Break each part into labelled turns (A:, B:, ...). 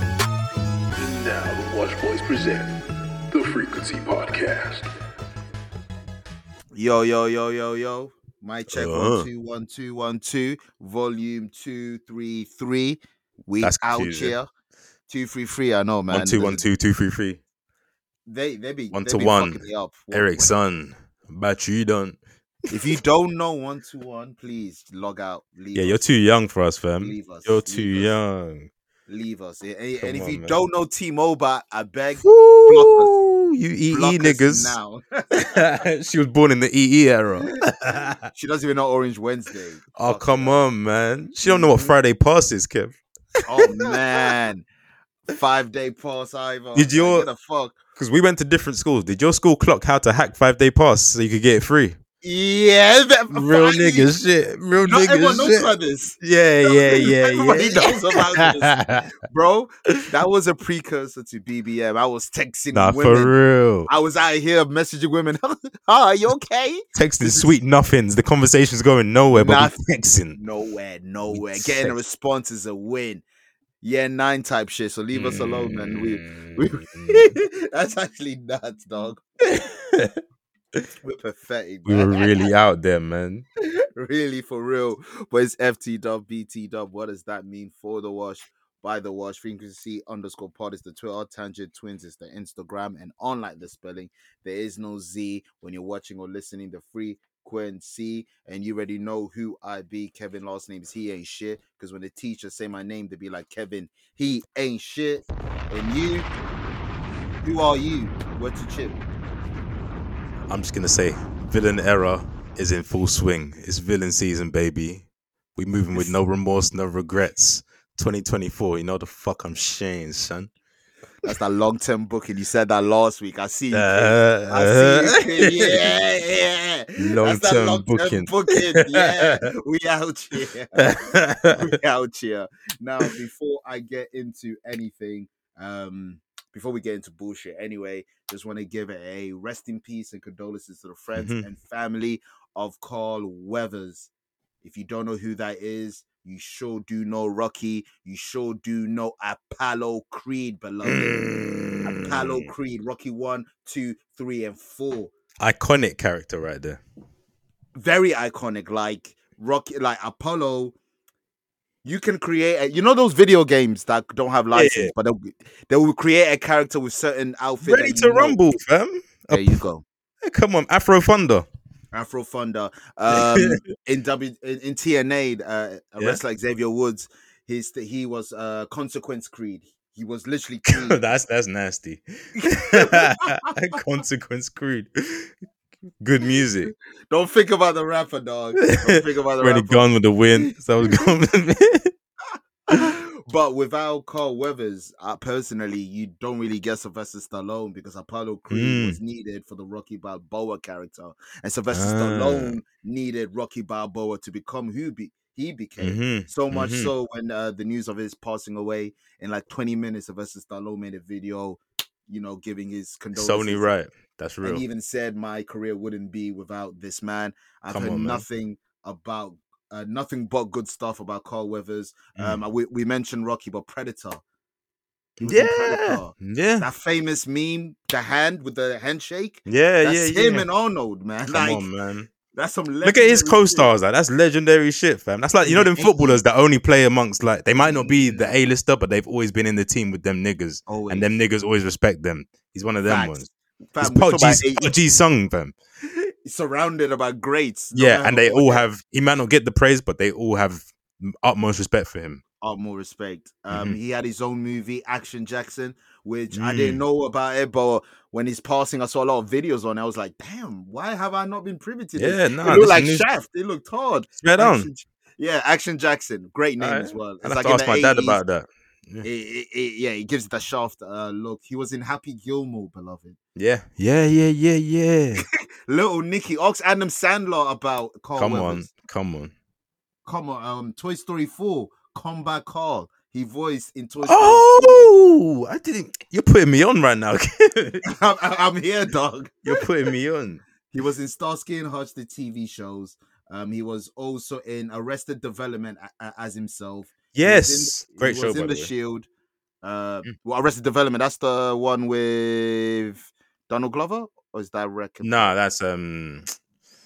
A: And now the Watch Boys present the Frequency Podcast.
B: Yo, yo, yo, yo, yo. My check
C: Uh-huh.
B: one two one two one two. Volume two three three. We
C: That's
B: out
C: confusing.
B: here. Two three three. I know, man.
C: One two one two two three three.
B: They they be
C: One
B: they
C: to
B: be
C: one.
B: fucking me up. One-
C: Eric's son, battery done.
B: If you don't know one to one, please log out. Leave
C: Yeah,
B: us.
C: you're too young for us, fam.
B: Leave us.
C: You're
B: leave
C: too
B: us,
C: young.
B: Leave us. And, and
C: Come
B: if
C: on,
B: you
C: man.
B: don't know T-Mobile, I beg.
C: Woo! You
B: block
C: EE
B: us
C: E niggas.
B: now.
C: she was born in the EE era.
B: She doesn't even know Orange Wednesday.
C: oh
B: Fuck
C: come
B: her.
C: on, man. She don't know what
B: Mhm.
C: Friday pass is, Kev.
B: Oh man. Five day pass, Ivan.
C: Did your-
B: the fuck?
C: Because we went to different schools. Did your school clock how to hack five day pass so you could get it free?
B: Yeah, that-
C: Real
B: finally,
C: niggas shit. Real
B: Not everyone
C: niggas
B: knows
C: shit.
B: about this,
C: Yeah, yeah, yeah,
B: Everybody knows about
C: yeah.
B: bro. That was a precursor to BBM. I was texting
C: nah,
B: women.
C: for real.
B: I was out here messaging women. oh, are you okay?
C: texting sweet nothings. The conversation's going nowhere, but we texting.
B: Nowhere, nowhere.
C: We
B: Getting a
C: text.
B: response is a win. Yeah, nine type shit. So leave us alone, man. We
C: we
B: that's actually nuts, dog. We're pathetic,
C: Mm. we were
B: man.
C: really out there, man.
B: really for real. But it's FT dub, BT dub. What does that mean for the wash? By the wash, frequency underscore pod is the Twitter, Tangent Twins is the Instagram, and unlike the spelling, there is no Z when you're watching or listening. The frequency, and you already know who I be. Kevin last name is he ain't shit. Because when the teacher say my name, they be like Kevin, he ain't shit. And you, who are you? What's your chip?
C: I'm just gonna say, villain era is in full swing. It's villain season, baby. We moving with no remorse, no regrets. 2024. You know the fuck I'm saying, son.
B: That's that long term booking. You said that last week. I see you. Kevin. I
C: Uh,
B: see you, kid. Yeah, yeah. That's that
C: Long-term
B: long-term
C: booking.
B: booking. Yeah, we out here. we out here. Now, before I get into anything, um, before we get into bullshit, anyway, just want to give a rest in peace and condolences to the friends
C: Mhm.
B: and family of Carl Weathers. If you don't know who that is, you sure do know Rocky. You sure do know Apollo Creed, beloved. Apollo
C: Mm.
B: Creed, Rocky one, two, three, and four.
C: Iconic character right there.
B: Very iconic. Like Rocky, like Apollo. You can create, a, you know, those video games that don't have
C: Yeah, yeah.
B: license, but they'll, they will create a character with certain outfit.
C: Ready
B: that
C: to
B: you know.
C: rumble, fam.
B: There you go.
C: Come on, Afro Thunder.
B: Afro Thunder. Um, in W in, in TNA, uh, a
C: Yeah.
B: wrestler Xavier Woods, his he was uh, Consequence Creed. He was literally Creed.
C: that's that's nasty. Consequence Creed. Good music.
B: Don't think about the rapper, dog. Don't think about the
C: Already
B: rapper.
C: gone with the win. So I was gone.
B: but without Carl Weathers, uh, personally, you don't really get Sylvester Stallone because Apollo Creed
C: Mm.
B: was needed for the Rocky Balboa character, and Sylvester
C: Ah.
B: Stallone needed Rocky Balboa to become who be- he became.
C: Mhm,
B: So much
C: mhm.
B: so, when uh, the news of his passing away in like 20 minutes, Sylvester Stallone made a video, you know, giving his condolences.
C: Sony right. That's
B: and
C: real.
B: even said my career wouldn't be without this man. I've
C: Come
B: heard
C: on, man.
B: nothing about uh, nothing but good stuff about Carl Weathers.
C: Mm.
B: Um, we, we mentioned Rocky, but Predator. He was in
C: Yeah.
B: Predator.
C: Yeah.
B: That famous meme, the hand with the handshake.
C: Yeah,
B: That's
C: yeah, yeah.
B: him and Arnold, man.
C: Come
B: like
C: on, man.
B: that's some.
C: Look at his
B: legendary
C: co-stars. Like, that's legendary shit, fam. That's like you know them footballers that only play amongst like they might not be the A-lister, but they've always been in the team with them niggas,
B: shit. Mm. Always.
C: and them niggas always respect them. He's one of them
B: Facts.
C: ones.
B: Fam,
C: It's
B: we talk about
C: Poggy's,
B: eight-
C: Poggy's song, fam.
B: surrounded about greats. no
C: Yeah,
B: matter
C: and they
B: what,
C: all have. He might not get the praise, but they all have utmost respect for him.
B: Oh, more respect. Um,
C: Mhm.
B: he had his own movie, Action Jackson, which I
C: Mm.
B: didn't know about it, but when he's passing, I saw a lot of videos on. it. I was like, damn, why have I not been privy to this?
C: Yeah,
B: It
C: nah,
B: looked
C: this
B: like
C: new-
B: Shaft. It looked hard.
C: spread on.
B: Action J- yeah, Action Jackson, great name
C: Alright.
B: as well. It's
C: I'll have
B: like
C: to
B: in
C: ask
B: the
C: my dad
B: 80s.
C: about that.
B: It, it, it- yeah, he gives it the Shaft uh, look. He was in Happy Gilmore, beloved.
C: Yeah, yeah, yeah, yeah, yeah.
B: Little Nicky, Ox Adam Sandler about Carl
C: come
B: Weathers.
C: on, come on.
B: Come on, um, Toy Story 4, Combat Carl. He voiced in Toy Story.
C: Oh, I didn't. You're putting me on right now.
B: I'm, I'm here, dog.
C: You're putting me on.
B: He was in Starsky and Hutch, the TV shows. Um, he was also in Arrested Development a- a- as himself. He was in-
C: Yes, great
B: he
C: show
B: Was
C: by
B: in
C: the
B: the
C: way. Mm.
B: Shield. Uh, well, Arrested Development. That's the one with Donald Glover, or is that Wreck?
C: Nah, that's um.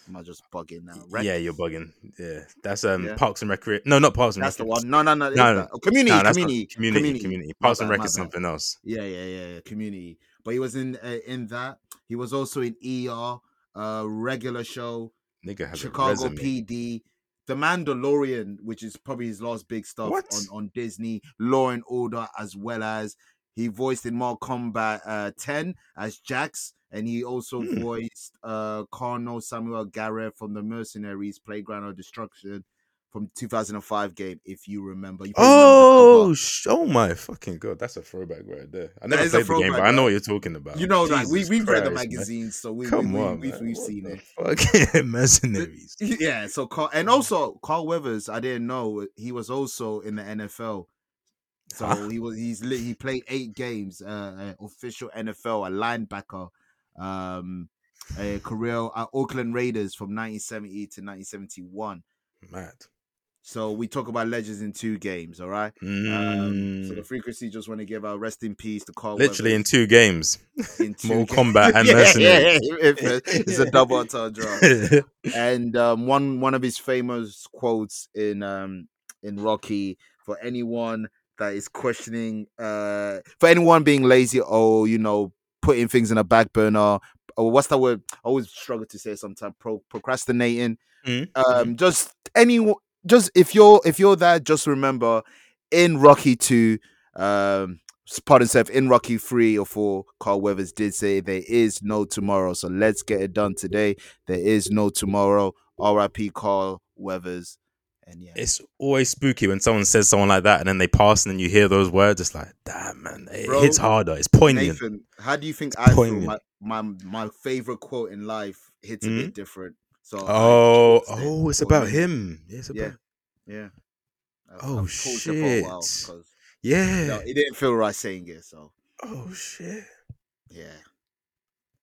B: Am I just bugging now? Wreck-
C: Yeah, you're bugging. Yeah, that's um.
B: Yeah.
C: Parks and Recreation. No, not Parks and
B: That's the
C: Recreation.
B: one. No, no, no. it is
C: No,
B: that. Oh, community,
C: Nah, that's not-
B: community,
C: community, community,
B: My
C: Parks and
B: bad,
C: Rec
B: my
C: is
B: bad.
C: something else.
B: Yeah, yeah, yeah, yeah. Community. But he was in uh, in that. He was also in ER, uh, regular show,
C: Nigga has
B: Chicago
C: a resume.
B: PD, The Mandalorian, which is probably his last big stuff
C: What?
B: on on Disney, Law and Order, as well as he voiced in Mortal Kombat uh, 10 as Jax, and he also
C: Hmm.
B: voiced uh Carno Samuel Garrett from The Mercenaries, Playground of Destruction. From 2005 game, if you remember. You probably remember the cover.
C: Oh, sh- oh my fucking god, that's a throwback right there. I never
B: is a
C: played the game, but
B: throwback,
C: I know
B: right?
C: what you're talking about.
B: You know, like we
C: Oh, Jesus
B: we've read the
C: Christ, man.
B: magazines, so we, we,
C: Come
B: we,
C: on,
B: we
C: man.
B: we've
C: What
B: seen
C: the
B: it.
C: Fuck mercenaries.
B: Yeah, so Carl
C: Mm.
B: and also Carl Weathers, I didn't know he was also in the NFL. So
C: Huh?
B: he was he's lit, he played eight games, uh, uh, official NFL, a linebacker, um, a career at Oakland Raiders from 1970 to 1971.
C: Mad.
B: So we talk about legends in two games, all right. Um, so
C: Mm,
B: the frequency just want to give our rest in peace to Carl.
C: literally
B: Weathers
C: in two games.
B: in two
C: Mortal
B: games.
C: Kombat and
B: Yeah, yeah,
C: Mercenaries.
B: yeah, if it- it's a double entendre. and um, one one of his famous quotes in um, in Rocky for anyone that is questioning, uh, for anyone being lazy or you know putting things in a back burner, or what's that word? I always struggle to say sometimes pro- procrastinating.
C: Mhm,
B: Um, just any just if you're if you're there, just remember in Rocky two. Um, pardon self in Rocky three or four, Carl Weathers did say there is no tomorrow, so let's get it done today. There is no tomorrow. R.I.P. Carl Weathers. And yeah,
C: it's always spooky when someone says someone like that and then they pass and then you hear those words. It's like, damn, man. It
B: Bro,
C: hits harder. It's poignant.
B: Nathan, how do you think
C: It's
B: I feel? My,
C: poignant.
B: my my favorite quote in life hits a bit different. So I
C: Mm-hmm. Oh,
B: paused it
C: oh, it's
B: for a
C: about
B: minute.
C: him. It's
B: Yeah.
C: about.
B: Yeah. I-
C: Oh,
B: I paused it for a while
C: shit.
B: 'cause, you know,
C: Yeah.
B: it didn't feel right saying it. So
C: Oh shit.
B: yeah.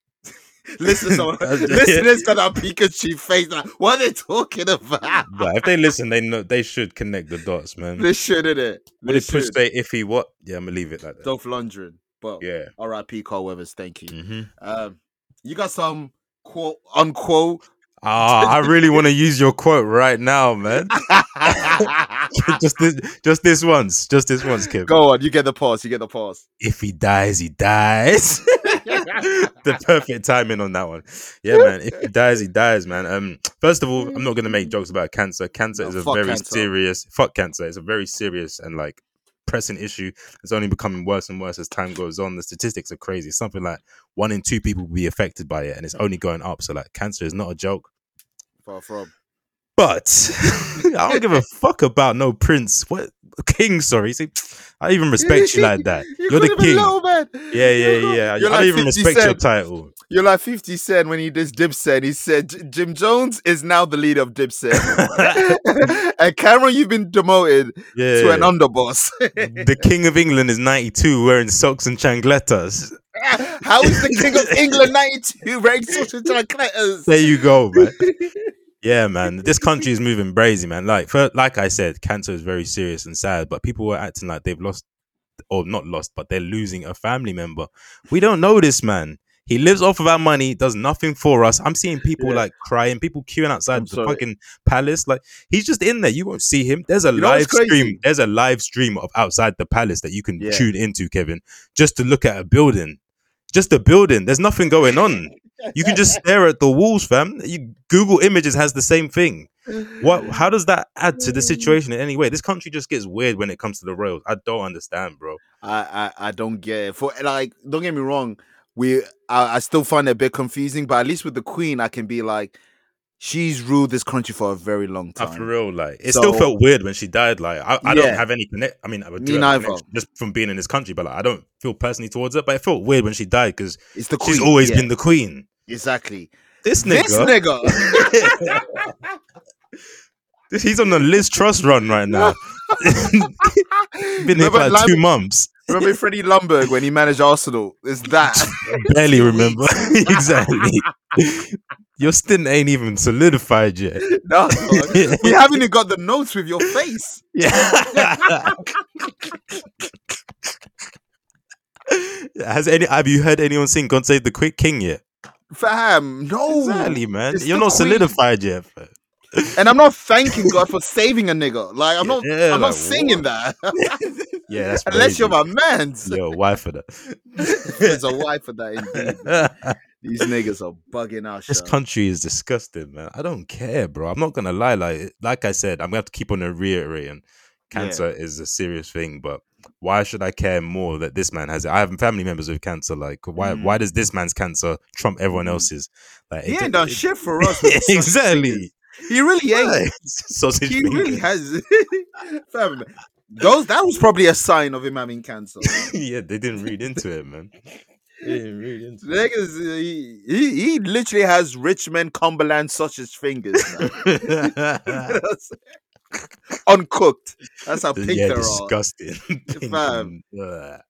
B: Listen, someone,
C: That's-
B: listeners got that Pikachu face. Like, what are they talking about?
C: But if they listen, they know they should connect the dots, man.
B: This shit in it.
C: When they
B: This
C: push
B: shit.
C: their iffy what? Yeah, I'm gonna leave it like that.
B: Dolph Lundgren. But
C: Yeah.
B: R.I.P. Carl Weathers. Thank you.
C: Mm-hmm.
B: Um, you got some quote unquote.
C: Ah, I really want to use your quote right now, man. just this, just this once, just this once, Kim.
B: Go on, you get the pause. You get the pause.
C: If he dies, he dies. the perfect timing on that one. Yeah, man. If he dies, he dies, man. Um, first of all, I'm not gonna make jokes about cancer. Cancer
B: No,
C: is a
B: fuck
C: very
B: cancer.
C: serious. Fuck cancer. It's a very serious and like pressing issue. It's only becoming worse and worse as time goes on. The statistics are crazy. Something like one in two people will be affected by it, and it's only going up. So like, cancer is not a joke.
B: Far from.
C: But I don't give a fuck about no prince. What king? Sorry, See, I don't even respect you like that.
B: You
C: You're the
B: could've been
C: king.
B: Little, man.
C: Yeah, yeah,
B: You could-
C: yeah. I
B: You're
C: don't
B: like
C: even
B: 50
C: respect your
B: Cent.
C: title.
B: You're like 50 Cent when he did Dipset. He said, "J- Jim Jones is now the leader of Dipset. and Cameron, you've been demoted
C: Yeah,
B: to an underboss.
C: the king of England is 92, wearing socks and changletas.
B: How is the king of England 92 ranked social calculators?
C: There you go, man. Yeah, man. This country is moving crazy, man. Like, for, like I said, cancer is very serious and sad, but people were acting like they've lost, or not lost, but they're losing a family member. We don't know this man. He lives off of our money, does nothing for us. I'm seeing people
B: Yeah.
C: like crying, people queuing outside
B: I'm
C: the
B: sorry.
C: fucking palace. Like he's just in there. You won't see him. There's a
B: You know what's
C: live stream.
B: crazy?
C: There's a live stream of outside the palace that you can
B: Yeah.
C: tune into, Kevin, just to look at a building. Just a building. There's nothing going on. You can just stare at the walls, fam. You Google Images has the same thing. What? How does that add to the situation in any way? This country just gets weird when it comes to the royals. I don't understand, bro.
B: I, I I don't get it. For like, don't get me wrong, we I, I still find it a bit confusing, but at least with the Queen, I can be like, she's ruled this country for a very long
C: Nah, for
B: time.
C: real, like it
B: So-
C: still felt weird when she died. Like I, I don't
B: Yeah.
C: have any connect. I mean, I would
B: Me
C: do have a
B: neither.
C: connection just from being in this country, but like, I don't feel personally towards it. But it felt weird when she died because
B: It's the Queen.
C: she's always
B: yeah,
C: been the queen.
B: exactly
C: This
B: this
C: nigga,
B: nigga.
C: he's on the Liz Truss run right now. Been here for
B: Remember
C: like
B: Lime-
C: two months.
B: Remember Freddie Lumberg when he managed Arsenal? It's that.
C: Barely remember. exactly. Your stint ain't even solidified yet.
B: no, dog. we haven't even got the notes with your face.
C: Yeah. Has any have you heard anyone sing God Save the Quick King yet?
B: Fam, no.
C: Exactly, man.
B: it's
C: You're
B: the
C: not
B: Queen.
C: solidified yet. fam.
B: And I'm not thanking God for saving a nigga. Like I'm not
C: Yeah,
B: I'm not
C: like,
B: singing that.
C: Yeah, that's
B: Unless you're
C: crazy.
B: my man's.
C: Yo, why for
B: There's a wife for that indeed.
C: that?
B: These niggas are bugging out.
C: this country is disgusting, man. I don't care, bro. I'm not gonna lie. Like, like I said, I'm gonna have to keep on reiterating. Cancer is a serious thing, but why should I care more that this man has it? I have family members with cancer. Like, why?
B: Mm.
C: Why does this man's cancer trump everyone
B: Mm.
C: else's? Like,
B: He
C: it-
B: ain't done
C: it-
B: shit for us. with sausage fingers.
C: exactly.
B: He really ain't.
C: Sausage
B: He
C: fingers.
B: really has. Fam, those that was probably a sign of him having cancer.
C: yeah, they didn't read into it, man. They didn't read into
B: Niggas, uh, he, he he literally has Richmond Cumberland sausage fingers. man. You know
C: it.
B: what I'm saying? Uncooked. That's how pink
C: yeah,
B: they are.
C: disgusting. Pink
B: Fam.
C: and- ugh.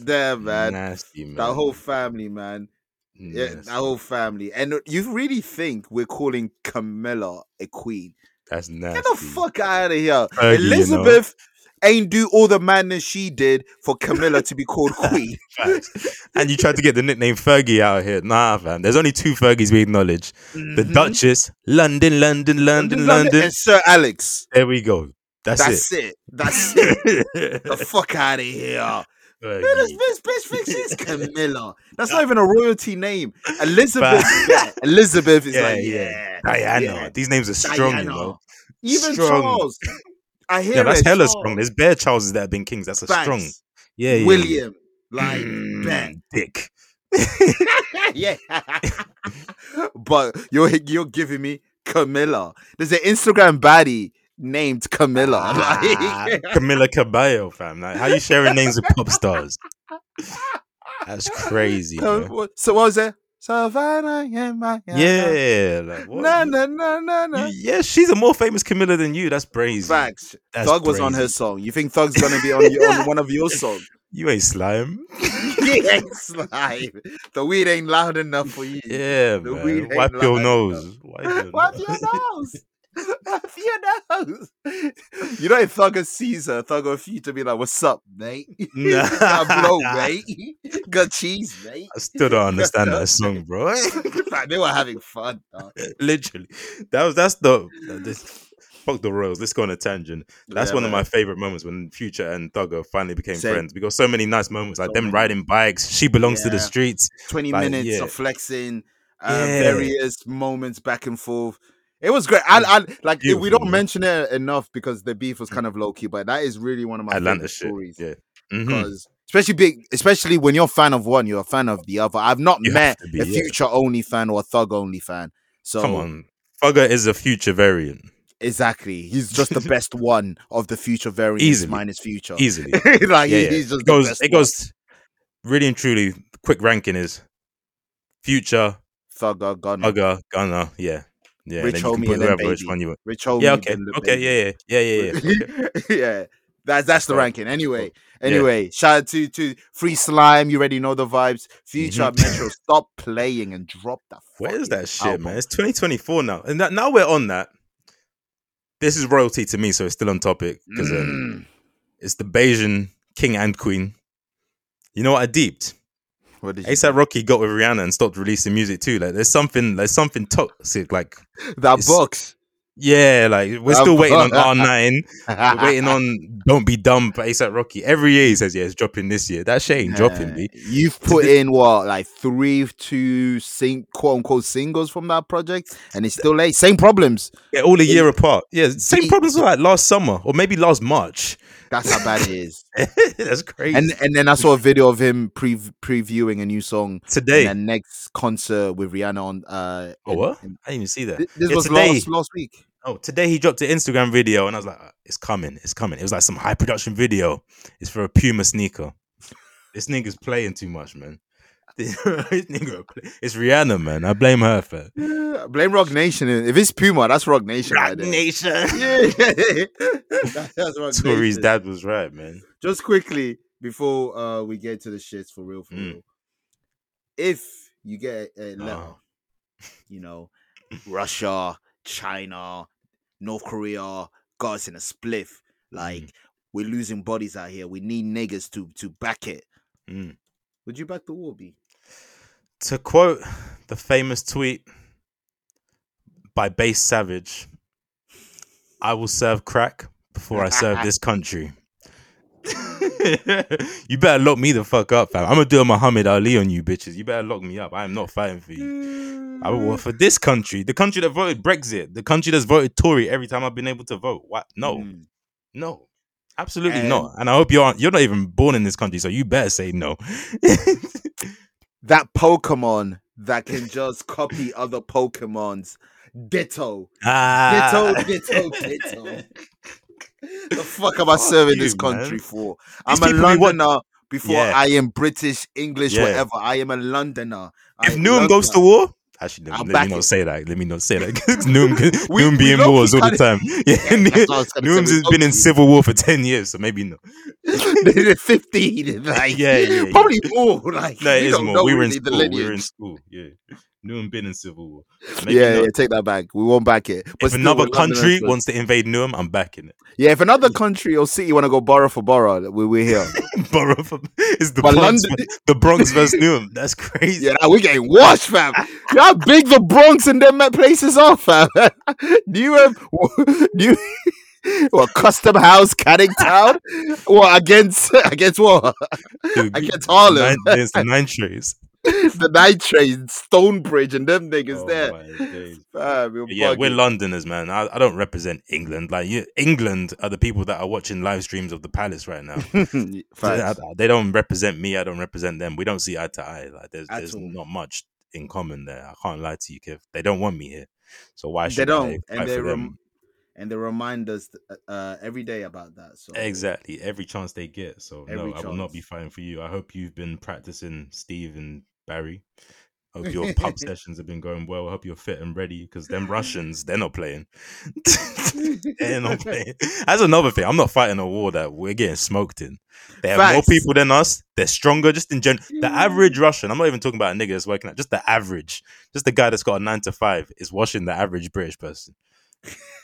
B: There, man.
C: Nasty, man.
B: That whole family, man. Yeah,
C: Nasty.
B: that whole family. And you really think we're calling Camilla a queen?
C: That's nasty.
B: Get the fuck out of here.
C: Fergie, you know.
B: Elizabeth ain't do all the madness she did for Camilla to be called queen.
C: Facts. and you tried to get the nickname Fergie out here. Nah, fam. There's only two Fergies we acknowledge. The
B: Mhm.
C: Duchess, London, London, London, London.
B: and Sir Alex.
C: There we go. That's,
B: That's it. That's it.
C: it.
B: The fuck out of here. Man, this
C: Fergie.
B: bitch, bitch thinks she's Camilla. That's not even a royalty name. Elizabeth.
C: Fam.
B: yeah, Elizabeth is
C: Yeah,
B: like,
C: yeah.
B: yeah.
C: Diana.
B: yeah,
C: These names are strong, you
B: Diana.
C: know.
B: Even
C: Strong.
B: Charles. I hear
C: Yeah, that's
B: it,
C: hella
B: Charles.
C: strong. There's bear Charleses that have been kings. That's a
B: Facts.
C: strong. Yeah, yeah.
B: William. Like,
C: Mm,
B: bet.
C: dick.
B: yeah. but you're you're giving me Camilla. There's an Instagram baddie named Camilla.
C: Ah,
B: Like,
C: Camila Cabello, fam. Like, how you sharing names with pop stars? That's crazy.
B: So,
C: bro.
B: what- so what was it? Savannah in my
C: Yeah, like, what?
B: Na na na na
C: You-
B: na.
C: yeah, she's a more famous Camilla than you. That's brazy.
B: Facts.
C: That's
B: Thug was on her
C: brazy.
B: song. You think Thug's gonna be on, your, on one of your songs?
C: You ain't slime.
B: yes, like the weed ain't loud enough for you.
C: Yeah,
B: The
C: man.
B: weed ain't
C: Wipe your
B: lying,
C: nose. Wipe your
B: Wipe
C: nose.
B: your nose. Wipe your nose. You know, if Thugger sees her, Thugger a few to be like, "What's up, mate?
C: Nah.
B: Got blow, mate. Got cheese, mate."
C: I still don't understand that song, bro.
B: Like, they were having fun. dog.
C: Literally, that was that's the this, fuck the Royals. Let's go on a tangent. That's
B: Yeah,
C: one of
B: man.
C: my favorite moments when Future and Thugger finally became
B: Same.
C: friends. We got so many nice moments, like
B: So
C: them
B: many.
C: riding bikes. She belongs to the
B: Yeah.
C: streets.
B: 20
C: Like,
B: minutes
C: yeah.
B: of flexing, um,
C: Yeah.
B: various moments back and forth. It was great. I, I like it, we
C: Beautiful,
B: don't
C: man. Mm.
B: mention it enough because the beef was kind of low key, but that is really one of my favorite
C: Atlanta shit.
B: stories.
C: Yeah, Mhm.
B: Because especially big, especially when you're a fan of one, you're a fan of the other. I've not
C: You have
B: met
C: to be,
B: a
C: yeah.
B: future only fan or a thug only fan. So
C: come on. Thugger is a Future variant
B: exactly, he's just the best one of the future variants
C: Easily.
B: minus future.
C: easily.
B: like
C: Yeah,
B: he-
C: yeah.
B: he's just
C: it
B: the
C: goes.
B: best
C: It goes. Really and truly, quick ranking is Future,
B: one. thugger, gunner,
C: Thugger, Gunner. Yeah, yeah.
B: Mm. Rich
C: and then you
B: Homie
C: can put
B: and then
C: whoever which
B: Baby.
C: one you want.
B: rich homie,
C: Yeah, okay,
B: then the
C: okay,
B: baby.
C: yeah, yeah, yeah, yeah, yeah. Okay.
B: yeah. That's that's the
C: Alright,
B: ranking. Anyway,
C: Yeah.
B: anyway, shout out to to Free Slime. You already know the vibes. Future
C: Mhm.
B: Metro, stop playing and drop that.
C: Where is
B: fucking
C: that shit, man?
B: album.
C: It's 2024 now, and that, now we're on that. This is royalty to me, so it's still on topic because
B: Mm.
C: um, it's the Bayesian king and queen. You know what I deeped?
B: What did you
C: ASAP Rocky got with Rihanna and stopped releasing music too. Like, there's something, there's something toxic. Like,
B: that
C: it's-
B: box?
C: yeah, like we're still waiting on R9. We're waiting on Don't Be Dumb for ASAP Rocky. Every year he says, "Yeah, it's dropping this year." That shit ain't dropping,
B: Yeah.
C: b.
B: Uh, You've put in what like three two sing quote unquote singles from that project, and it's still late. Same problems.
C: Yeah, all a year apart. Yeah, same
B: Deep.
C: problems with like last summer or maybe last March.
B: That's how bad it is.
C: That's crazy.
B: And and then I saw a video of him pre- previewing a new song
C: today,
B: and the next concert with Rihanna on. Uh,
C: Oh,
B: in-
C: what?
B: in-
C: I didn't even see that.
B: Th- This
C: Yeah,
B: was
C: today.
B: last last week.
C: Oh, today he dropped an Instagram video, and I was like, "Ah, "It's coming, it's coming." It was like some high production video. It's for a Puma sneaker. This nigga's playing too much, man. this nigga, it's Rihanna, man. I blame her for
B: Yeah, blame Rock Nation. If it's Puma, that's Rock Nation. right
C: Rock
B: there.
C: Nation.
B: Yeah, That- that's Rock
C: Tory's
B: Nation.
C: dad was right, man.
B: Just quickly before uh, we get to the shits for real, for
C: Mm.
B: real. If you get a a letter,
C: Oh.
B: you know, Russia, China, North Korea, God's in a
C: Mm.
B: spliff. Like we're losing bodies out here. We need niggas to to back it.
C: Mm.
B: Would you back the war, B?
C: To quote the famous tweet by Bass Savage, I will serve crack before I serve this country. you better lock me the fuck up, fam. I'm gonna do a Muhammad Ali on you bitches. You better lock me up. I am not fighting for you. I will
B: Mm.
C: work for this country, the country that voted Brexit, the country that's voted Tory every time I've been able to vote. What? No,
B: Mm.
C: no, absolutely not. And I hope you aren't. You're not even born in this country, so you better say no.
B: that Pokemon that can just copy other Pokemons. Ditto, ditto,
C: ah,
B: ditto, ditto. the fuck am I serving this
C: you, man.
B: country for?
C: These
B: I'm a
C: people be want-
B: Londoner before
C: Yeah.
B: I am British, English,
C: Yeah.
B: whatever. I am a Londoner.
C: If
B: I
C: Noom
B: love
C: goes
B: that.
C: to war, actually, let,
B: I'll
C: me- let
B: back
C: me
B: it.
C: not say that. Let me not say that. 'Cause Noom,
B: We-
C: Noom be
B: we
C: in
B: low-key
C: wars all the
B: kinda-
C: time. Yeah,
B: that's what I was gonna say,
C: Noom's
B: we
C: has been in
B: low-key-
C: civil war for ten years, so maybe no.
B: 15, like
C: Yeah, yeah, yeah.
B: probably more. Like
C: No, it
B: we
C: is
B: don't
C: more.
B: know
C: We were in
B: really the
C: school. We were in
B: lineage.
C: school. Yeah, Noom been in civil war. Maybe
B: Yeah,
C: not.
B: yeah, take that back. We won't back it. But
C: if
B: still,
C: another
B: we're Londoners,
C: country
B: but-
C: wants to invade Newham, I'm backing it.
B: yeah, if another country or city want to go borough for borough, we, we're here.
C: Borough for, it's the
B: But
C: Bronx,
B: London-
C: ver- the Bronx versus Newham. That's crazy.
B: Yeah, nah, we getting washed, fam. You know how big the Bronx and them places are, fam. Newham, New, what custom house, Canning Town, what against against what
C: Dude,
B: against Harlem,
C: nine- There's the nine trees.
B: the night train, Stonebridge, and them niggas
C: Oh
B: there.
C: my days.
B: Fam, you're
C: But Yeah, we're
B: bugging.
C: Londoners, man. I, I don't represent England. Like you, England are the people that are watching live streams of the Palace right now.
B: Facts.
C: They- they don't represent me. I don't represent them. We don't see eye to eye. Like there's
B: At
C: there's
B: all.
C: not much in common there. I can't lie to you, Kev. They don't want me here. So why
B: they
C: should
B: don't,
C: I fight
B: and they
C: for them?
B: rem- and they remind us uh, every day about that. So
C: Exactly. Every chance they get. So
B: Every
C: no, I will not be
B: chance.
C: fighting for you. I hope you've been practicing Steve and Barry. Hope your pub sessions have been going well. Hope you're fit and ready because them Russians, they're not playing. they're not playing. That's another thing. I'm not fighting a war that we're getting smoked in. They have
B: Facts.
C: more people than us. They're stronger just in general. The
B: Mm.
C: average Russian, I'm not even talking about a nigga that's working out, just the average, just the guy that's got a nine to five is watching the average British person.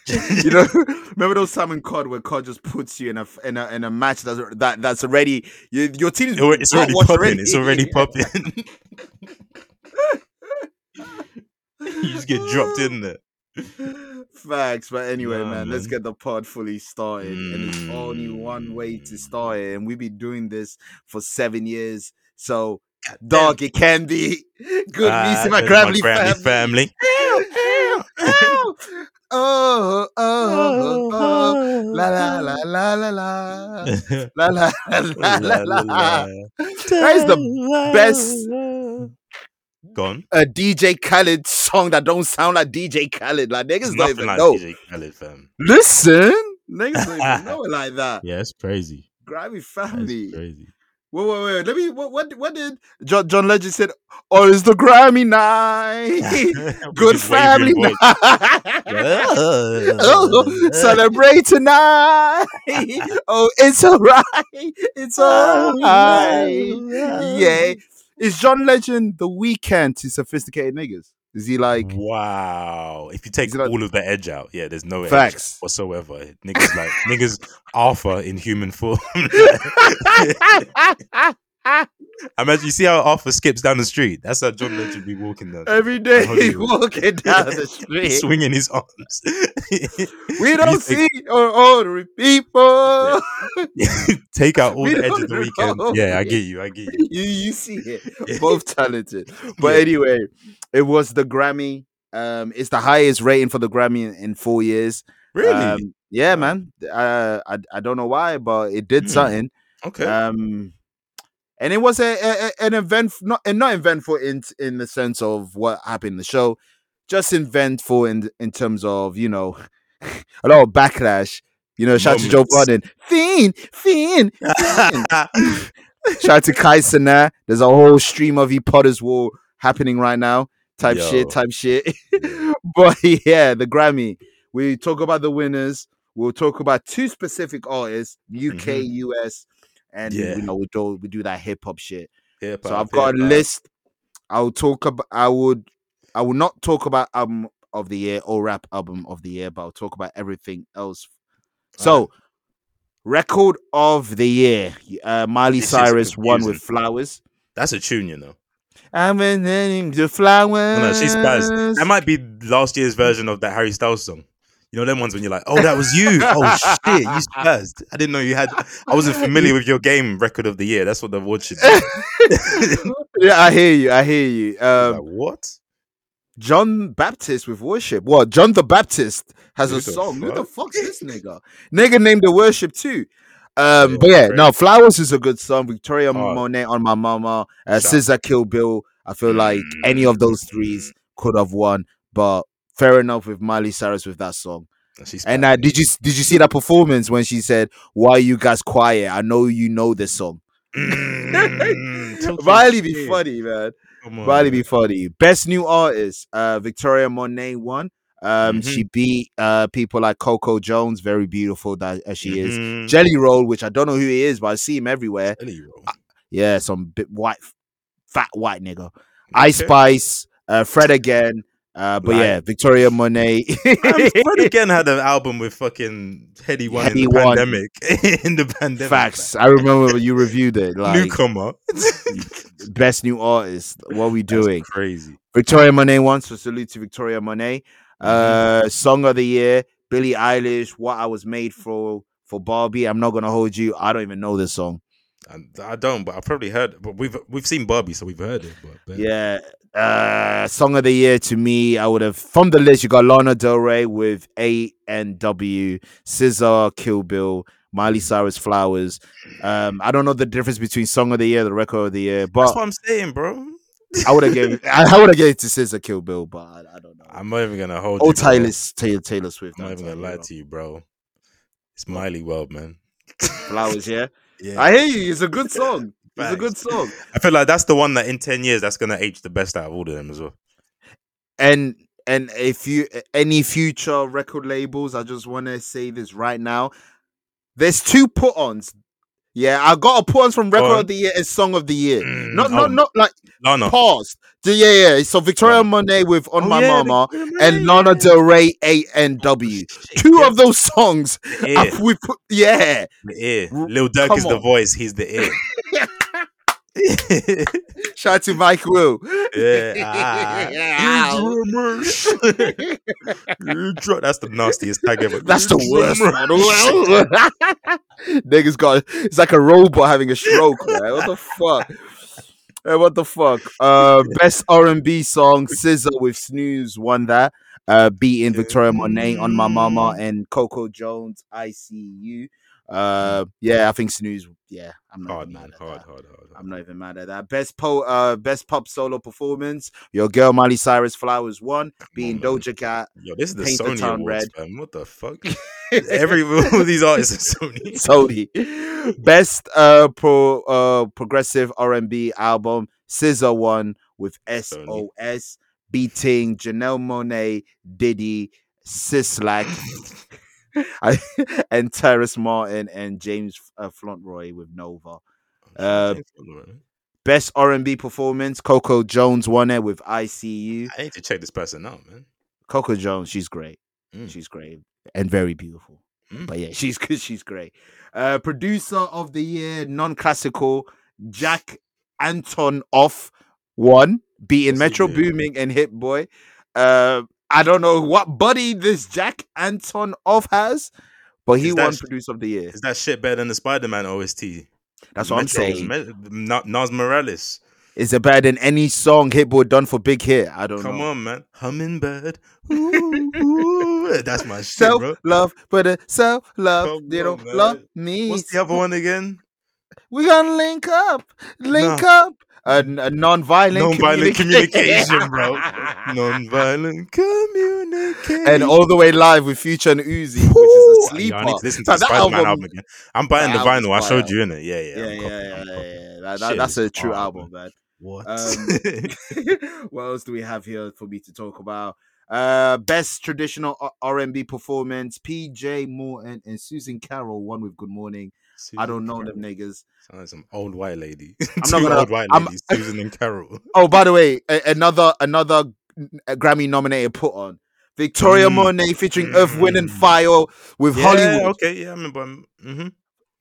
B: you know, remember those time in COD where COD just puts you in a in a, in a match that's that that's already you, your team is
C: It's already
B: outwashed
C: popping. It's already popping. you just get dropped in there.
B: Facts, but anyway,
C: Nah,
B: man, let's
C: man. Mm.
B: get the pod fully started, and it's only one way to start it, and we've been doing this for seven years, so dog, it can be good.
C: Ah,
B: music, my
C: there's
B: Grammy
C: Grammy
B: family.
C: family.
B: Ow, ow, ow. oh, oh, oh, oh. La la la la la la. La la la la la. la. That is the best-
C: Gone.
B: a DJ Khaled song that don't sound like DJ Khaled. Like niggas
C: It's
B: don't
C: nothing
B: even
C: like
B: know.
C: DJ Khaled, fam.
B: Listen, niggas don't even know it like that.
C: Yeah, it's crazy.
B: Grammy
C: That's
B: family.
C: crazy.
B: Wait, wait, wait. Let me. What? What, what did John, John Legend said? Oh, it's the Grammy night. Good family night. Oh, celebrate tonight. oh, it's all right. It's all right. Yeah. Is John Legend the weekend to sophisticated niggas? Is he like
C: wow. If you take
B: it like-
C: all of the edge out, yeah, there's no edge
B: facts?
C: whatsoever. Niggas like niggas alpha in human form. I mean, you see how Arthur skips down the street. That's how John Legend be walking down,
B: Every day he's
C: Hollywood.
B: walking down the street.
C: swinging his arms.
B: We don't
C: He's
B: see our ordinary people.
C: Take out all
B: We
C: the edge
B: don't
C: of the weekend.
B: know.
C: Yeah, I get you. I get you.
B: You, you see it. Both talented. But
C: Yeah.
B: anyway, it was the Grammy. Um, it's the highest rating for the Grammy in, in four years.
C: Really?
B: Um, yeah,
C: Wow.
B: man. Uh, I I don't know why, but it did
C: Hmm.
B: something.
C: okay.
B: Um, and it was a, a- a- an event, not and not eventful in in the sense of what happened in the show, just eventful in in terms of you know a lot of backlash. You know, shout out to Joe
C: Moments.
B: Budden, Fiend, Fiend, Fiend. Shout out to Kai Sanaa. There's a whole stream of E Potter's War happening right now. Type
C: Yo.
B: shit, type shit. but yeah, the Grammy. We talk about the winners. We'll talk about two specific artists, UK, US, and
C: Mm-hmm. Yeah.
B: you know we do we do that hip hop shit.
C: Hip
B: So
C: hop,
B: I've got a
C: hip hop.
B: list. I'll talk about. I would. I will not talk about album of the year or rap album of the year, but I'll talk about everything else. So,
C: Alright.
B: record of the year. y- Uh, Miley
C: This is
B: Cyrus won with
C: confusing.
B: flowers.
C: That's a tune, you know.
B: I'm in the flowers.
C: No, no, she's spazzed. That might be last year's version of that Harry Styles song. You know them ones when you're like, oh, that was you. oh shit, you spazzed. I didn't know you had. I wasn't familiar with your game record of the year. That's what the award should be.
B: yeah, I hear you. I hear you.
C: like,
B: Um,
C: what?
B: John Baptist with worship. What? John the Baptist has
C: Who
B: a
C: the
B: song. Who the
C: fuck?
B: fuck's this nigga? Nigga named the worship too. Um,
C: Yeah,
B: but yeah,
C: crazy.
B: no, Flowers is a good song. Victoria
C: Hard.
B: Monet on my mama. Uh,
C: Shout.
B: SZA Kill Bill. I feel like any of those threes
C: Mm.
B: could have won, but fair enough with Miley Cyrus with that song.
C: She's
B: And uh, did you did you see that performance when she said, "Why are you guys quiet? I know you know this song."
C: Mm.
B: Miley be funny, man. Riley be funny. Best new artist, uh, Victoria Monet won. Um,
C: Mhm.
B: she beat uh people like Coco Jones, very beautiful that as she is.
C: Mm-hmm.
B: Jelly Roll, which I don't know who he is, but I see him everywhere. Yeah, some bit white, fat white nigga. Ice Spice, uh, Fred again. Uh, but
C: Like-
B: yeah, Victoria Monet.
C: Um, Fred again had an album with fucking Heady One
B: Heady
C: in the
B: One.
C: pandemic. in the pandemic,
B: Facts. I remember you reviewed it.
C: like,
B: Like
C: newcomer.
B: best new artist. What we doing?
C: That's crazy.
B: Victoria Monet once, so salute to Victoria Monet. Uh, song of the year, Billie Eilish, What I Was Made For for Barbie. I'm not gonna hold you. I don't even know this song.
C: And I don't, but I've probably heard. But we've we've seen Barbie, so we've heard it. But, but-
B: Yeah. Uh, song of the year to me, I would have from the list. You got Lana Del Rey with A N W, Scissor, Kill Bill, Miley Cyrus, Flowers. Um, I don't know the difference between song of the year, the record of the year,
C: that's what
B: but
C: I'm saying, bro.
B: I would have gave I, I would have gave it to Scissor, Kill Bill, but I, I don't know.
C: I'm not even gonna hold.
B: oh,
C: you, bro.
B: Taylor, Taylor, Taylor Swift.
C: I'm not
B: I'm
C: even gonna
B: telling
C: lie
B: you,
C: to you, bro. It's Miley World, man.
B: Flowers, yeah.
C: Yeah,
B: I hear you. It's a good song. It's a good
C: Facts.
B: song.
C: I feel like that's the one that in ten years that's gonna age the best out of all of them as well.
B: And and if you any future record labels, I just want to say this right now. There's two put-ons. Yeah, I got a put-ons from
C: Go
B: record
C: on.
B: of the year and song of the year.
C: Mm,
B: Not
C: oh,
B: not not like
C: Lana.
B: past. The- Yeah, yeah. So Victoria
C: Right.
B: Monet with On
C: Oh,
B: My
C: yeah, the-
B: Mama
C: the-
B: and Lana Del Rey A N W.
C: Shit,
B: Two
C: yeah,
B: of those songs.
C: the
B: I-
C: ear,
B: we put yeah.
C: the ear.
B: R-
C: Lil Durk
B: come
C: is the
B: on.
C: voice. He's the ear.
B: Shout out to Mike Will.
C: yeah. ah.
B: Yeah.
C: Rumors. Dr- that's the nastiest tag ever.
B: That's the worst.
C: Rumors.
B: man. Niggas got it's like a robot having a stroke, man. What the fuck? Eh, what the fuck? Uh, best R and B song, Scissor with Snooze won that. Uh, beating Victoria Monet on my mama and Coco Jones. I see you. Uh, yeah, I think Snooze. Yeah, I'm not
C: Hard
B: even
C: man.
B: mad at
C: Hard. Hard.
B: that.
C: Hard. hard.
B: I'm not even mad at that. Best po, uh, best pop solo performance. Your girl Miley Cyrus Flowers won, being
C: man.
B: Doja Cat.
C: Yo, this is the
B: Paint the
C: Sony
B: town
C: awards,
B: red.
C: man. What the fuck? Every all these artists are Sony.
B: Tony. Best uh pro uh progressive R and B album, Scissor one with S O S beating Janelle Monet, Diddy, Sislak, and Terrace Martin and James uh, Fauntleroy with Nova. Uh, Best R and B performance, Coco Jones won it with ICU.
C: I need to check this person out, man.
B: Coco Jones, she's great.
C: Mm.
B: She's great and very beautiful.
C: Mm.
B: But yeah, she's good. She's great. Uh, producer of the year, non-classical, Jack Anton off one, beating
C: What's he
B: Metro
C: doing?
B: Booming and Hit Boy. Uh, I don't know what buddy this Jack Anton off has, but he
C: Is that
B: won
C: sh-
B: producer of the year.
C: Is that shit better than the Spider-Man OST?
B: That's what I'm
C: Metro was
B: saying.
C: Me- Na- Nas Morales.
B: Is it better than any song Hit Boy done for Big Hit? I don't
C: Come
B: know.
C: on, man. Hummingbird. Ooh, ooh. That's my shit,
B: Self
C: bro.
B: love, but uh, self love,
C: Come
B: they
C: on,
B: don't
C: man.
B: love me.
C: What's the other one again?
B: We gonna link up, link up. A, a non-violent,
C: Non-violent
B: communica-
C: communication, bro. Non-violent communication.
B: and all the way live with Future and Uzi, which is
C: Ooh,
B: a sleeper.
C: yeah, I need to listen to
B: So
C: the
B: that
C: Spider-Man album,
B: album-
C: again. I'm buying
B: that
C: the vinyl. I
B: album's
C: showed
B: fire.
C: you in it. Yeah, yeah.
B: Yeah,
C: I'm
B: yeah,
C: copying,
B: yeah,
C: I'm
B: yeah,
C: copying.
B: yeah. That, that-
C: Shit
B: that's
C: is
B: a true
C: hard,
B: album, man.
C: What?
B: Um, what else do we have here for me to talk about? Uh, best traditional R- R&B performance: P.J. Morton and Susan Carroll won with "Good Morning." I don't know them niggas.
C: Sounds like some old white lady.
B: not
C: Two
B: gonna-
C: old white
B: I'm-
C: ladies, Susan and Carol.
B: Oh, by the way, a- another another uh, Grammy nominated put on Victoria
C: Mm.
B: Monet featuring Earth, Wind, and
C: Mm.
B: Fire with Hollywood.
C: Yeah, okay, yeah, I remember. Um, mhm.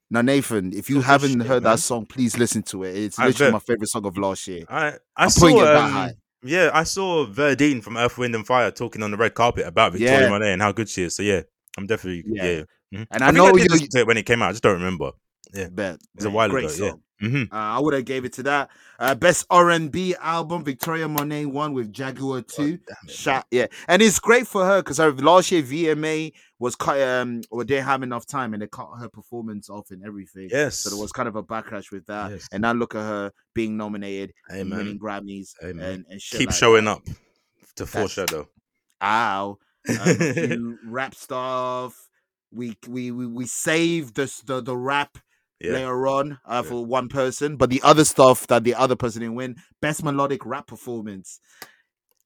B: Now, Nathan, if you
C: That's a
B: haven't
C: shit,
B: heard
C: man.
B: that song, please listen to it. It's
C: I
B: literally
C: bet.
B: my favorite song of last year.
C: I I
B: I'm
C: saw
B: putting it that
C: um,
B: high.
C: yeah, I saw Verdine from Earth, Wind and Fire talking on the red carpet about Victoria
B: Yeah.
C: Monet and how good she is. So yeah, I'm definitely
B: Yeah. Oh,
C: yeah. Mhm.
B: And I,
C: think
B: know
C: did
B: you
C: listen to it when it came out. I just don't remember.
B: bet.
C: It's a
B: man.
C: while
B: Great
C: ago, yeah.
B: song.
C: hmm
B: Uh, I would have gave it to that. Uh, best R and B album, Victoria Monet won with
C: Oh,
B: Jaguar Two. Sha- yeah, and it's great for her because last year VMA was cut. Um, or they didn't have enough time, and they cut her performance off and everything.
C: Yes.
B: So there was kind of a backlash with that.
C: Yes.
B: And now look at her being nominated,
C: Hey,
B: and
C: man.
B: winning Grammys,
C: Hey, man.
B: and, and shit
C: Keep
B: like
C: showing
B: that.
C: up to foreshadow.
B: Ow. um, a few rap stuff. We we we, we saved the, s- the the rap
C: yeah.
B: later on uh,
C: Yeah.
B: for one person, but the other stuff that the other person didn't win, best melodic rap performance.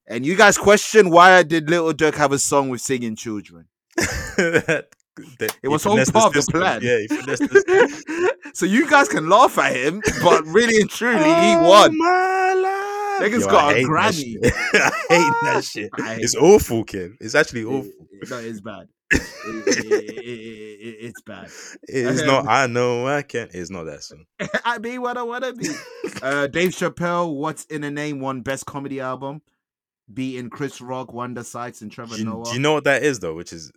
B: And you guys question why did Little Dirk have a song with singing children?
C: That- he
B: was all
C: finessed
B: part of the
C: system.
B: plan.
C: Yeah, he finessed the
B: so you guys can laugh at him, but really and truly, he won. Nigga's
C: Yo, I
B: got a
C: hate that
B: Grammy.
C: shit. I hate that shit.
B: I hate
C: It's awful, kid. It's actually awful.
B: It- No, it's bad. It- it- it- it- it- it's bad.
C: It's
B: Um,
C: not. I know. I can't. It's not that song.
B: I be what I wanna be. uh, Dave Chappelle, What's in a Name, won Best Comedy Album, beating Chris Rock, Wanda Sykes, and Trevor
C: Do you,
B: Noah.
C: do you know what that is though? Which is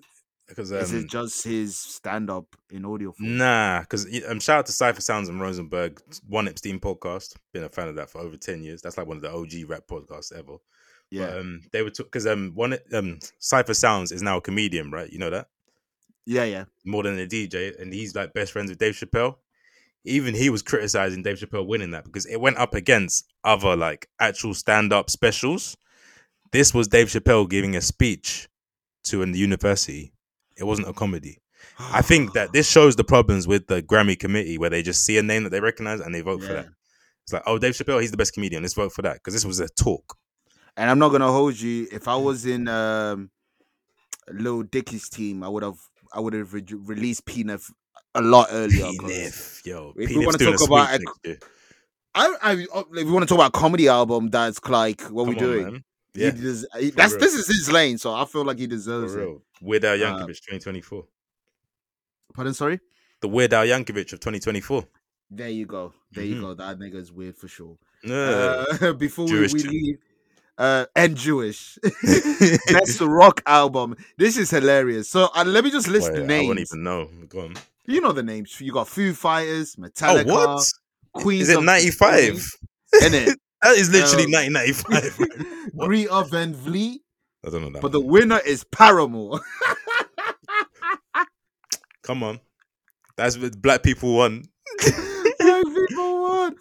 C: because
B: this is
C: um,
B: just his stand up in audio form.
C: nah, because um, shout out to Cipher Sounds and Rosenberg, One Epstein podcast. Been a fan of that for over ten years. That's like one of the OG rap podcasts ever.
B: yeah,
C: But, um, they were because um, one um, Cipher Sounds is now a comedian, right? You know that
B: yeah, yeah.
C: more than a DJ, and he's like best friends with Dave Chappelle. Even he was criticizing Dave Chappelle winning that because it went up against other like actual stand-up specials. This was Dave Chappelle giving a speech to an university. It wasn't a comedy. I think that this shows the problems with the Grammy committee where they just see a name that they recognize and they vote for
B: Yeah.
C: that. It's like, oh, Dave Chappelle, he's the best comedian. Let's vote for that because this was a talk.
B: And I'm not gonna hold you. If I was in um, Lil Dicky's team, I would have, I would have re- released Peanut a lot earlier. 'cause-
C: P-Niff, yo,
B: If we
C: P-Niff's
B: wanna
C: doing a
B: talk about
C: speech
B: a-
C: next year.
B: I, I, oh, if we want to talk about comedy album, that's like what we
C: Come on,
B: doing.
C: man.
B: He
C: Yeah,
B: des- he- that's
C: real.
B: this is his lane, so I feel like he
C: for
B: deserves it.
C: real. Weird Al
B: Uh,
C: Yankovic, 2024.
B: Pardon, sorry.
C: The Weird Al Yankovic of 2024.
B: There you go. There you
C: Mhm.
B: go. That nigga's weird for sure.
C: Yeah.
B: Uh, before we,
C: Jewish
B: we
C: too.
B: leave, uh, and Jewish. Best rock album. This is hilarious. So uh, let me just list
C: Wait,
B: the
C: I
B: names.
C: wouldn't even know. Go on.
B: You know the names. You got Foo Fighters, Metallica,
C: Oh, what?
B: Queens.
C: Is it 95?
B: In it,
C: That is literally
B: Um,
C: 1995. What?
B: Greta Van Vliet.
C: I don't know that.
B: But the
C: one.
B: winner is Paramore.
C: Come on. That's what black people won.
B: Black people won.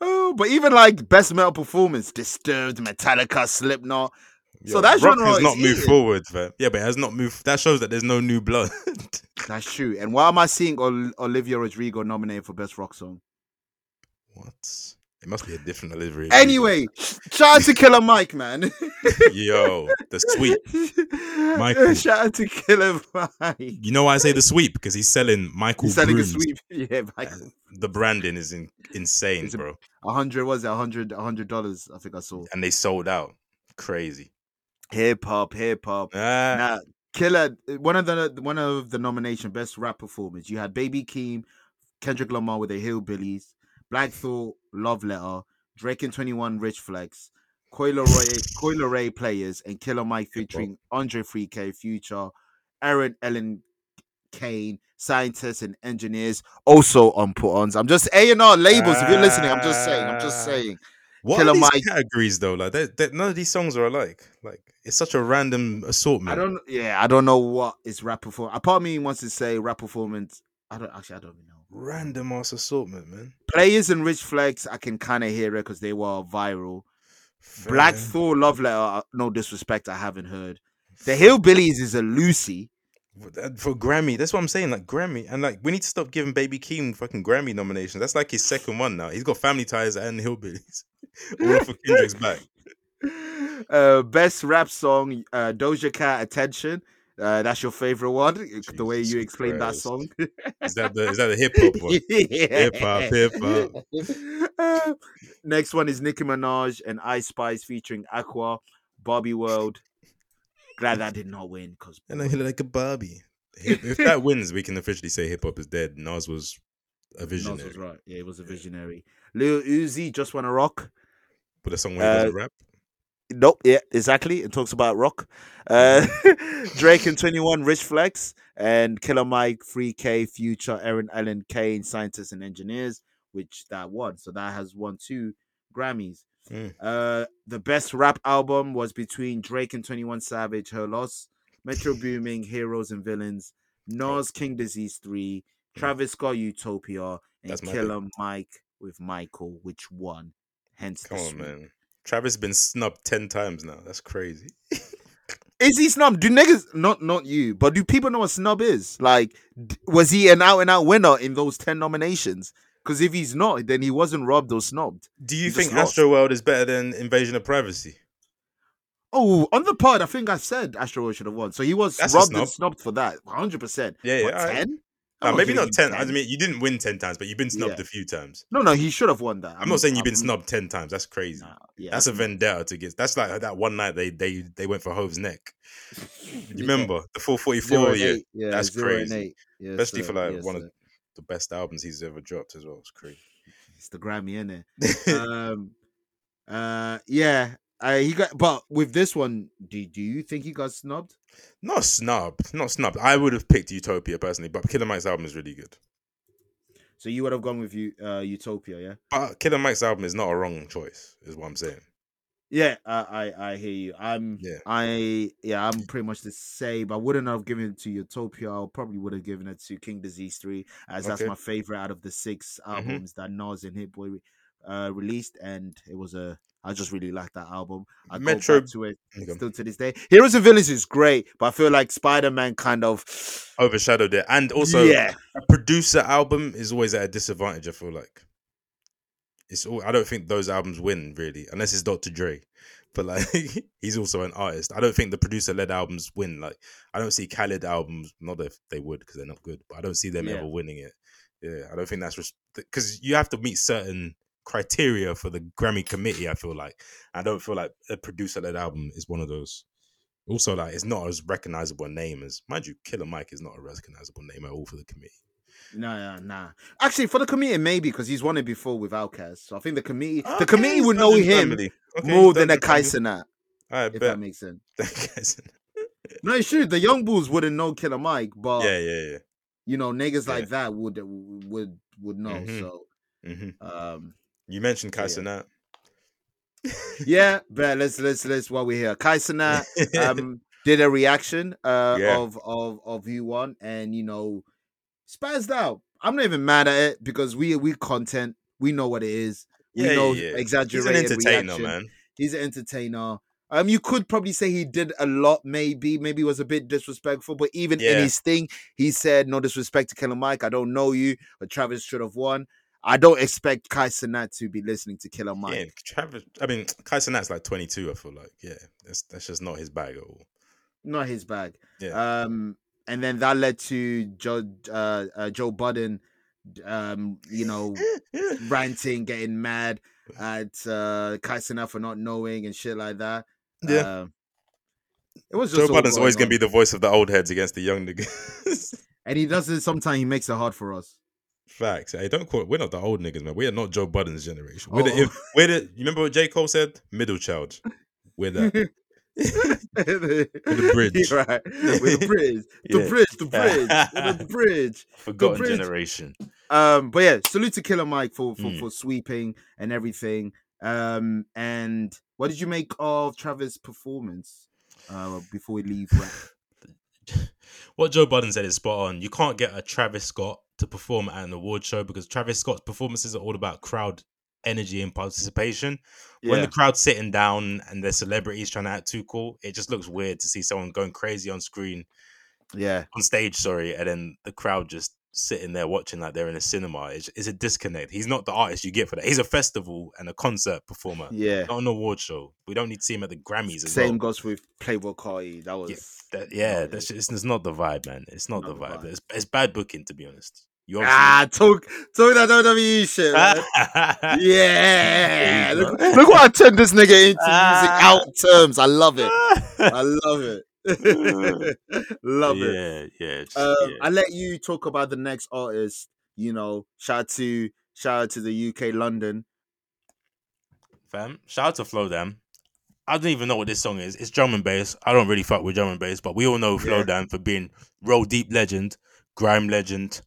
B: Oh, but even like best metal performance, Disturbed, Metallica, Slipknot. So that
C: rock
B: genre
C: has
B: is
C: not moved
B: eating.
C: forward, fam. Yeah, but it has not moved. That shows that there's no new blood.
B: That's true. And why am I seeing Ol- Olivia Rodrigo nominated for best rock song?
C: what? It must be a different delivery.
B: Anyway, shout out to Killer Mike, man.
C: yo, the sweep. Michael.
B: shout out to Killer Mike.
C: You know why I say the sweep? Because he's selling Michael
B: He's selling a
C: Brooms.
B: sweep. Yeah, Michael.
C: The branding is in- insane,
B: It's a-
C: bro.
B: A hundred was it? A hundred, a hundred dollars. I think I saw.
C: And they sold out. Crazy.
B: Hip hop, hip hop.
C: Ah,
B: Now, Killer, eh, one of the one of the nomination best rap performance. You had Baby Keem, Kendrick Lamar with the Hillbillies, Black Thought, Love Letter, Drake and Twenty One, Rich Flex, Coil Ray, Coil Ray Players, and Killer Mike
C: Hip hop.
B: featuring Andre 3K, Future, Aaron Ellen Kane, scientists and engineers, also on put-ons. I'm just A and R labels. if you're listening, I'm just saying. I'm just
C: Ah.
B: saying.
C: What
B: Killer
C: are these
B: Mike.
C: categories though? Like, they they- none of these songs are alike. Like, it's such a random assortment.
B: I don't. Yeah, I don't know what is rap performance. Apart me wants to say rap performance. I don't actually. I don't even know.
C: Random ass assortment, man.
B: Players and Rich Flex, I can kind of hear it because they were viral. Black
C: Fam.
B: Thor Love Letter, uh, no disrespect, I haven't heard. The Hillbillies is a Lucy.
C: for, that- for Grammy. That's what I'm saying. Like Grammy, and like we need to stop giving Baby Keem fucking Grammy nominations. That's like his second one now. He's got Family Ties and Hillbillies. All for Kendrick's back.
B: Uh, best rap song, uh, Doja Cat, Attention. Uh, that's your favorite one. eh, the way you
C: Jesus
B: explained
C: Christ.
B: that song.
C: Is that the is that the hip hop one? Hip hop, hip hop.
B: Uh, next one is Nicki Minaj and Ice Spice featuring Aqua, Bobby World. Glad that did not win because
C: And I hit it like a Barbie. Hip- if that wins, we can officially say hip hop is dead. Nas was a
B: Nas
C: visionary,
B: was right. Yeah, it was a visionary. Lil Uzi just want to rock.
C: but a song where he
B: Uh,
C: doesn't rap.
B: Nope. Yeah, exactly. It talks about rock. Uh, Drake and Twenty One, Rich Flex, and Killer Mike, Free K, Future, Aaron Allen, Kane, Scientists and Engineers, which that won. So that has won two Grammys.
C: Mm.
B: Uh, the best rap album was between Drake and Twenty One Savage, Her Loss, Metro Booming, Heroes and Villains, Nas, King Disease Three, Travis Scott, Utopia, and
C: Mm. That's my pick.
B: Killer Mike with Michael, which won. Hence, the
C: Come on,
B: sweep.
C: man. Travis been snubbed ten times now. That's crazy.
B: is he snob? Do niggas not not you, but do people know what snob is? Like, d- was he an out and out winner in those ten nominations? Because if he's not, then he wasn't robbed or snobbed.
C: Do you
B: He
C: think
B: just lost.
C: Astro World is better than Invasion of Privacy?
B: Oh, on the pod, I think I said Astro World should have won. So he was
C: That's a
B: robbed
C: snob.
B: and snobbed for that, hundred percent.
C: Yeah, yeah.
B: What
C: all right.
B: ten? Oh,
C: Nah, maybe not ten. I mean, you didn't win ten times, but you've been snubbed
B: Yeah. Mm,
C: a few times.
B: no, no, he should have won that.
C: I'm not saying you've been snubbed ten times. That's crazy. that's a vendetta to get. That's like that one night they they they went for Hove's neck. You remember the 444? Yeah,
B: yeah,
C: that's
B: zero and
C: crazy.
B: eight. Yes,
C: especially
B: sir.
C: for like
B: Yes,
C: one
B: sir.
C: of the best albums he's ever dropped as well. It's crazy.
B: it's the Grammy, innit? um uh yeah uh, he got but with this one do, do you think he got snubbed
C: not snubbed, not snubbed. I would have picked Utopia personally, but Killer Mike's album is really good.
B: so you would have gone with you uh utopia yeah
C: But Killer Mike's album is not a wrong choice, is what I'm saying.
B: yeah i i, I hear you i'm
C: Yeah.
B: i yeah i'm pretty much the same i wouldn't have given it to utopia i probably would have given it to king disease 3 as that's
C: Okay.
B: my favorite out of the six
C: Mhm.
B: albums that nas and hit boy uh released and it was a i just really liked that album i
C: Metro-
B: go back to it
C: Hang on.
B: still to this day heroes and villains is great but i feel like spider-man kind of
C: Overshadowed it, and also
B: yeah
C: a producer album is always at a disadvantage. I feel like it's all. I don't think those albums win really, unless it's Dr. Dre. But like, he's also an artist. I don't think the producer-led albums win. Like, I don't see Khaled albums. Not that they would, because they're not good. But I don't see them
B: Yeah.
C: ever winning it. Yeah, I don't think that's because you have to meet certain criteria for the Grammy committee. I feel like I don't feel like a producer-led album is one of those. Also, like it's not as recognizable a name as, mind you, Killer Mike is not a recognizable name at all for the committee.
B: No, no, nah. Actually, for the committee, maybe because he's won it before with Outcast. So I think the committee,
C: Okay,
B: the committee would know
C: Dungeon
B: him
C: Family. Okay,
B: more than a
C: Dungeon Family.
B: Kaisenat,
C: I
B: if that
C: bet.
B: makes sense.
C: Kaisen.
B: No, it's true. The young bulls wouldn't know Killer Mike, but
C: yeah, yeah,
B: you know, niggas
C: Yeah.
B: like that would would would know.
C: Mhm.
B: So,
C: yeah. hmm
B: um,
C: You mentioned
B: Yeah.
C: Kaisenat.
B: yeah, but let's let's let's while we're here, Kaisenat um did a reaction uh
C: Yeah.
B: of of of who won and you know spazzed out i'm not even mad at it because we we content we know what it is we
C: Yeah, yeah,
B: know
C: yeah. He's an
B: exaggerated
C: entertainer,
B: reaction.
C: man.
B: he's an entertainer um you could probably say he did a lot maybe maybe was a bit disrespectful but even
C: Yeah.
B: in his thing he said no disrespect to killer mike i don't know you but travis should have won i don't expect kai Sinat to be listening to killer mike
C: Yeah, Travis. I mean, Kaisenat's like 22. I feel like, yeah, that's that's just not his bag at all.
B: not his bag.
C: Yeah.
B: Um, and then that led to Joe uh, uh, Joe Budden, um, you know, mm, ranting, getting mad at uh, Kaisena for not knowing and shit like that.
C: Yeah.
B: Um, it was
C: Joe
B: just all
C: Biden's always
B: going
C: gonna be
B: on.
C: the voice of the old heads against the young niggas.
B: and he does it sometimes. He makes it hard for us.
C: Facts. Hey, don't call. We're not the old niggas, man. We are not Joe Budden's generation. We're the.
B: Oh.
C: If, we're the. You remember what J Cole said? Middle child. We're that.
B: the
C: bridge.
B: right? With the bridge, the
C: Yeah.
B: bridge, the bridge, We're the bridge.
C: Forgotten
B: bridge.
C: generation.
B: Um, but yeah, salute to Killer Mike for for,
C: Mm.
B: for sweeping and everything. Um, and what did you make of Travis' performance? Uh, before we leave, rap?
C: what Joe Budden said is spot on. You can't get a Travis Scott to perform at an award show because Travis Scott's performances are all about crowd energy and participation. When the crowd's sitting down and their celebrities trying to act too cool, it just looks weird to see someone going crazy on screen
B: Yeah.
C: on stage, sorry, and then the crowd just sitting there watching like they're in a cinema. It's, it's a disconnect. He's not the artist you get for that. He's a festival and a concert performer,
B: Yeah.
C: not an award show. We don't need to see him at the Grammys as
B: Same
C: well.
B: goes with Playboy Carti. That was
C: Yeah, that- yeah, that's just, it's not the vibe, man. It's not, the vibe. It's, it's bad booking, to be honest. You obviously-
B: ah talk talk that WWE shit. man. yeah, look, look what I turned this nigga into using
C: Ah.
B: out terms. I love it. I love it. love it.
C: yeah, yeah, just-
B: Um,
C: yeah.
B: I let you talk about the next artist. You know, shout out to shout out to the UK London.
C: fam. Shout out to Flow Dam. I don't even know what this song is. It's drum and bass. I don't really fuck with drum and bass, but we all know Flow
B: Yeah.
C: Dam for being roll deep legend, grime legend.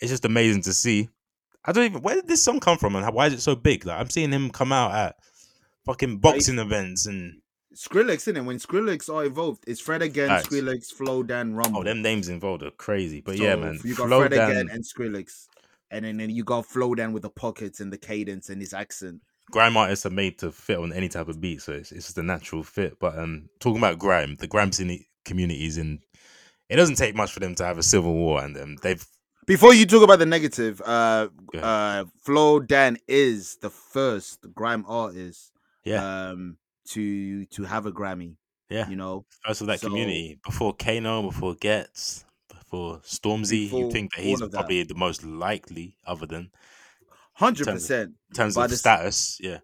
C: It's just amazing to see. I don't even where did this song come from and how, why is it so big? Like I'm seeing him come out at fucking boxing events and
B: Skrillex in it. When Skrillex are involved, it's Fred again,
C: Facts.
B: Skrillex, Flow, Dan, Rumble.
C: oh them names involved are crazy. But yeah,
B: Mm. So
C: man,
B: You got
C: Flo
B: Fred
C: Dam,
B: again and Skrillex, and then, then you got Flow Dan with the pockets and the cadence and his accent.
C: grime artists are made to fit on any type of beat, so it's, it's just a natural fit. But um, talking about grime, the grime scene communities in it doesn't take much for them to have a civil war, and um, they've
B: Before you talk about the negative, uh,
C: Go ahead.
B: uh, Flo Dan is the first grime artist,
C: Yeah.
B: um, to to have a Grammy.
C: Yeah.
B: you know,
C: First of that
B: So-
C: community before Kano, before Getz, before Stormzy.
B: Before
C: you think that he's
B: all of that.
C: probably the most likely, other than
B: hundred percent.
C: in terms
B: By
C: of
B: the s-
C: status. Yeah,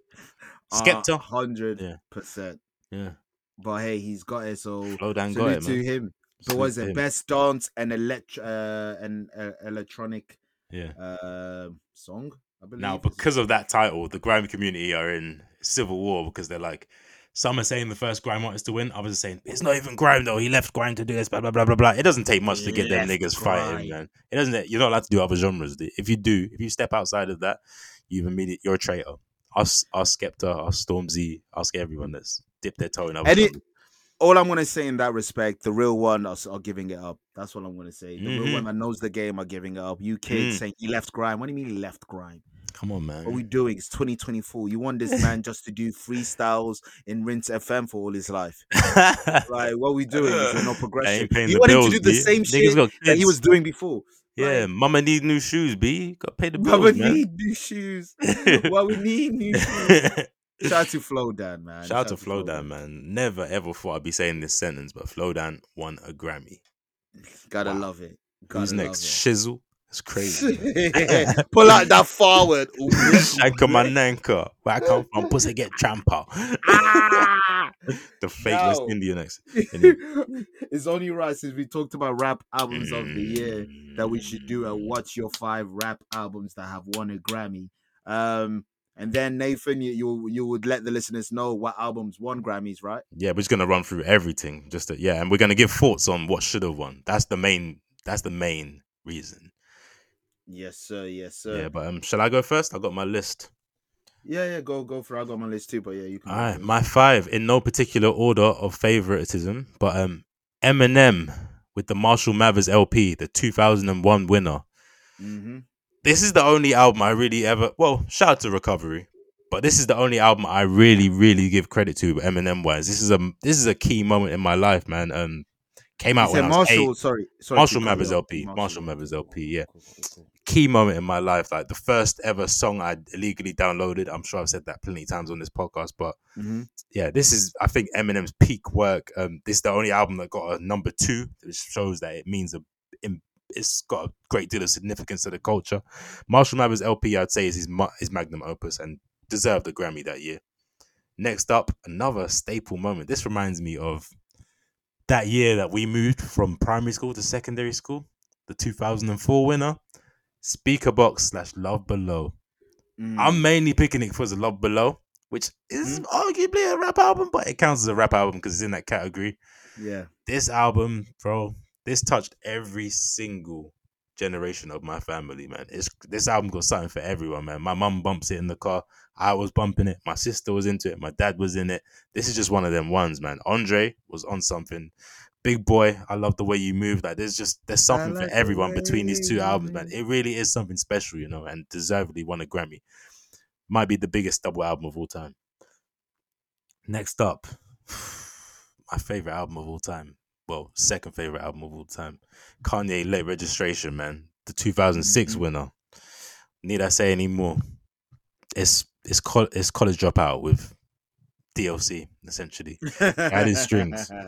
C: Skepta.
B: hundred
C: Yeah.
B: percent.
C: yeah,
B: But hey, he's got it. So
C: Flow Dan got
B: salute to
C: it, man.
B: him. So
C: Salute
B: was
C: to
B: it
C: him.
B: best dance and elect uh, and uh, electronic
C: Yeah.
B: uh, song? I believe
C: Now,
B: is it?
C: because of that title, the grime community are in civil war because they're like, some are saying the first grime artist to win. Others are saying it's not even grime though. He left grime to do this. Blah blah blah blah blah. It doesn't take much to get them
B: Left
C: niggas
B: grime.
C: fighting, man. It doesn't. You're not allowed to do other genres. If you do, if you step outside of that, you've immediate. You're a traitor. Us, us, Skepta, us, Stormzy, ask everyone that's dipped their toe in other.
B: Any-
C: genres.
B: all I'm gonna say in that respect, the real one are, s- are giving it up. That's what I'm gonna say. The real one that knows the game are giving it up. You kids
C: Mm-hmm. Mm.
B: saying he left grime. What do you mean he left grime?
C: Come on, man.
B: What we doing? It's 2024. You want this man just to do freestyles in Rinse FM for all his life? Like what we doing? Is there no
C: I
B: progression?
C: ain't paying
B: He
C: the
B: wanted
C: bills,
B: to do the
C: B.
B: same
C: Niggas
B: shit
C: got
B: that he
C: kids.
B: was doing before.
C: Yeah, mama need new shoes, B. Got to pay the bills,
B: But we
C: man.
B: need new shoes. well, we need new shoes. Shout out to Flow Dan, man.
C: Shout out to Flo Dan, man. Never ever thought I'd be saying this sentence, but Flo Dan won a Grammy.
B: Gotta
C: Wow.
B: love it. Gotta
C: Who's
B: love
C: next?
B: it.
C: Shizzle. It's crazy.
B: Pull out that forward.
C: Shanka Mananka. Where I come from, pussy get tramper.
B: Ah!
C: the fakeless
B: No.
C: Indian ex.
B: it's only right since we talked about rap albums of the year that we should do a what's your five rap albums that have won a Grammy. Um, and then Nathan, you, you you would let the listeners know what albums won Grammys, right?
C: Mm. Yeah, we're just gonna run through everything. Just to, yeah, and we're gonna give thoughts on what should have won. That's the main. That's the main reason.
B: Yes, sir. Yes,
C: Yeah,
B: sir.
C: but um, shall I go first? I got my list.
B: Yeah, yeah. go, go for. it. I got my list too, but yeah, you can.
C: All
B: go
C: right,
B: first.
C: my five in no particular order of favoritism, but um, Eminem with the Marshall Mathers LP, the 2001 winner.
B: Mhm.
C: This is the only album I really ever. Well, shout out to Recovery, but this is the only album I really, really give credit to Eminem wise. This is a this is a key moment in my life, man. Um, came out
B: You
C: when
B: said
C: I was eight.
B: Marshall. Sorry, sorry.
C: Marshall
B: keep going,
C: Mathers
B: yeah.
C: LP, Marshall Mathers
B: cool,
C: LP,
B: cool,
C: yeah.
B: cool, cool, cool.
C: key moment in my life, like the first ever song I illegally downloaded. I'm sure I've said that plenty of times on this podcast, but
B: Mhm.
C: yeah, this is I think Eminem's peak work. Um, this is the only album that got a number two, which shows that it means a, im- it's got a great deal of significance to the culture. Marshall Mathers LP, I'd say, is his ma- his magnum opus and deserved a Grammy that year. Next up, another staple moment. This reminds me of that year that we moved from primary school to secondary school. The 2004 winner, Speaker Box slash Love Below.
B: Mm.
C: I'm mainly picking it for the Love Below, which is arguably a rap album, but it counts as a rap album because it's in that category.
B: Yeah.
C: This album, bro, this touched every single generation of my family, man. It's this album got something for everyone, man. My mum bumps it in the car. I was bumping it. My sister was into it. My dad was in it. This is just one of them ones, man. Andre was on something. Big boy, I love the way you move. Like there's just there's something
B: like
C: for
B: the
C: everyone
B: way
C: between these two
B: you
C: albums, man.
B: move.
C: It really is something special, you know, and deservedly won a Grammy. Might be the biggest double album of all time. Next up, my favorite album of all time, well, second favorite album of all time. Kanye Late Registration, man, the 2006 winner. Need I say any more? It's it's col- it's college dropout with DLC essentially. Added strings.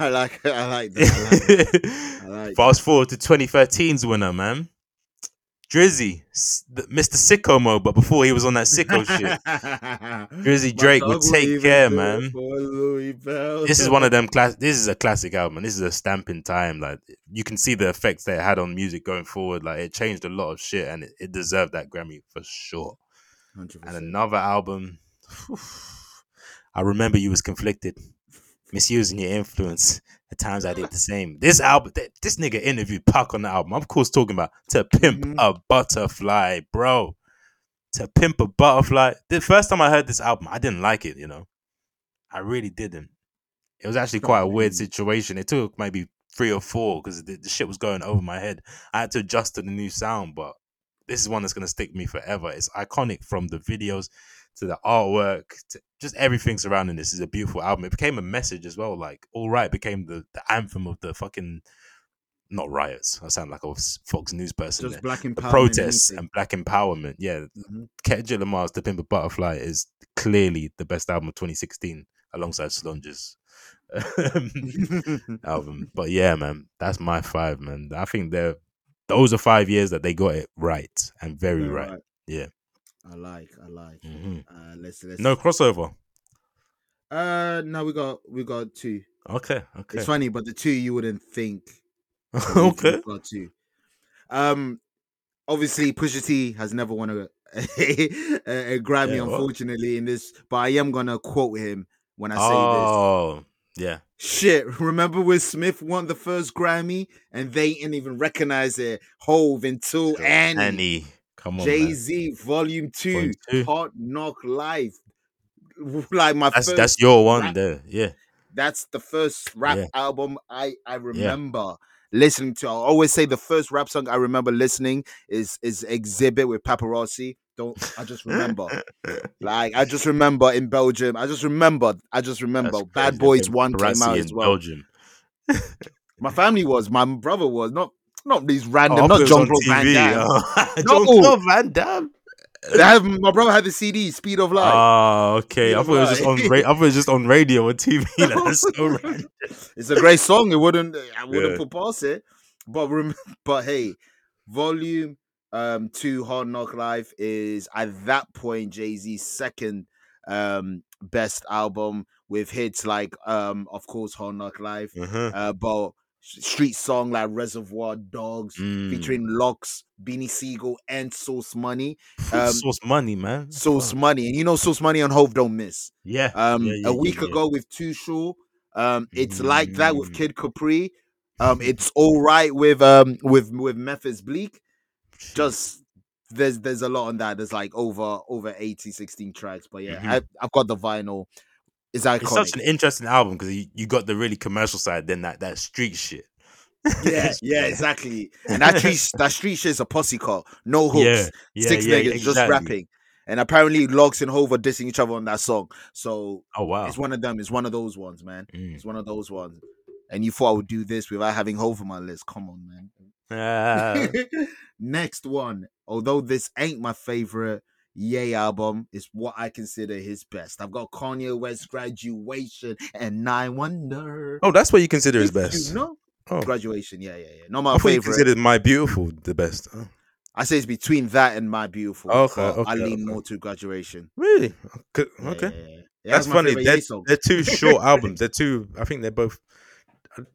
B: I like I like that. I like that. I
C: Fast
B: like
C: forward to 2013's winner, man. Drizzy, S- the- Mr. Sicko Mode, but before he was on that sicko shit. Drizzy Drake would take care, man. This is one of them class. This is a classic album. and This is a stamping time. Like you can see the effects that it had on music going forward. Like it changed a lot of shit, and it, it deserved that Grammy for sure. And another album. I remember you was conflicted, misusing your influence. At times I did the same. This album, th- this nigga interviewed Puck on the album. I'm of course talking about to pimp
B: Mhm.
C: a butterfly, bro. To pimp a butterfly. The first time I heard this album, I didn't like it. You know, I really didn't. It was actually quite a weird situation. It took maybe three or four because the, the shit was going over my head. I had to adjust to the new sound, but this is one that's gonna stick with me forever. It's iconic from the videos to the artwork to just everything surrounding this is a beautiful album. It became a message as well. Like All Right became the, the anthem of the fucking not riots. I sound like a s- Fox News person.
B: just
C: there.
B: black
C: The
B: empowerment.
C: protests
B: innit?
C: and black empowerment. Yeah,
B: Mhm.
C: Kendrick Lamar's "The Pimp a Butterfly" is clearly the best album of 2016, alongside
B: Mm-hmm.
C: Solange's album. But yeah, man, that's my five, man. I think they're those are five years that they got it right and very
B: Very
C: right. Yeah.
B: I like. I like.
C: Mhm.
B: Uh, let's let's.
C: No crossover.
B: Uh, no, we got we got two.
C: Okay. Okay.
B: It's funny, but the two you wouldn't think.
C: okay.
B: We've got two. Um, obviously Pusha T has never won a a, a Grammy,
C: Yeah, what?
B: unfortunately, in this. But I am gonna quote him when I say this.
C: Oh, yeah.
B: Shit, remember when Smith won the first Grammy and they didn't even recognize it? Hove until Annie,
C: Annie. Come on,
B: Jay
C: man.
B: Z Volume 2,
C: Volume two.
B: Hard Knock Life. Like my
C: That's
B: first,
C: that's your one
B: rap-
C: there. Yeah.
B: that's the first rap
C: Yeah.
B: album I I remember listening to. I always say the first rap song I remember listening is is Exhibit with Paparazzi. Don't I just remember. like I just remember in Belgium. I just remember. I just remember.
C: That's
B: Bad
C: crazy.
B: Boys
C: Paparazzi
B: One came out
C: in
B: as well.
C: Belgium.
B: My family was. My brother was. Not not these random.
C: Oh,
B: not
C: it was
B: John
C: on
B: Paul Van
C: TV.
B: Damme. No.
C: John Claude Van Damme.
B: They have- my brother had the CD Speed of Light.
C: Oh, okay. I thought it was just on.
B: Right.
C: Ra- I thought it was just on radio or TV. Like, that's so random.
B: It's a great song. It wouldn't I wouldn't
C: Yeah.
B: put past it. But rem- but hey, volume um two Hard Knock Life is at that point Jay-Z's second um best album with hits like um of course Hard Knock Life,
C: Mhm.
B: uh but s- street song like Reservoir Dogs
C: Mm.
B: featuring Locks, Beanie Siegel, and Source Money. um,
C: Source money, man.
B: Source
C: Fuck.
B: Money. And you know Source Money on Hove don't miss.
C: Yeah.
B: Um,
C: Yeah, yeah,
B: a
C: yeah,
B: week
C: yeah.
B: ago with Too Short. Um, it's like that with
C: Mm.
B: Kid Capri. Um, it's all right with um with with Memphis Bleak. Just there's there's a lot on that. There's like over over 80, 16 tracks. But yeah,
C: Mhm.
B: I, I've got the vinyl. It's iconic.
C: It's such an interesting album because you, you got the really commercial side, then that that street shit.
B: yeah, yeah, exactly. And that street that street shit is a posse car. No hooks.
C: Yeah, yeah,
B: six
C: yeah,
B: niggas just
C: exactly.
B: rapping. And apparently Logs and Hove are dissing each other on that song. So
C: Oh wow.
B: it's one of them. It's one of those ones, man.
C: Mm.
B: It's one of those ones. And you thought I would do this without having Hove on my list. Come on, man.
C: Ah.
B: Next one. Although this ain't my favorite Ye album, it's what I consider his best. I've got Kanye West Graduation and Nine Wonder.
C: oh, that's what you consider his
B: If you
C: best.
B: know-
C: Oh.
B: Graduation, yeah, yeah, yeah. Not
C: I
B: my
C: thought you
B: favorite.
C: considered my beautiful the best. Oh.
B: I say it's between that and My Beautiful.
C: Okay,
B: but I
C: okay,
B: lean
C: okay.
B: more to Graduation.
C: Really? Okay.
B: Yeah,
C: okay.
B: yeah, yeah. Yeah,
C: That's
B: my
C: funny.
B: favorite
C: They're,
B: Ye song.
C: they're two short albums. They're two. I think they're both.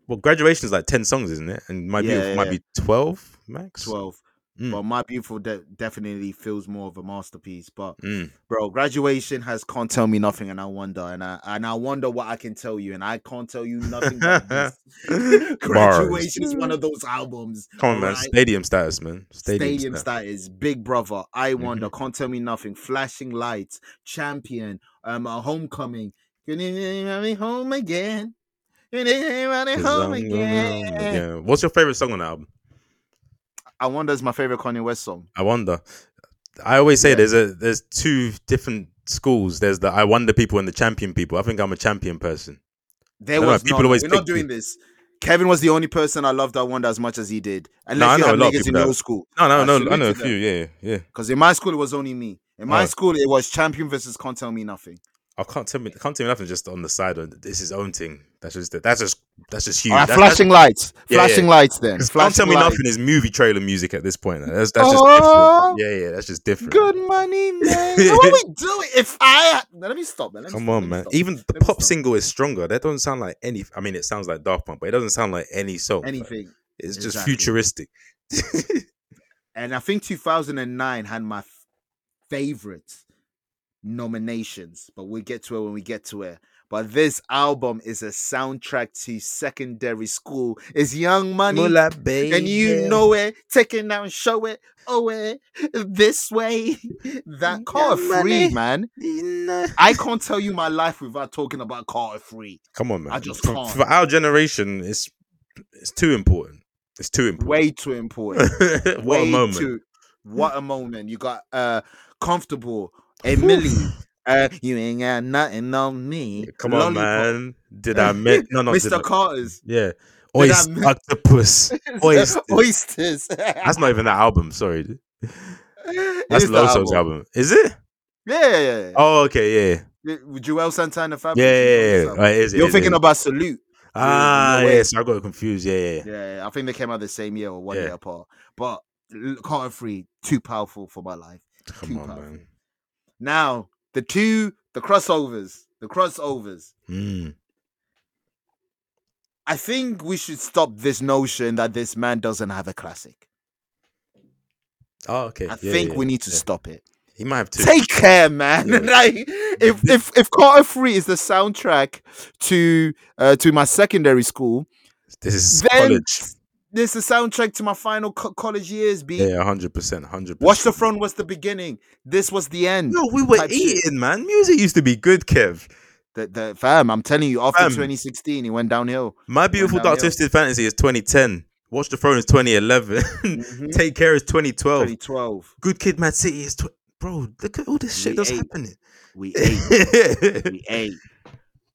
C: Well, graduation is like ten songs, isn't it? And my
B: Yeah,
C: beautiful
B: yeah,
C: might
B: yeah.
C: be twelve max.
B: 12.
C: Mm.
B: But My Beautiful de- definitely feels more of a masterpiece. But
C: Mm.
B: bro, graduation has can't tell me nothing, and I wonder, and I and I wonder what I can tell you, and I can't tell you nothing. but this. graduation is one of those albums.
C: Come on, man.
B: right?
C: Stadium status, man. Stadium, Mm-hmm.
B: Stadium
C: status.
B: status, Big Brother, I Wonder, Can't Tell Me Nothing, Flashing Lights, Champion, um, a Homecoming. Can you hear me home again? Can you hear me
C: 'Cause
B: home
C: I'm going home
B: again?
C: again. What's your favorite song on the album?
B: I Wonder is my favorite Kanye West song.
C: I wonder. I always say
B: Yeah.
C: there's a there's two different schools. There's the I wonder people and the champion people. I think I'm a champion person.
B: There
C: No, no,
B: was
C: people
B: none.
C: always
B: We're not
C: pick
B: doing this. Kevin was the only person I loved that wonder as much as he did.
C: No, I
B: Unless
C: know a
B: you
C: lot
B: had
C: of
B: niggas
C: people
B: in
C: that-
B: your school.
C: No, no,
B: I
C: no. I
B: salute
C: know
B: to
C: a
B: them.
C: few. Yeah, yeah.
B: Because in my school it was only me. In my
C: Oh.
B: school it was champion versus can't tell me nothing.
C: I can't tell me. Can't tell me nothing. Just on the side. Of, it's his own thing. That's just. That's just. That's just huge.
B: All right,
C: That's- that's-
B: flashing lights.
C: Yeah, yeah.
B: flashing lights then.
C: 'Cause
B: Flashing
C: Can't tell me
B: lights.
C: nothing is movie trailer music at this point. That's that's just
B: Oh.
C: different. Yeah, yeah, that's just different.
B: Good money, man. what we doing? If I let me stop, man. Let me
C: Come
B: stop, let
C: on,
B: me
C: man.
B: stop.
C: Even the
B: Let me
C: pop
B: stop.
C: single is stronger. That doesn't sound like any. I mean, it sounds like Daft Punk, but it doesn't sound like any song.
B: anything.
C: It's just
B: Exactly.
C: futuristic.
B: And I think 2009 had my f- favorite nominations, but we'll get to it when we get to it. But this album is a soundtrack to secondary school. It's Young Money, and you know it. Take it now and show it. Oh, it this way. That car
C: Young
B: free,
C: Money.
B: man. I can't tell you my life without talking about car free.
C: Come on, man.
B: I just
C: for,
B: can't.
C: for our generation, it's it's too important. It's too important.
B: Way too important.
C: what
B: Way
C: a moment.
B: too- what a moment. You got uh comfortable Emily. Uh, you ain't got nothing on me.
C: Come on,
B: Lollipop.
C: man. Did I make no no? did I-
B: Mr. Carter's
C: Yeah.
B: Did I
C: Oyster,
B: men-
C: octopus. Oysters.
B: oysters.
C: That's not even that album. Sorry,
B: It
C: that's
B: is the
C: Loso's album. Is it?
B: Yeah, yeah, yeah.
C: Oh, okay, yeah,
B: Ju- Joel Santana
C: yeah,
B: Fabulous.
C: yeah. yeah,
B: is on
C: yeah.
B: this album.
C: Right, it is, it
B: You're
C: is,
B: thinking
C: it is.
B: about Salute.
C: ah,
B: the way-
C: yeah. So I got confused. Yeah, yeah.
B: Yeah, yeah, I think they came out the same year or one
C: Yeah.
B: year apart. But l- Carter Free, too powerful for my life.
C: Come
B: Too
C: on,
B: powerful.
C: man.
B: Now the two, the crossovers, the crossovers.
C: Mm.
B: I think we should stop this notion that this man doesn't have a classic.
C: Oh, okay.
B: I
C: yeah,
B: think
C: yeah,
B: we need to
C: yeah.
B: stop it.
C: He might have two.
B: Take care, man.
C: Yeah.
B: like if if if Carter Free is the soundtrack to uh, to my secondary school,
C: this is
B: then
C: college.
B: this is the soundtrack to my final co- college years. Be
C: Yeah, hundred percent, hundred.
B: watch the front was the beginning. This was the end.
C: No, we were
B: type shit.
C: eating, man. Music used to be good, Kev.
B: The, the fam, I'm telling you, after
C: Fam.
B: 2016, he went downhill.
C: My beautiful dark
B: downhill.
C: twisted fantasy is 2010. Watch the throne is 2011.
B: Mhm.
C: Take care is 2012.
B: 2012,
C: Good Kid, Mad City is tw- bro. Look at all this shit
B: We
C: that's
B: ate.
C: happening.
B: we ate. we ate.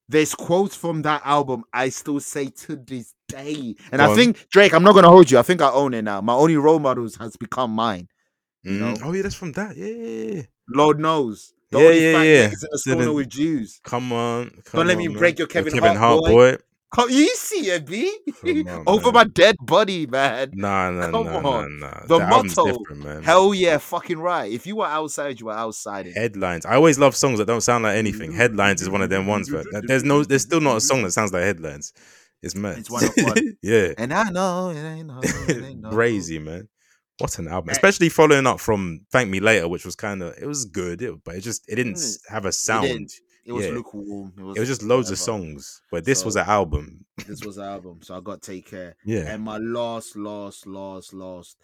B: There's quotes from that album I still say to this day. And
C: Go
B: I
C: on.
B: think, Drake, I'm not going to hold you. I think I own it now. My only role models has become mine. know?
C: Mm. Oh yeah, that's from that. Yeah, yeah, yeah.
B: Lord knows. The
C: Yeah,
B: only
C: yeah,
B: fat
C: yeah.
B: niggas in the school know
C: Didn't-
B: with Jews.
C: Come on, come
B: let
C: on,
B: me
C: man.
B: break your
C: Yo,
B: Kevin
C: Kevin
B: Hart,
C: Hart,
B: boy.
C: boy.
B: Come, you see it, B?
C: Come on,
B: Over
C: man.
B: my dead body, man.
C: Nah, nah,
B: Come
C: nah,
B: on.
C: nah, nah.
B: The
C: album's
B: motto,
C: different, man.
B: Hell yeah, fucking right. If you were outside, you were outside. it.
C: Headlines. I always love songs that don't sound like anything. Headlines is one of them ones, but there's no, there's still not a song that sounds like headlines. It's mad.
B: It's one of one.
C: yeah,
B: And I know, and I know, and I know.
C: crazy, man. What an album,
B: Eh.
C: especially following up from "Thank Me Later," which was kind of it was good, it, but it just it didn't s- have a sound.
B: didn't. It was
C: Yeah.
B: lukewarm. It was,
C: It was just loads of
B: whatever.
C: songs, but this was
B: So-
C: an album.
B: this was the album, so I got Take Care.
C: Yeah,
B: And my last, last, last, last.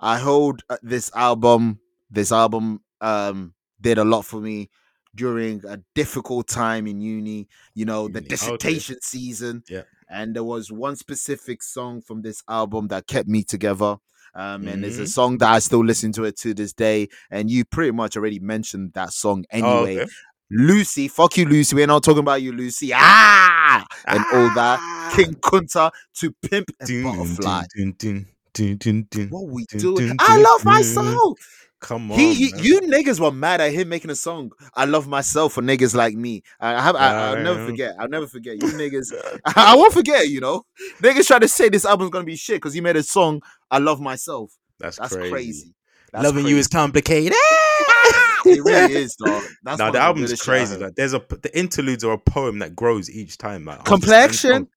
B: I hold uh, this album. This album um did a lot for me during a difficult time in uni. You know, the
C: Uni, okay.
B: dissertation season.
C: Yeah.
B: And there was one specific song from this album that kept me together. Um, and it's a
C: Mhm.
B: song that I still listen to it to this day. And you pretty much already mentioned that song
C: Oh,
B: anyway.
C: okay.
B: Lucy, fuck you, Lucy. We're not talking about you, Lucy. Ah, and all that. King Kunta to Pimp Ah! and
C: Dun, dun,
B: Butterfly.
C: dun, dun, dun, dun, dun.
B: What we
C: Dun,
B: doing?
C: dun,
B: I
C: dun,
B: love
C: dun.
B: myself.
C: Come on,
B: He, you-
C: man.
B: you niggas were mad at him making a song. I love myself for niggas like me. I I have. I, I'll never
C: Damn.
B: forget. I'll never forget you niggas. I won't forget. You know, niggas try to say this album's gonna be shit because he made a song. I love myself.
C: that's,
B: That's
C: crazy.
B: crazy. That's
C: Loving you is complicated.
B: crazy. It really is, dog. That's
C: now
B: one
C: the
B: of
C: album's
B: weirdest shit I
C: crazy.
B: heard.
C: Like there's a p- the interludes are a poem that grows each time. Like, oh, after
B: Complexion?
C: certain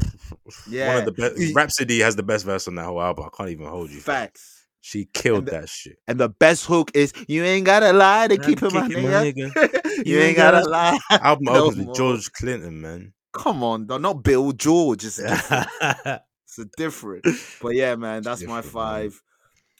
C: songs. One
B: Yeah.
C: of the best.
B: You-
C: Rhapsody has the best verse on that whole album. I can't even hold you.
B: Facts.
C: She killed
B: And the-
C: that shit.
B: And the best hook is you ain't gotta lie to keep him out nigga. You ain't gotta lie.
C: Album
B: No
C: opens
B: more.
C: with George Clinton, man.
B: Come on, though, not Bill George. It's, different.
C: That's
B: it's a different. But yeah, man, that's my
C: Different, Ah,
B: five.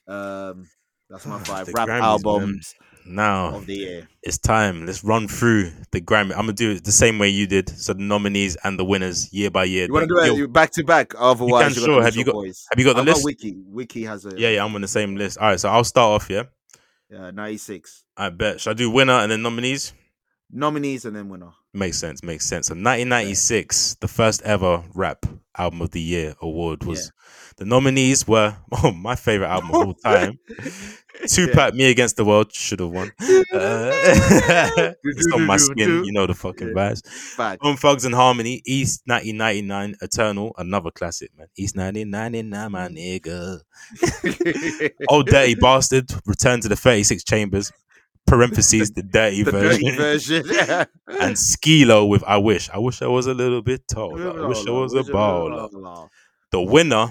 B: Um, that's my five
C: The
B: rap
C: Grammys, man. Oh,
B: albums
C: Now
B: of the year.
C: it's time. Let's run through the Grammy. I'm gonna do it the same way you did. So the nominees and the winners year by year.
B: You want to
C: Then
B: do it
C: you'll-
B: you- back to back? Otherwise, you're
C: can,
B: gonna
C: sure.
B: lose
C: Have you
B: your
C: got-
B: voice.
C: Have you got the
B: I've
C: list?
B: Wiki. Wiki has a
C: Yeah, yeah, I'm on the same list. All right, so I'll start off. Yeah,
B: uh, ninety six.
C: I bet. Should I do winner and then nominees?
B: Nominees and then winner.
C: Makes sense. Makes sense. So 1996, the first ever rap album of the year award was the nominees were oh, my favorite album of all time. Tupac, Me Against the World should have won. Uh, it's on my skin. You know the fucking
B: Yeah.
C: vibes.
B: Fact.
C: Bone Thugs and Harmony, East 1999, Eternal, another classic, man. East 1999, my nigga. Old Dirty Bastard, Return to the 36 Chambers, parentheses, the dirty
B: the
C: version.
B: dirty version. Yeah.
C: And Skilo with I Wish. I wish I was a little bit taller. I wish I was a baller. The winner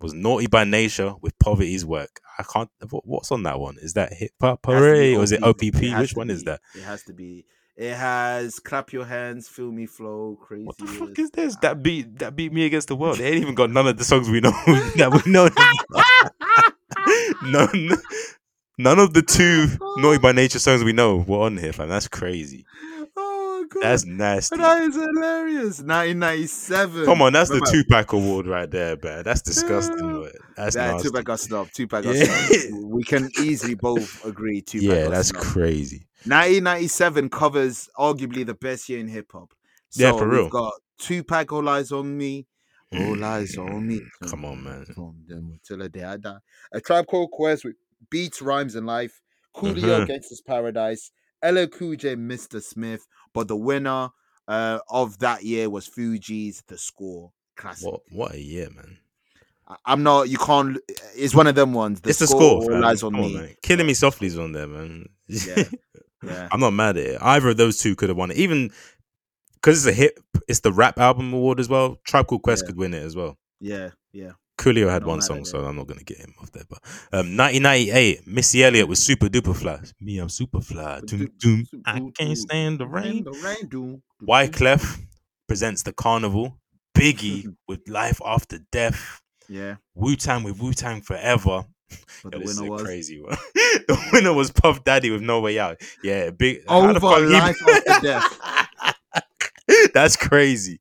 C: was Naughty by Nature with Poverty's Work. I can't, what- what's on that one? Is that Hip Hop
B: It has to be
C: Hooray or is it OPP?
B: has
C: Which
B: to
C: one is
B: be.
C: that?
B: It has to be. It has clap your hands, feel me flow, crazy.
C: What the
B: Years.
C: fuck is this? That beat that beat me against the world. They ain't even got none of the songs we know that we know. none, none of the two Naughty by Nature songs we know were on here, fam. That's crazy.
B: Oh god,
C: That's nasty.
B: that is hilarious. 1997.
C: Come on, that's the
B: Remember-
C: Tupac award right there, man. That's disgusting.
B: Yeah.
C: man. That's
B: Yeah,
C: nasty.
B: Tupac got snubbed. Tupac got
C: Yeah.
B: snubbed. We can easily both agree. Tupac
C: yeah,
B: got
C: that's
B: snubbed.
C: crazy.
B: 1997 covers arguably the best year in hip hop.
C: Yeah, for real.
B: We've got Tupac, All Eyes on Me, All Eyes on Me.
C: Come on, man.
B: From them till the day I die. A Tribe Called Quest with Beats, Rhymes, and Life. Coolio
C: Mhm.
B: Gangsta's Paradise. LL Cool J, Mr. Smith. But the winner uh, of that year was Fuji's The Score Classic.
C: What what a year, man.
B: I- I'm not. You can't. l- eh, It's one of them ones.
C: it's the score.
B: All
C: fam.
B: Eyes on
C: Come
B: Me.
C: man. Killing me softly's on there, man.
B: Yeah, yeah.
C: I'm not mad at it. Either of those two could have won it. Even because it's a hip, it's the rap album award as well. Tribe Called Quest
B: Yeah.
C: could win it as well.
B: Yeah,
C: Uh,
B: yeah.
C: Coolio had
B: Not
C: one
B: mad
C: song,
B: at it.
C: so I'm not gonna get him off there. But um, 1998, Missy Elliott was Super Duper Fly. Me, I'm super fly. Doom, doom. I can't stand the rain.
B: The rain do.
C: Wyclef presents the Carnival. Biggie with Life After Death.
B: Yeah,
C: Wu Tang with Wu Tang Forever.
B: but
C: Yo,
B: the
C: this is
B: winner
C: a
B: was
C: crazy one. the winner was Puff Daddy with No Way Out. Yeah, big. how the
B: over
C: fuck he-
B: life after death.
C: That's crazy.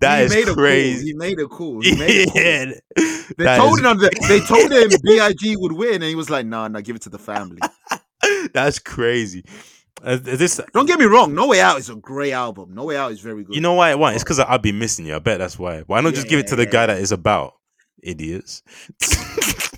C: That
B: he
C: is
B: made a Call.
C: crazy.
B: He made a call. He made a call.
C: Yeah.
B: They
C: That
B: told
C: is-
B: him that they told him Big would win, and he was like, "Nah, nah, give it to the family."
C: That's crazy. Uh, this,
B: Don't get me wrong. No Way Out is a great album. No Way Out is very good.
C: you know why it won? It's because I'll be missing you. I bet that's why. Why not just give it to the guy that is about idiots? that's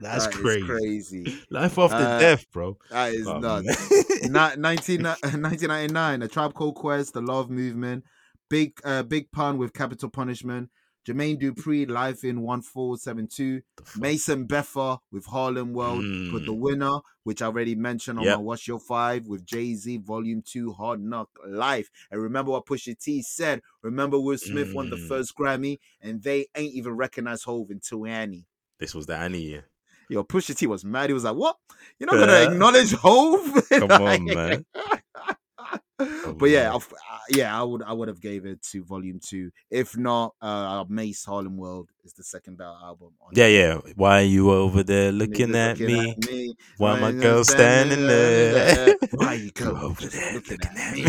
B: That is
C: crazy.
B: crazy.
C: Life after
B: Uh,
C: death, bro.
B: That is
C: Oh,
B: nuts.
C: man.
B: Na- 19, 1999, A Tribe Called Quest, The Love Movement, Big uh, Big Pun with Capital Punishment, Jermaine Dupree, Life in 1472, Mason Beffer with Harlem World, but the
C: Mm.
B: winner, which I already mentioned on
C: Yep.
B: my What's Your Five with Jay Z Volume 2, Hard Knock Life. And remember what Pusha T said. Remember Will Smith won the
C: Mm.
B: first Grammy, and they ain't even recognized Hove until Annie.
C: This was the Annie year.
B: Yo, Pusha T was mad. He was like, "What? You're not gonna
C: Yeah.
B: acknowledge Hove?"
C: Come on, man.
B: but yeah,
C: on.
B: I've- I, yeah, I would, I would have gave it to Volume Two. If not, uh, Mace Harlem World is the second battle album. On
C: Yeah, yeah. Why are you over there
B: Niggas
C: looking at
B: me.
C: me? Why
B: Why
C: my
B: you
C: girl standing there?
B: Why you girl
C: Go over
B: just
C: there
B: looking
C: looking,
B: at
C: at
B: me?
C: me?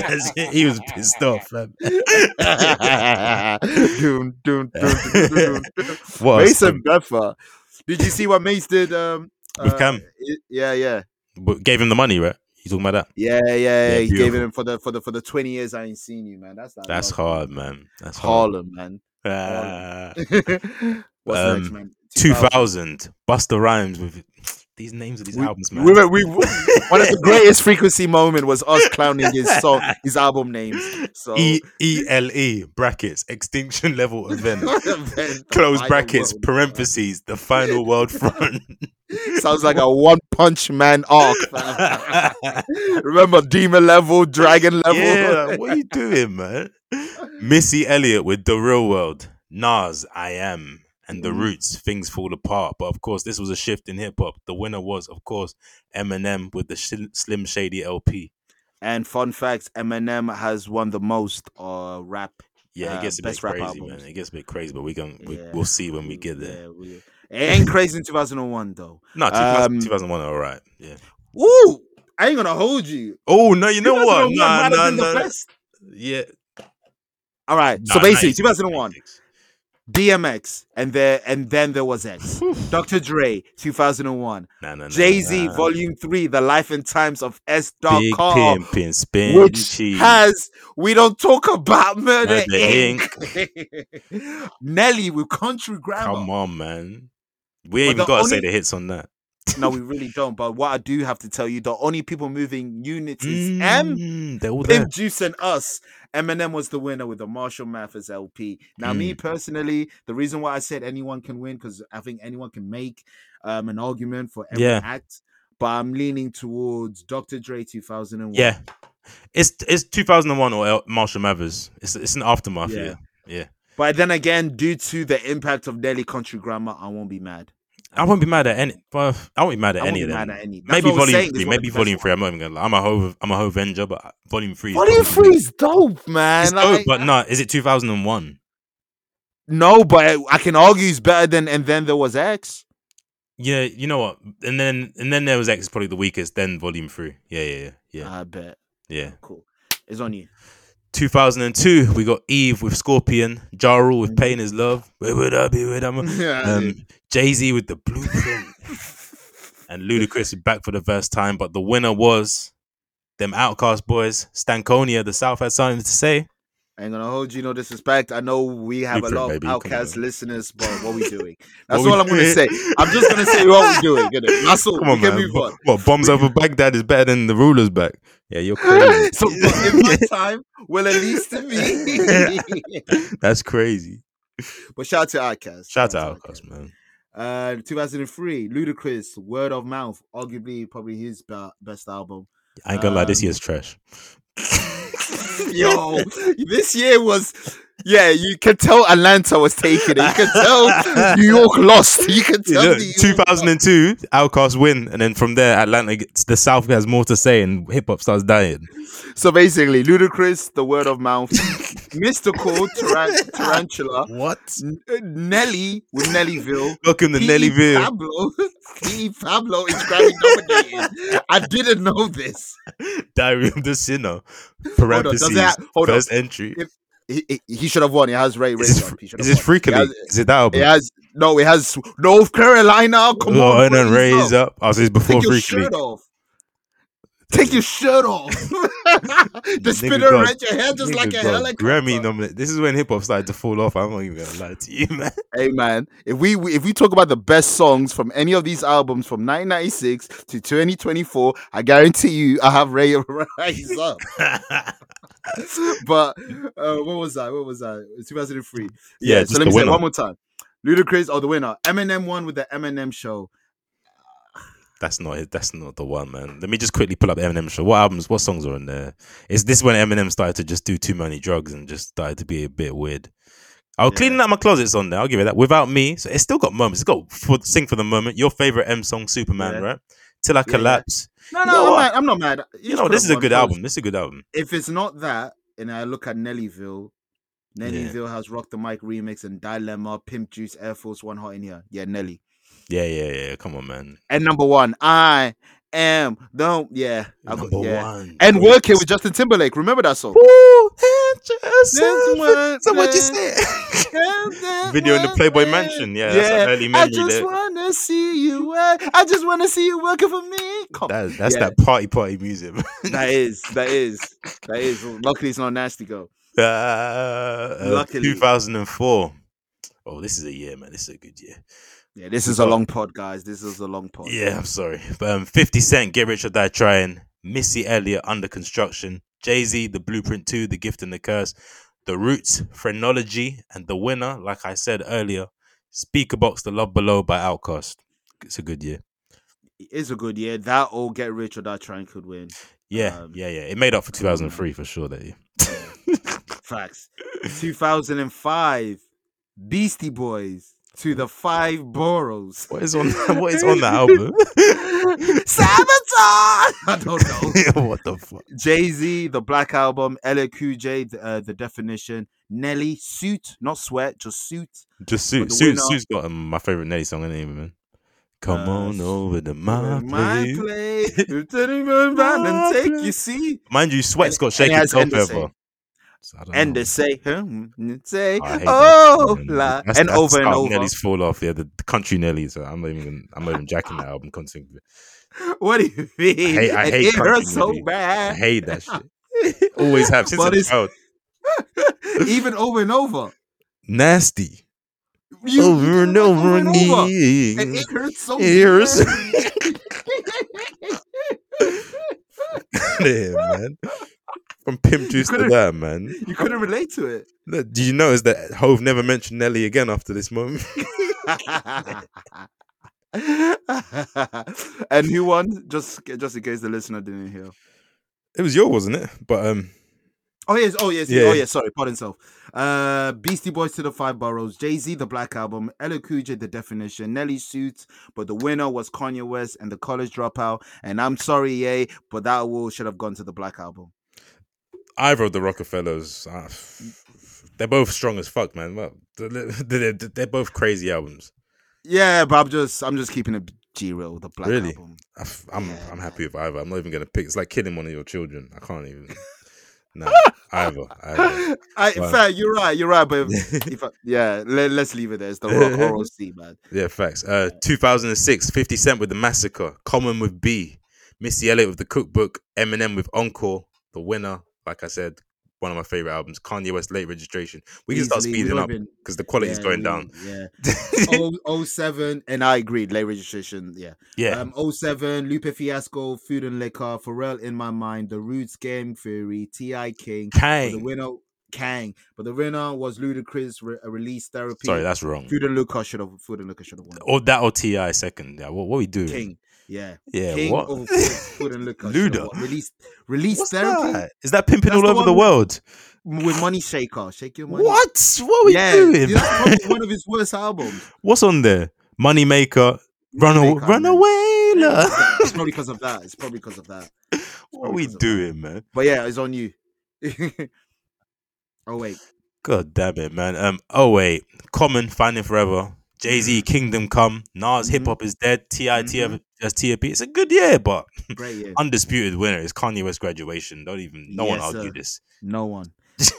C: That's it. he was pissed off. fam.
B: Dun, dun, dun, dun, dun, dun, dun.
C: What a
B: Mason
C: simp.
B: Beffer. Did you see what Mace did? Um,
C: With Cam.
B: i- Yeah, yeah,
C: But gave him the money, right? You talking about that?
B: yeah, yeah. yeah. he gave it
C: beautiful.
B: him for the for the for the twenty years I ain't seen you, man. That's that
C: That's
B: love,
C: hard, man. That's hard.
B: Harlem, man.
C: Ah.
B: What's next,
C: Um,
B: man?
C: 2000. Buster Rhymes with these names of these
B: We-
C: albums, man.
B: We, were- we, one of the greatest frequency moment was us clowning his song, his album names. So
C: E E L E brackets extinction level event
B: Then E the
C: close
B: final
C: brackets
B: world.
C: parentheses the final world front.
B: Sounds like a One Punch Man arc. fam. Remember Demon level, Dragon level.
C: Yeah, like, what are you doing, man? Missy Elliott with The Real World, Nas, I Am, and The
B: Mhm.
C: Roots, Things Fall Apart. But of course, this was a shift in hip hop. The winner was, of course, Eminem with the Shil- Slim Shady LP.
B: And fun facts: Eminem has won the most uh, rap.
C: Yeah,
B: Uh,
C: it gets a
B: best
C: bit
B: rap
C: crazy,
B: albums.
C: man. It gets a bit crazy, but we can we,
B: Yeah.
C: we'll see when we get there.
B: Yeah, we- it ain't crazy in 2001 though.
C: No, 2000,
B: Um,
C: 2001, all right. Yeah.
B: Woo! I ain't gonna hold you.
C: Oh no, you know what?
B: 2001
C: Nah,
B: might
C: nah,
B: have been the
C: nah.
B: best.
C: Yeah.
B: All right. so
C: Nah,
B: basically,
C: 96,
B: 2001.
C: 96.
B: DMX, and there and then there was X. Dr. Dre, 2001.
C: Nah, nah, nah,
B: Jay Z,
C: nah.
B: Volume 3, The Life and Times of S. Dot
C: Big
B: Carl,
C: Pimp and Spin
B: which
C: Cheese.
B: has We Don't Talk About Murder
C: Murder,
B: Inc. Nelly with Country Grammar.
C: Come on, man. We
B: But
C: ain't even
B: the
C: got to say
B: only-
C: the hits on that.
B: No, we really don't. But what I do have to tell you, the only people moving units is M,
C: Mm, they're all there.
B: Pimp Juice, and us. Eminem was the winner with the Marshall Mathers LP. Now, me
C: Mm.
B: personally, the reason why I said anyone can win because I think anyone can make um, an argument for every
C: Yeah.
B: act. But I'm leaning towards Dr. Dre 2001.
C: Yeah. It's it's 2001 or El- Marshall Mathers. It's it's an aftermath.
B: Yeah.
C: Yeah. Yeah.
B: But then again, due to the impact of Daily Country Grammar, I won't be mad.
C: I won't be mad at any. Well, I won't be mad at
B: I won't
C: any
B: be
C: of them.
B: mad at any. That's what I
C: Maybe
B: was
C: volume
B: saying,
C: three.
B: it's one of
C: Maybe
B: the best
C: volume
B: ones.
C: three. I'm not even gonna lie. I'm a ho. I'm a ho venger, but uh, volume three. is
B: Volume
C: probably-
B: 3 is dope, man.
C: It's dope,
B: Like,
C: but no, is it 2001?
B: No, but I can argue it's better than and then there was X.
C: Yeah, you know what? And then and then there was X is probably the weakest. Then volume three. Yeah, yeah, yeah, yeah.
B: I bet.
C: yeah.
B: Cool. It's on you.
C: 2002, we got Eve with Scorpion, Ja Rule with Pain is Love. Where would I be with I'm um, Jay Z with the Blueprint, and Ludacris is back for the first time. But the winner was them Outcast boys, Stankonia. The South had something to say.
B: I ain't gonna hold you no disrespect. I know we have a
C: Blueprint,
B: lot of
C: baby, come
B: outcast
C: on.
B: listeners, but what we doing? That's
C: What
B: all
C: we
B: I'm gonna
C: doing?
B: say. I'm just gonna say what we doing. innit? That's all.
C: Come on,
B: we can
C: man.
B: move
C: What,
B: on.
C: what, bombs over Baghdad is better than the rulers back? Yeah, you're crazy.
B: So but in my time, well at least to me.
C: That's crazy.
B: but shout out to Outcast.
C: Shout out Outcast, man.
B: Uh, 2003, Ludacris, Word of Mouth, arguably probably his be- best album.
C: I ain't gonna lie, this
B: Um,
C: year's trash.
B: Yo, this year was, yeah, you can tell Atlanta was taking it. You can tell New York lost. You can
C: Yeah,
B: tell
C: look,
B: New York
C: 2002, Outcast win, and then from there, Atlanta, gets, the South has more to say, and hip hop starts dying.
B: lost. So basically, Ludacris, the word of mouth, Mystical, Taran- Tarantula,
C: What?
B: N- uh, Nelly with Nellyville.
C: Welcome to
B: P.E.
C: Nellyville.
B: Pablo, P.E. Pablo is Grammy nominated. I didn't know this.
C: Diary of the Sinner.
B: on, does
C: Parentheses.
B: it ha- hold on.
C: first entry.
B: If- He, he, he should have won. He has Ray Ray.
C: Is this,
B: on. He
C: fr-
B: should
C: is
B: have
C: this
B: won. He
C: freaking?
B: has-
C: Is it that album?
B: It has no. It has North Carolina. Come on,
C: Lord and
B: raise up.
C: raise up. I was this before
B: Take your
C: freaking.
B: shirt off. Take your shirt off. the
C: Nigga
B: spinner
C: got-
B: around your hair just
C: Nigga
B: like a
C: got
B: helicopter.
C: Grammy nominated. This is when hip hop started to fall off. I'm not even gonna lie to you, man.
B: hey man, if we we- if we talk about the best songs from any of these albums from 1996 to 2024, I guarantee you, I have Ray Rise Up.
C: yeah,
B: but uh, what was that? What was that? It's 2003.
C: just
B: so let
C: the
B: me say it
C: winner.
B: one more time. Ludacris, oh, the winner. Eminem won with the Eminem show.
C: That's not it. That's not the one, man. Let me just quickly pull up Eminem show. What albums? What songs are in there? Is this when Eminem started to just do too many drugs and just started to be a bit weird? I was
B: Yeah.
C: cleaning out my closets on there. I'll give it that. Without me, so it's still got moments. It's got for, sing for the moment. Your favorite M song, Superman,
B: Yeah.
C: right? Till I
B: Yeah, yeah.
C: collapse.
B: No,
C: know
B: no, I'm
C: what?
B: not, I'm not mad.
C: You know, this is a good album. This is a good album.
B: If it's not that, and I look at Nellyville, Nellyville has Rock the Mic remix and Dilemma, Pimp Juice, Air Force One Hot in Here. Yeah, Nelly.
C: Yeah, yeah, yeah. Come on, man.
B: And number one, I am, don't, yeah. I got-
C: Number
B: yeah.
C: one.
B: And Work It with Justin Timberlake. Remember that song?
C: Ooh, and yourself.
B: Someone
C: So what you
B: said-
C: say?
B: Video
C: Video in the Playboy Mansion. Yeah, that's an early
B: I
C: memory
B: just
C: there.
B: wanna see you work. I just wanna see you working for me. Come
C: That, that's
B: Yeah.
C: that party party music. man.
B: that is, that is, that is. Luckily, it's not nasty go.
C: uh, uh,
B: Luckily.
C: 2004. Oh, this is a year, man. This is a good year.
B: Yeah, this is a long pod, guys. This is a long pod.
C: Yeah, I'm sorry. But, um, 50 Cent, Get Rich or Die Trying. Missy Elliott, Under Construction. Jay Z, The Blueprint 2, The Gift and the Curse. The Roots, Phrenology. And the winner, like I said earlier, Speaker Box, The Love Below by Outkast. It's a good year.
B: It is a good year. That or get rich or that trying could win.
C: Yeah,
B: Um,
C: yeah, yeah. It made up for 2003 for sure. That year.
B: Facts. 2005, Beastie Boys to the five boroughs.
C: What is on? What is on the album?
B: Sabotage. I don't know.
C: what the fuck?
B: Jay Z, the Black Album, Ella Cool J, the, uh, the definition, Nelly, suit, not sweat, just suit.
C: Just
B: But
C: Sue.
B: the
C: Sue.
B: winner-
C: Sue's got um, my favorite Nelly song in it, man. Come
B: Uh,
C: on
B: Sue-
C: over to my,
B: My, my
C: place.
B: place. Turn around
C: My
B: and take
C: place.
B: you see.
C: Mind you, Sweat's got
B: And it
C: shaking
B: has
C: soul
B: End the Same.
C: forever. So I don't
B: and
C: know.
B: they say, huh, mm, say,
C: I hate that.
B: oh,
C: Mm.
B: la,
C: That's-
B: and
C: that's
B: over and
C: how
B: over.
C: Nelly's fall off. Yeah, the the country Nelly. So I'm not even. I'm not even jacking that album. Continue.
B: What do you mean?
C: hate- I
B: And
C: hate
B: it hurts so
C: country music. I
B: bad.
C: hate that shit. Always have since
B: But
C: a
B: it's-
C: child.
B: Even over and over.
C: Nasty.
B: You,
C: over and over
B: and over. And
C: again.
B: it hurts so
C: Ears.
B: bad.
C: Yeah, man. From pimp juice to
B: could've-
C: that, man.
B: you couldn't relate to it.
C: Look, Do you notice that Hove never mentioned Nelly again after this moment?
B: and who won? Just just in case the listener didn't hear.
C: It was your, wasn't it? But um,
B: Oh yes, oh yes,
C: Yeah.
B: oh yes. Sorry, pardon self. Uh, Beastie Boys to the Five Boroughs, Jay Z the Black Album, Ella Cool J, the Definition, Nelly Suits, but the winner was Kanye West and the College Dropout. And I'm sorry, yay, but that award should have gone to the Black Album.
C: either of the Rockefellers, ah, f- they're both strong as fuck, man. Well, they're, they're, they're both crazy albums.
B: Yeah, but I'm just I'm just keeping it G real. The Black
C: Really?
B: Album.
C: I f- I'm
B: Yeah,
C: I'm happy with either. I'm not even gonna pick. It's like killing one of your children. I can't even. No, either. either.
B: I,
C: Wow.
B: fair, you're right, you're right, but if, if I, yeah, let, us leave it there. It's the rock oral C, man.
C: Yeah, facts. Uh, 2006, 50 Cent with The Massacre, Common with B, Missy Elliott with The Cookbook, Eminem with Encore, The Winner, like I said, one of my favorite albums, Kanye West Late Registration. We can start
B: Easily
C: speeding
B: would've
C: up
B: been-
C: because the quality's
B: yeah,
C: going
B: we-
C: down.
B: Yeah. oh, oh 07 and I agreed. Late registration, yeah.
C: yeah.
B: Um, 07, Lupe Fiasco, Food and Liquor, Pharrell in My Mind, The Roots, Game Theory, T.I. King. But the
C: Kang.
B: winner, Kang. But the winner was Ludacris, re- Release Therapy.
C: Sorry, that's wrong.
B: Food and Liquor should have. Food and Liquor should have won.
C: Or that or T.I. second. Yeah, what, what we doing?
B: King, yeah.
C: Yeah,
B: King
C: what?
B: over Food, Food and Liquor. should have
C: Luda.
B: won. Release, release
C: What's
B: Therapy
C: that? Is that pimping
B: That's
C: all
B: the
C: over the
B: one with-
C: world?
B: with Money Shaker. Shake your money.
C: What? What are we
B: yeah,
C: doing?
B: that's probably one of his worst albums.
C: What's on there? Moneymaker, Run,
B: Money
C: away,
B: Maker,
C: run
B: man.
C: away, love.
B: It's probably because of that. It's probably because of that.
C: What are we
B: because of that.
C: doing, man?
B: But yeah, it's on you. oh wait,
C: God damn it, man. Um, oh wait, Common, Finding Forever, Jay
B: Mm-hmm.
C: Z, Kingdom Come, Nas, Hip
B: Mhm.
C: Hop is dead, Ti,
B: Mhm.
C: TF, just TFP. It's a good year, but
B: great year.
C: undisputed winner is Kanye West graduation. Don't even, no one
B: Yes,
C: argue
B: sir.
C: this.
B: No one.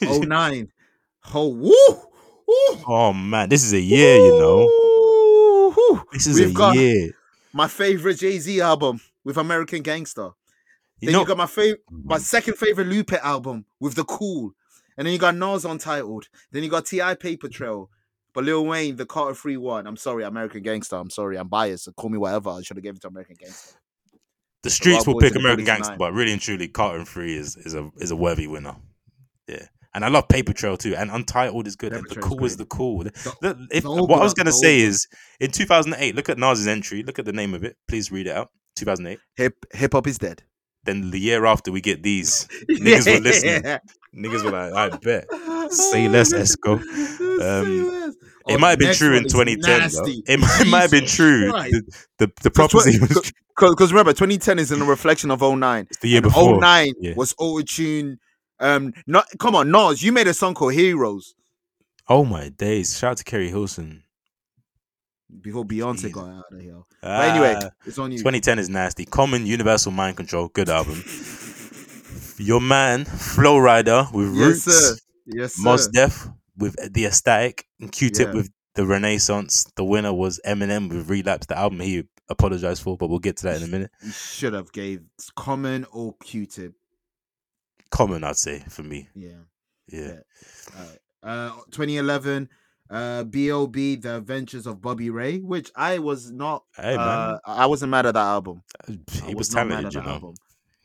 B: Oh nine. Oh woo. woo.
C: oh man, this is a year, you know.
B: Woo, woo.
C: This is
B: We've
C: a
B: got
C: year.
B: my favorite Jay Z album with American Gangster.
C: You
B: then
C: know, Mm.
B: you got my favorite, my second favorite Lupe album with The Cool, and then you got Nas Untitled. Then you got Ti Paper Trail, but Lil Wayne The Carter Free One. I'm sorry, American Gangster. I'm sorry, I'm biased. So call me whatever. I should have given it to American Gangster.
C: the streets
B: Wild
C: will
B: Boys
C: pick
B: and the
C: American
B: Bullies
C: Gangster,
B: Nine.
C: but really and truly, Carton Free is, is a is a worthy winner. Yeah. And I love Paper Trail too, and Untitled is good, and
B: Paper
C: the
B: Trail's
C: cool is
B: great.
C: the cool.
B: The-
C: Look, if,
B: the old
C: what
B: one,
C: I was gonna
B: the old
C: say
B: one.
C: is, in 2008, look at Nas's entry. Look at the name of it. Please read it out. 2008.
B: Hip hip hop is dead.
C: Then the year after, we get these Niggas were listening. niggas were like, "I bet." Say less, Esco. Um,
B: Oh,
C: it might have been true in 2010. though. It might, it might have been
B: Jesus
C: true.
B: Christ.
C: The, the, the
B: That's what-
C: prophecy was true.
B: Because remember, 2010 is in a reflection of 09.
C: the year
B: and
C: before.
B: 09
C: Yeah.
B: was auto tune. Um, not come on, Nas, you made a song called Heroes
C: Oh my days! Shout out to Kerry Hilson.
B: before Beyonce
C: Jesus.
B: got out of here. But anyway,
C: Ah,
B: it's on you.
C: 2010 is nasty. Common Universal Mind Control, good album. Your man Flow Rider with
B: Yes,
C: Roots.
B: sir. Yes, sir.
C: Mos Def with The Aesthetic and Q-Tip
B: Yeah.
C: with The Renaissance. The winner was Eminem with Relapse, the album he apologized for, but we'll get to that in a minute.
B: You should have gave Common or Q-Tip.
C: Common, I'd say, for me.
B: Yeah.
C: Yeah.
B: Alright. Uh, 2011, uh, B.O.B. The Adventures of Bobby Ray, which I was not.
C: Hey, man.
B: uh, I wasn't mad at that album. I
C: he was,
B: not mad at
C: talented, you
B: that
C: know.
B: album.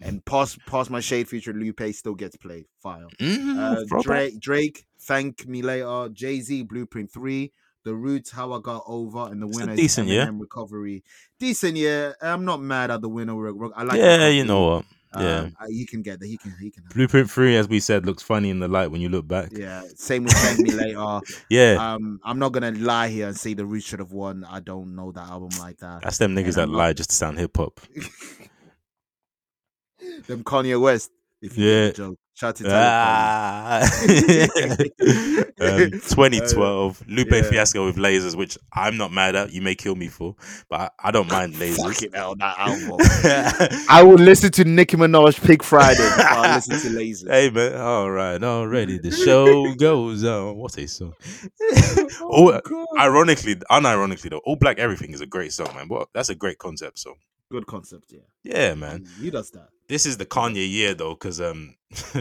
B: And past past my shade feature Lupe still gets played. Fire.
C: Mhm,
B: Uh,
C: throwback.
B: Drake, Drake, thank me later. Jay Z, Blueprint Three, The Roots, How I Got Over, and the
C: It's a
B: winner is
C: decent year.
B: Eminem Recovery. Decent, yeah. I'm not mad at the winner. Re- Re- I like.
C: yeah,
B: Recovery.
C: you know what?
B: Um,
C: Yeah.
B: uh, he can get that. He can. He can. have it.
C: Blueprint 3, as we said, looks funny in the light when you look back. Yeah.
B: Yeah. Same with thank me later. Um, I'm not gonna lie here and say The Roots should have won. I don't know that album like that.
C: that's them niggas
B: and
C: that
B: I'm not-
C: lie just to sound hip hop.
B: Them Kanye West, if you get
C: Yeah.
B: the joke. Shout to Telecom.
C: Ah. um, 2012 Lupe
B: yeah.
C: Fiasco with lasers, which I'm not mad at. You may kill me for, but I, I don't mind lasers.
B: Fucking hell, that album.
C: hey
B: I will listen to Nicki Minaj Pig Friday. before I listen to Lazy.
C: man, all right, already the show goes on. What a song! oh, ironically, unironically though, All Black Everything is a great song, man. What that's a great concept song.
B: Good concept, yeah.
C: Yeah, man.
B: He does that.
C: this is the Kanye year though, because um,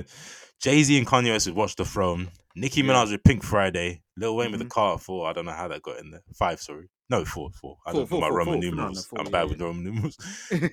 C: Jay Z and Kanye West with Watch the Throne, Nicki
B: Yeah.
C: Minaj with Pink Friday, Lil Wayne with the
B: Mhm.
C: Car Four. I don't know how that got in there. Five, sorry, no four, four. I
B: Four,
C: don't
B: four,
C: know my
B: four,
C: Roman
B: four. No, no,
C: numerals.
B: four,
C: I'm
B: yeah,
C: bad
B: yeah.
C: with Roman numerals.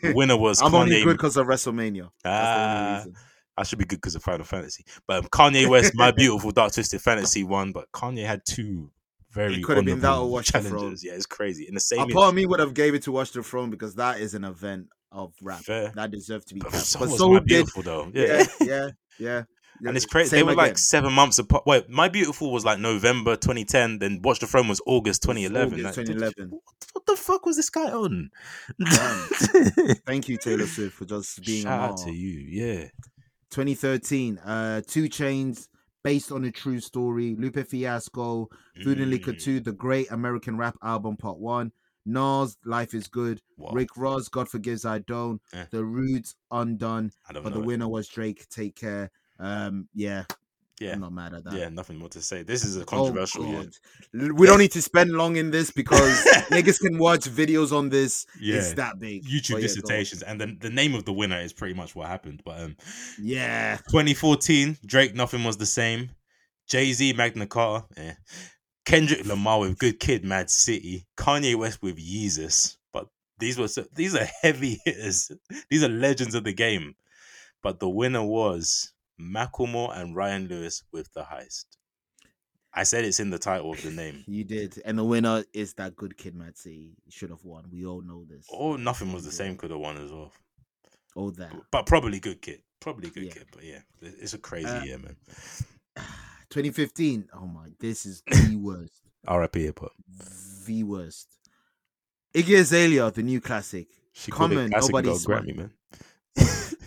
C: The winner was
B: I'm only
C: Kanye.
B: good because of WrestleMania. That's the only
C: ah,
B: reason.
C: I should be good because of Final Fantasy, but um, Kanye West, My Beautiful Dark Twisted Fantasy one, but Kanye had two very
B: It could have been that or
C: honourable
B: Watch the Throne.
C: challenges. Yeah, it's crazy. In the same
B: A part of me would have gave it to Watch the Throne because that is an event of rap
C: fair,
B: that deserved to be.
C: but
B: capped.
C: so
B: But
C: was
B: so
C: My
B: did-
C: Beautiful though.
B: Yeah, yeah, yeah.
C: And it's crazy. They
B: Same
C: were like
B: again.
C: seven months apart. Wait, My Beautiful was like November 2010. Then Watch the Throne was August 2011.
B: August
C: Like,
B: 2011.
C: What, what the fuck was this guy on?
B: Damn. Thank you, Taylor Swift, for just being
C: Shout
B: on.
C: out to you. Yeah.
B: 2013, uh, Two Chains, based on a true story. Lupe Fiasco, Food and Liquor
C: Mm,
B: 2, The Great American Rap Album Part 1, Nas, Life is Good,
C: wow.
B: Rick Ross, God Forgives I Don't,
C: Eh.
B: The Roots, Undone,
C: I don't
B: but
C: know.
B: the
C: it.
B: winner was Drake, Take Care. Um, yeah,
C: Yeah.
B: I'm not mad at that.
C: Yeah. Nothing more to say. This is a
B: Oh,
C: controversial. yeah. Eh.
B: God. L- We don't need to spend long in this because niggas can watch videos on this.
C: Yeah.
B: It's that big.
C: YouTube
B: But yeah, go on.
C: dissertations. And then the name of the winner is pretty much what happened. But um,
B: Yeah.
C: 2014, Drake, Nothing Was the Same. Jay Z, Magna Carta. Eh. Kendrick Lamar with Good Kid, Mad City. Kanye West with Yeezus. But these were so, these are heavy hitters. These are legends of the game. But the winner was Macklemore and Ryan Lewis with The Heist. I said it's in the title of the name.
B: You did, and the winner is that good kid, Matsy. Should have won. We all know this.
C: Or Nothing Was the Same could have won as well.
B: All that.
C: But probably Oh, Good Kid. Probably Good
B: Yeah.
C: Kid. But yeah, it- it's a crazy
B: Uh,
C: year, man.
B: 2015. Oh my, this is the worst.
C: RIP hip hop.
B: The worst. Iggy Azalea, the new classic.
C: She called
B: Common,
C: it classic and got a
B: nobody's
C: Grammy, man.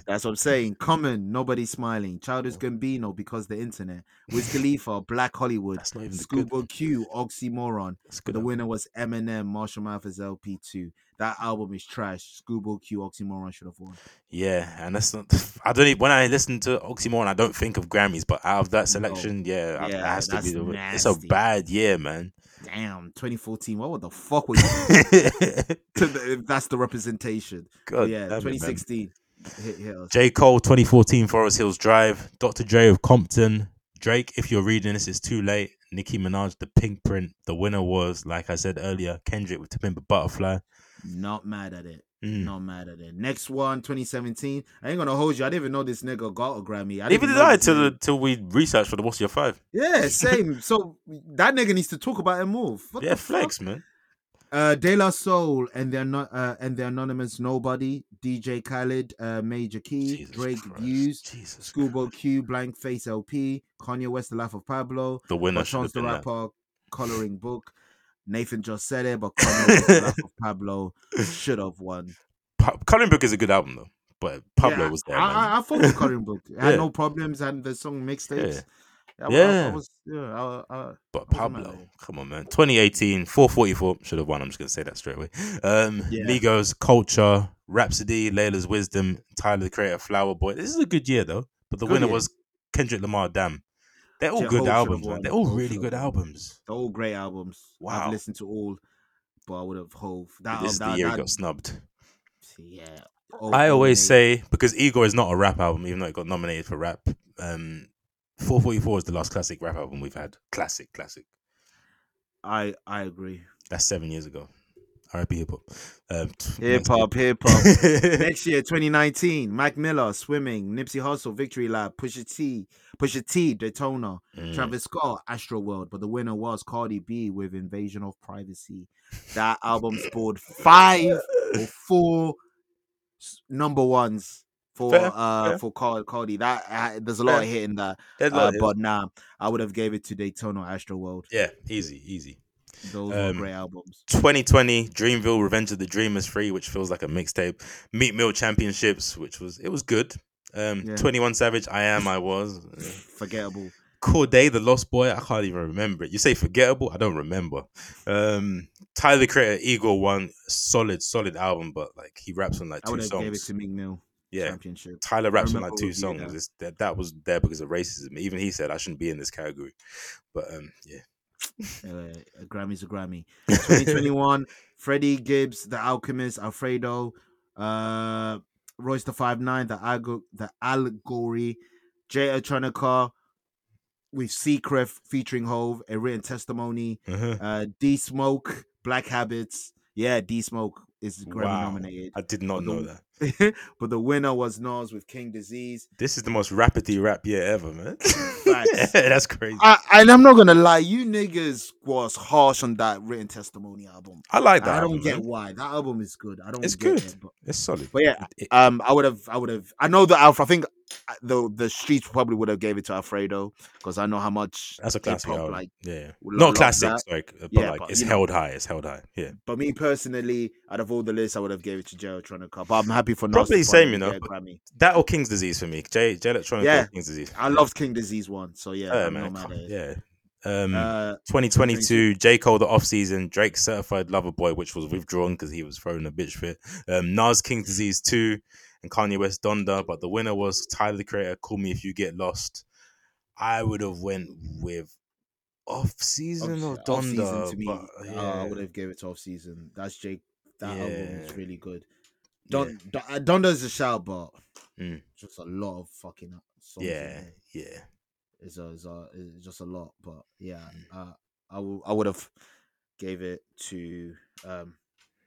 B: That's what I'm saying. Common, nobody smiling.
C: Oh.
B: Childish Gambino, because the internet. Wiz Khalifa, Black Hollywood.
C: That's not even the good.
B: Scuba
C: one.
B: Q, Oxymoron.
C: That's good.
B: the
C: one.
B: winner was Eminem, Marshall Mathers LP2. That album is trash. Scuba Q, Oxymoron should have won.
C: Yeah, and that's not. I don't. Even, when I listen to Oxymoron, I don't think of Grammys, but out of that selection, yeah, I- that
B: Yeah,
C: has to be
B: that's
C: the. win. It's a
B: nasty.
C: bad year, man.
B: Damn, 2014. What the fuck were you to the, if that's the representation.
C: God,
B: yeah,
C: damn it, man.
B: 2016. Hit, hit us.
C: J Cole, 2014, Forest Hills Drive. Dr. Dre of Compton. Drake, if you're reading this, it's too late. Nicki Minaj, The Pink Print. The winner was, like I said earlier, Kendrick with Timber Butterfly.
B: Not mad at it.
C: Mm.
B: Not mad at it. Next one, 2017. I ain't gonna hold you. I didn't even know this nigga got a Grammy. I didn't
C: Even did
B: know
C: I
B: this
C: till
B: nigga-
C: the- till we researched for the What's Your Five.
B: Yeah, same. so that nigga needs to talk about and move. What
C: yeah,
B: the fuck?
C: flex, man.
B: Uh, De La Soul and their not uh, and the anonymous nobody. DJ Khaled, uh, Major Key,
C: Jesus
B: Drake
C: Christ.
B: Views,
C: Jesus.
B: Schoolboy Q, Blank Face LP, Kanye West, The Life of Pablo,
C: The winner
B: but
C: should
B: Chance
C: have
B: the
C: been that.
B: Rapper, Coloring Book. Nathan just said it, but Kanye West, The Life of Pablo should have won.
C: Pa- Coloring Book is a good album though, but Pablo
B: Yeah,
C: was there.
B: I,
C: man.
B: I, I fucked with Coloring Book. I had
C: Yeah.
B: no problems, and the song mixtapes. I- I- I,
C: Yeah.
B: was. Yeah, I, I,
C: but
B: I wasn't mad
C: Pablo,
B: at it.
C: come on, man. 2018, 444 should have won. I'm just gonna say that straight away. Um,
B: Yeah.
C: Migos, Culture, Rhapsody, Layla's Wisdom, Tyler the Creator, Flower Boy. This is a good year though, but the
B: Good
C: winner
B: year.
C: was Kendrick Lamar. Damn, they're all
B: J. Cole
C: good
B: should have
C: albums, man.
B: won.
C: They're all
B: Cole
C: really
B: should have
C: good
B: won.
C: albums.
B: They're all great albums.
C: Wow.
B: I've listened to all, but I would have hove
C: But
B: that.
C: this
B: al-
C: is the
B: that,
C: year it
B: that-
C: got snubbed.
B: yeah.
C: I always
B: 008.
C: say because Igor is not a rap album, even though it got nominated for rap. Um, 444 is the last classic rap album we've had. Classic, classic.
B: I I agree.
C: That's seven years ago. RIP hip hop. Um, t-
B: Hip
C: next
B: hop, hip hop.
C: year.
B: Next year, 2019, Mac Miller, Swimming, Nipsey Hussle, Victory Lab, Pusha T, Pusha T, Daytona,
C: Mm.
B: Travis Scott, Astro World. But the winner was Cardi B with Invasion of Privacy. That album scored five or four s- number ones for
C: Fair,
B: uh
C: fair.
B: for Car- Cardi. That uh, there's a lot of hit in that.
C: Dead
B: Uh,
C: Light Years.
B: but nah, I would have gave it to Daytona or Astro World.
C: Um, yeah, easy, easy.
B: Those were
C: Um,
B: great albums.
C: 2020 Dreamville Revenge of the Dreamers 3 which feels like a mixtape Meat Meal Championships which was it was good Um,
B: Yeah.
C: 21 Savage, I am, I was.
B: Forgettable.
C: Corday, the Lost Boy, I can't even remember it. You say forgettable, I don't remember. Um, Tyler the Creator, Eagle One, solid, solid album, but like he raps on like
B: I
C: two
B: would have gave it
C: songs.
B: to Meek Mill.
C: Yeah,
B: Championship.
C: Tyler raps on like
B: remember
C: two
B: reviewing
C: songs.
B: that.
C: It's, that that was there because of racism. Even he said I shouldn't be in this category, but um, yeah.
B: Uh, a Grammy's a Grammy. 2021, Freddie Gibbs, The Alchemist, Alfredo, uh, Royce the Five Nine, The Algo, The Allegory, Jay Electronica with Secret featuring Hove, A Written Testimony,
C: Uh-huh.
B: uh, D Smoke, Black Habits. Yeah, D Smoke is Grammy
C: Wow.
B: nominated,
C: I did not know
B: Although-
C: that.
B: but the winner was Nas with King Disease.
C: This is the most rapidly rap year ever, man.
B: Facts.
C: That's crazy. I,
B: I, and I'm not gonna lie, you niggas was harsh on that Written Testimony album.
C: like that.
B: I don't
C: album,
B: get
C: man.
B: why that album is good. I don't.
C: It's
B: get
C: good.
B: It, but,
C: It's solid.
B: but yeah,
C: It-
B: um, I would have. I would have. I know that Alf. I think uh, the the streets probably would have gave it to Alfredo because I know how much.
C: That's a classic
B: hip-hop,
C: album.
B: like,
C: yeah, yeah.
B: lo-
C: not
B: loves
C: classic,
B: that.
C: sorry, but
B: Yeah,
C: like
B: but,
C: it's
B: you know.
C: held high. It's held high. Yeah,
B: But me personally, out of all the lists, I would have gave it to Joe Tronica. But I'm happy for Nas
C: Probably
B: to
C: same,
B: finally
C: you know,
B: get a
C: but-
B: Grammy.
C: that or King's Disease for me. J J Electronic
B: Yeah.
C: or King's Disease.
B: I loved King Disease one, so yeah,
C: Yeah,
B: I'm
C: man.
B: not mad
C: come-
B: at it.
C: Yeah. Um,
B: Uh,
C: 2022, J Cole the off season, Drake Certified Lover Boy, which was withdrawn because he was throwing a bitch fit. Um, Nas King's Disease two, and Kanye West Donda. But the winner was Tyler the Creator. Call me if you get lost. I would have went with off season or
B: off-
C: Donda.
B: off season to me,
C: but,
B: uh, I
C: yeah.
B: would have gave it to off season. That's Jake. That album is
C: Yeah.
B: really good.
C: Yeah.
B: Don, Don- uh Donda's a shout, but
C: Mm.
B: just a lot of fucking songs. in
C: yeah,
B: there.
C: yeah.
B: it's a, it's a, it's just a lot. But yeah, uh, I w- I would have gave it to um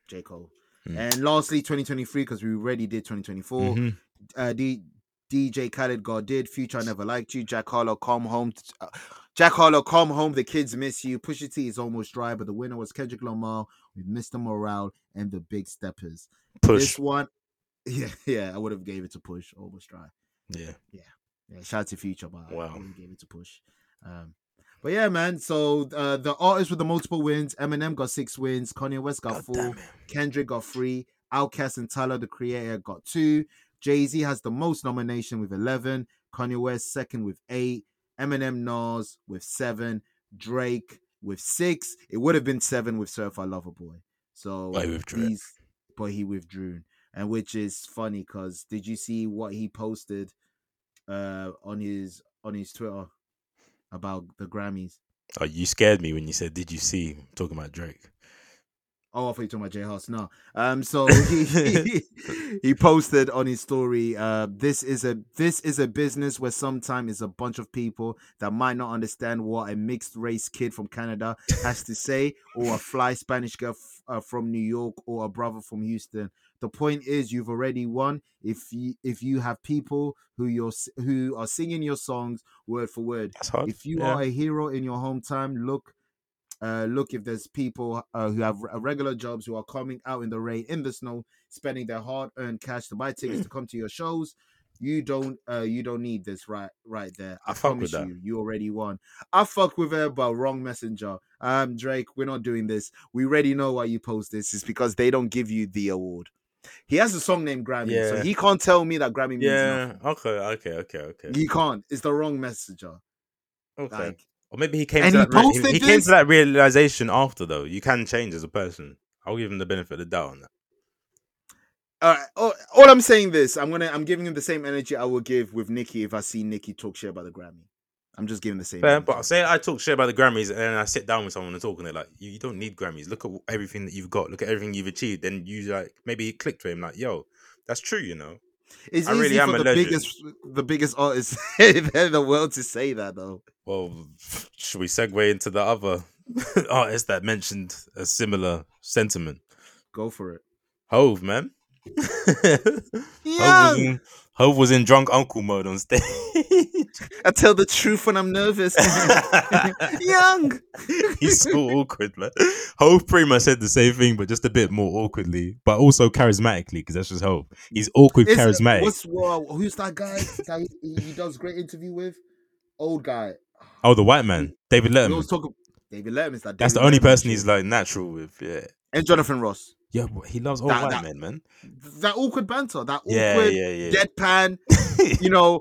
B: J Cole.
C: Mm.
B: And lastly, 2023 because we already did 2024.
C: Mhm.
B: Uh, D- DJ Khaled God did Future I Never Liked You. Jack Harlow Come Home. t- uh, Jack Harlow Come Home. The Kids Miss You. Pusha T is almost dry, but the winner was Kendrick Lamar with Mr. Morale and the Big Steppers. This
C: Push.
B: one, yeah, yeah, I would have gave it to Push almost dry.
C: Yeah.
B: Yeah, shout out to Future, but
C: Wow.
B: I wouldn't give it to Push. Um, but yeah, man. So uh, the artists with the multiple wins, Eminem got six wins, Kanye West got
C: God
B: four,
C: damn it.
B: Kendrick got three, Outkast and Tyler the Creator got two. Jay Z has the most nomination with eleven, Kanye West second with eight, Eminem Nas with seven, Drake with six. It would have been seven with Certified Lover Boy. So
C: But he withdrew it.
B: he's- but he withdrew, and which is funny because did you see what he posted uh, on his on his Twitter about the Grammys?
C: Oh, you scared me when you said, "Did you see?" I'm talking about Drake.
B: Oh, I thought you were talking about Jay Huss. No. Um, so he, he he posted on his story, uh, this is a this is a business where sometimes it's a bunch of people that might not understand what a mixed race kid from Canada has to say, or a fly Spanish girl f- uh, from New York, or a brother from Houston. The point is, you've already won if you if you have people who you're s- who are singing your songs word for word.
C: That's hard.
B: If you
C: Oh, Yeah.
B: are a hero in your hometown, look, uh, look if there's people uh, who have re- regular jobs who are coming out in the rain, in the snow, spending their hard-earned cash to buy tickets to come to your shows. You don't, uh, you don't need this right, right there. I,
C: I fuck
B: promise
C: with that.
B: you, you already won. I fuck with her, but wrong messenger. Um, Drake, we're not doing this. We already know why you post this. It's because they don't give you the award. He has a song named Grammy, so
C: Yeah.
B: he can't tell me that Grammy means
C: Yeah. Okay. Okay. Okay. Okay.
B: nothing. He can't. It's the wrong messenger.
C: okay.
B: Like
C: or maybe he came.
B: and
C: to
B: he
C: that re-
B: posted
C: he, he came
B: this-
C: to that realization after, though. You can change as a person. I'll give him the benefit of the doubt on that.
B: All right. All, all I'm saying this, I'm gonna, I'm giving him the same energy I would give with Nikki if I see Nikki talk shit about the Grammy. I'm just giving the same.
C: Fair,
B: energy.
C: but say I talk shit about the Grammys and then I sit down with someone and talk and they're like, you, you don't need Grammys. Look at everything that you've got. Look at everything you've achieved. Then you like maybe it clicked for him like, yo, that's true. You know,
B: it's
C: I
B: easy
C: really am
B: for
C: a
B: the
C: legend.
B: biggest, the biggest artist in the world to say that though.
C: Well, should we segue into the other artist that mentioned a similar sentiment?
B: Go for it.
C: Hove, man. Hove, was
B: Yeah,
C: in, Hove was in drunk uncle mode on stage.
B: I tell the truth when I'm nervous. Young.
C: He's so awkward, man. Hove pretty much said the same thing, but just a bit more awkwardly, but also charismatically, because that's just Hove. He's awkward,
B: It's-
C: charismatic.
B: What's whoa, Who's that guy that he, he does great interview with? Old guy.
C: Oh, the white man, David
B: We always
C: Letterman.
B: talk. David Letterman's like
C: That's the only person he's like natural with. Yeah.
B: and Jonathan Ross.
C: Yeah, but he loves all
B: That-
C: white
B: that-
C: men, man.
B: That awkward banter, that
C: Yeah,
B: awkward
C: yeah, yeah.
B: deadpan. you know,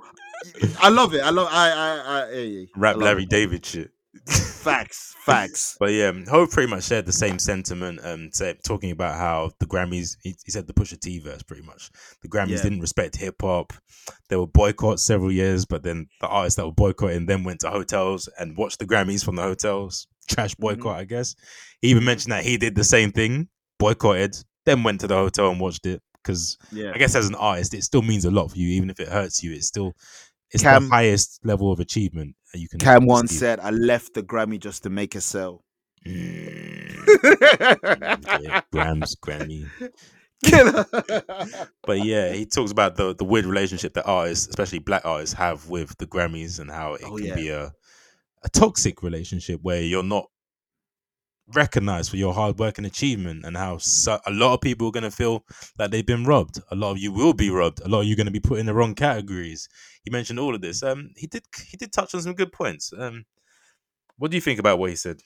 B: I love it. I love. I. I. I. Hey,
C: Rap
B: I love
C: Larry
B: it.
C: David shit.
B: Facts. Facts.
C: But yeah, um, Ho pretty much shared the same sentiment, um, said, talking about how the Grammys, he, he said the Pusha T verse pretty much. The Grammys
B: Yeah.
C: didn't respect hip hop. There were boycotts several years, but then the artists that were boycotting then went to hotels and watched the Grammys from the hotels. Trash
B: Mm-hmm.
C: boycott, I guess. He even mentioned that he did the same thing, boycotted, then went to the hotel and watched it. Because
B: yeah.
C: I guess as an artist, it still means a lot for you, even if it hurts you. It's still it's
B: Cam-
C: the highest level of achievement that you can.
B: Cam once
C: achieve.
B: said, "I left the Grammy just to make a sale."
C: Mm, yeah,
B: Killer.
C: Grams, Grammy. but yeah, he talks about the the weird relationship that artists, especially black artists, have with the Grammys and how it
B: Oh,
C: can
B: yeah.
C: be a a toxic relationship where you're not recognized for your hard work and achievement, and how so, a lot of people are going to feel that they've been robbed. A lot of you will be robbed. A lot of you are going to be put in the wrong categories. He mentioned all of this. Um, he did he did touch on some good points. Um, what do you think about what he said?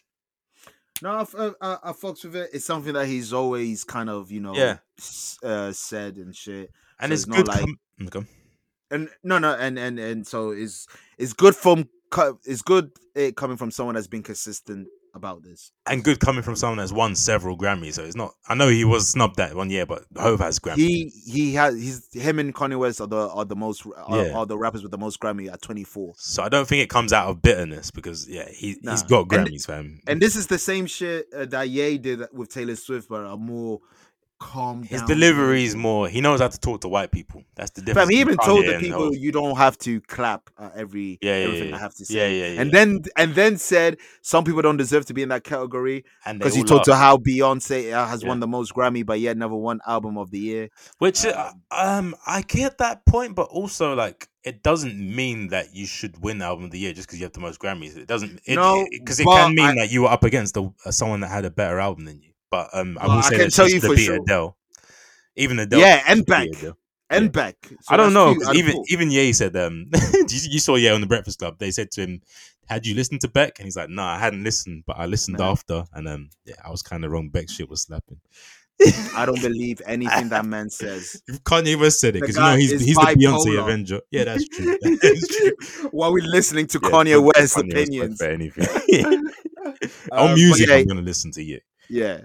B: No, I, f- I, I, I fucks with it. It's something that he's always kind of, you know,
C: Yeah.
B: s- uh, said and shit.
C: And
B: So
C: it's,
B: it's not
C: good.
B: like-
C: com- Mm, go on.
B: And no, no, and and and so it's it's good from co- it's good it coming from someone that's been consistent about this.
C: and good coming from someone that's won several Grammys. So it's not. I know he was snubbed that one year, but Hove has Grammys.
B: He he has he's him and Kanye West are the are the most are,
C: Yeah.
B: are the rappers with the most Grammy at twenty four.
C: so I don't think it comes out of bitterness because yeah, he he's
B: Nah.
C: got
B: And-
C: Grammys, fam.
B: And this is the same shit uh, that Ye did with Taylor Swift, but a more calm.
C: his
B: down-
C: delivery is more. He knows how to talk to white people. That's the difference.
B: Fam, he even
C: between
B: told
C: Kanye
B: the
C: and
B: people
C: Hov.
B: you don't have to clap at every
C: Yeah, yeah,
B: everything
C: yeah.
B: I have to say.
C: Yeah, yeah, yeah.
B: And then and then said some people don't deserve to be in that category
C: And they
B: because he
C: all
B: talked to
C: laugh.
B: how Beyonce uh, has
C: Yeah.
B: won the most Grammy, but yet never won Album of the Year.
C: which uh, um I get that point, but also like it doesn't mean that you should win album of the year just because you have the most Grammys. It doesn't. It,
B: No,
C: because it,
B: but
C: can mean
B: I-
C: that you were up against the, uh, someone that had a better album than you. But um, I
B: Well,
C: will
B: I
C: say
B: can
C: that
B: tell
C: she
B: you
C: should
B: for
C: beat
B: sure.
C: Adele. Even Adele.
B: Yeah, and
C: should beat
B: back.
C: Adele.
B: And
C: Yeah.
B: back. So
C: I don't
B: that's
C: know
B: cute
C: 'cause
B: and
C: even
B: cool.
C: even Ye said um you, you saw Ye on the Breakfast Club. They said to him, "Had you listened to Beck?" And he's like, "Nah, I hadn't listened, but I listened
B: Man.
C: after." And um, yeah, I was kind of wrong. Beck shit was slapping.
B: I don't believe anything that man says.
C: If Kanye West said
B: The
C: it because you know
B: guy
C: he's
B: is
C: he's the Beyonce
B: bipolar.
C: Avenger. Yeah, that's true. That is true.
B: While we're listening to
C: Yeah,
B: Kanye
C: don't give
B: West's
C: Kanye West
B: opinions.
C: for anything.
B: Uh,
C: On
B: but
C: music,
B: yeah,
C: I'm gonna listen to you.
B: Yeah.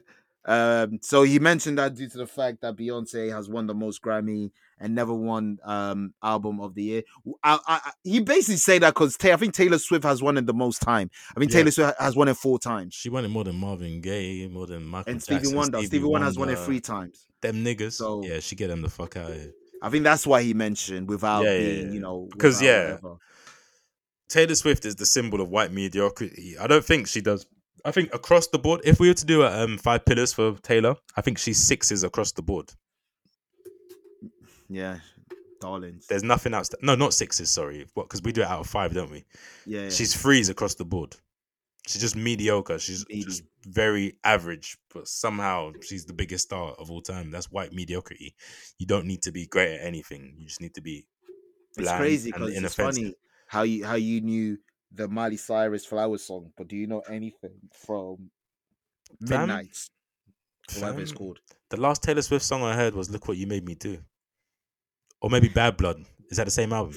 B: Um, so he mentioned that due to the fact that Beyonce has won the most Grammy and never won um album of the year. W- I, I, I- he basically say that because I think Taylor Swift has won it the most time. I mean
C: Yeah.
B: Taylor Swift has won it four times,
C: She wanted more than Marvin Gaye, more than Michael
B: and Stevie
C: Jackson,
B: Wonder. Stevie Wonder has won it
C: Wonder,
B: three times.
C: Them niggas.
B: So-
C: yeah, she get them the fuck out of here.
B: I think that's why he mentioned without
C: Yeah, yeah,
B: being,
C: yeah.
B: you know,
C: 'Cause,
B: without
C: yeah.
B: whatever.
C: Taylor Swift is the symbol of white mediocrity. I don't think she does. I think across the board, if we were to do a, um, five pillars for Taylor, I think she's sixes across the board.
B: yeah, darlings.
C: There's nothing else. No, not sixes. Sorry, what? Because we do it out of five, don't we?
B: Yeah, yeah.
C: She's threes across the board. She's just mediocre. She's
B: Medi-
C: just very average, but somehow she's the biggest star of all time. That's white mediocrity. You don't need to be great at anything. You just need to be.
B: it's
C: bland
B: crazy
C: and
B: because it's
C: inoffensive.
B: funny how you how you knew the Miley Cyrus Flower song, but do you know anything from
C: Fam,
B: Midnight's? or whatever it's
C: fam,
B: called.
C: The last Taylor Swift song I heard was "Look What You Made Me Do," or maybe "Bad Blood." Is that the same album?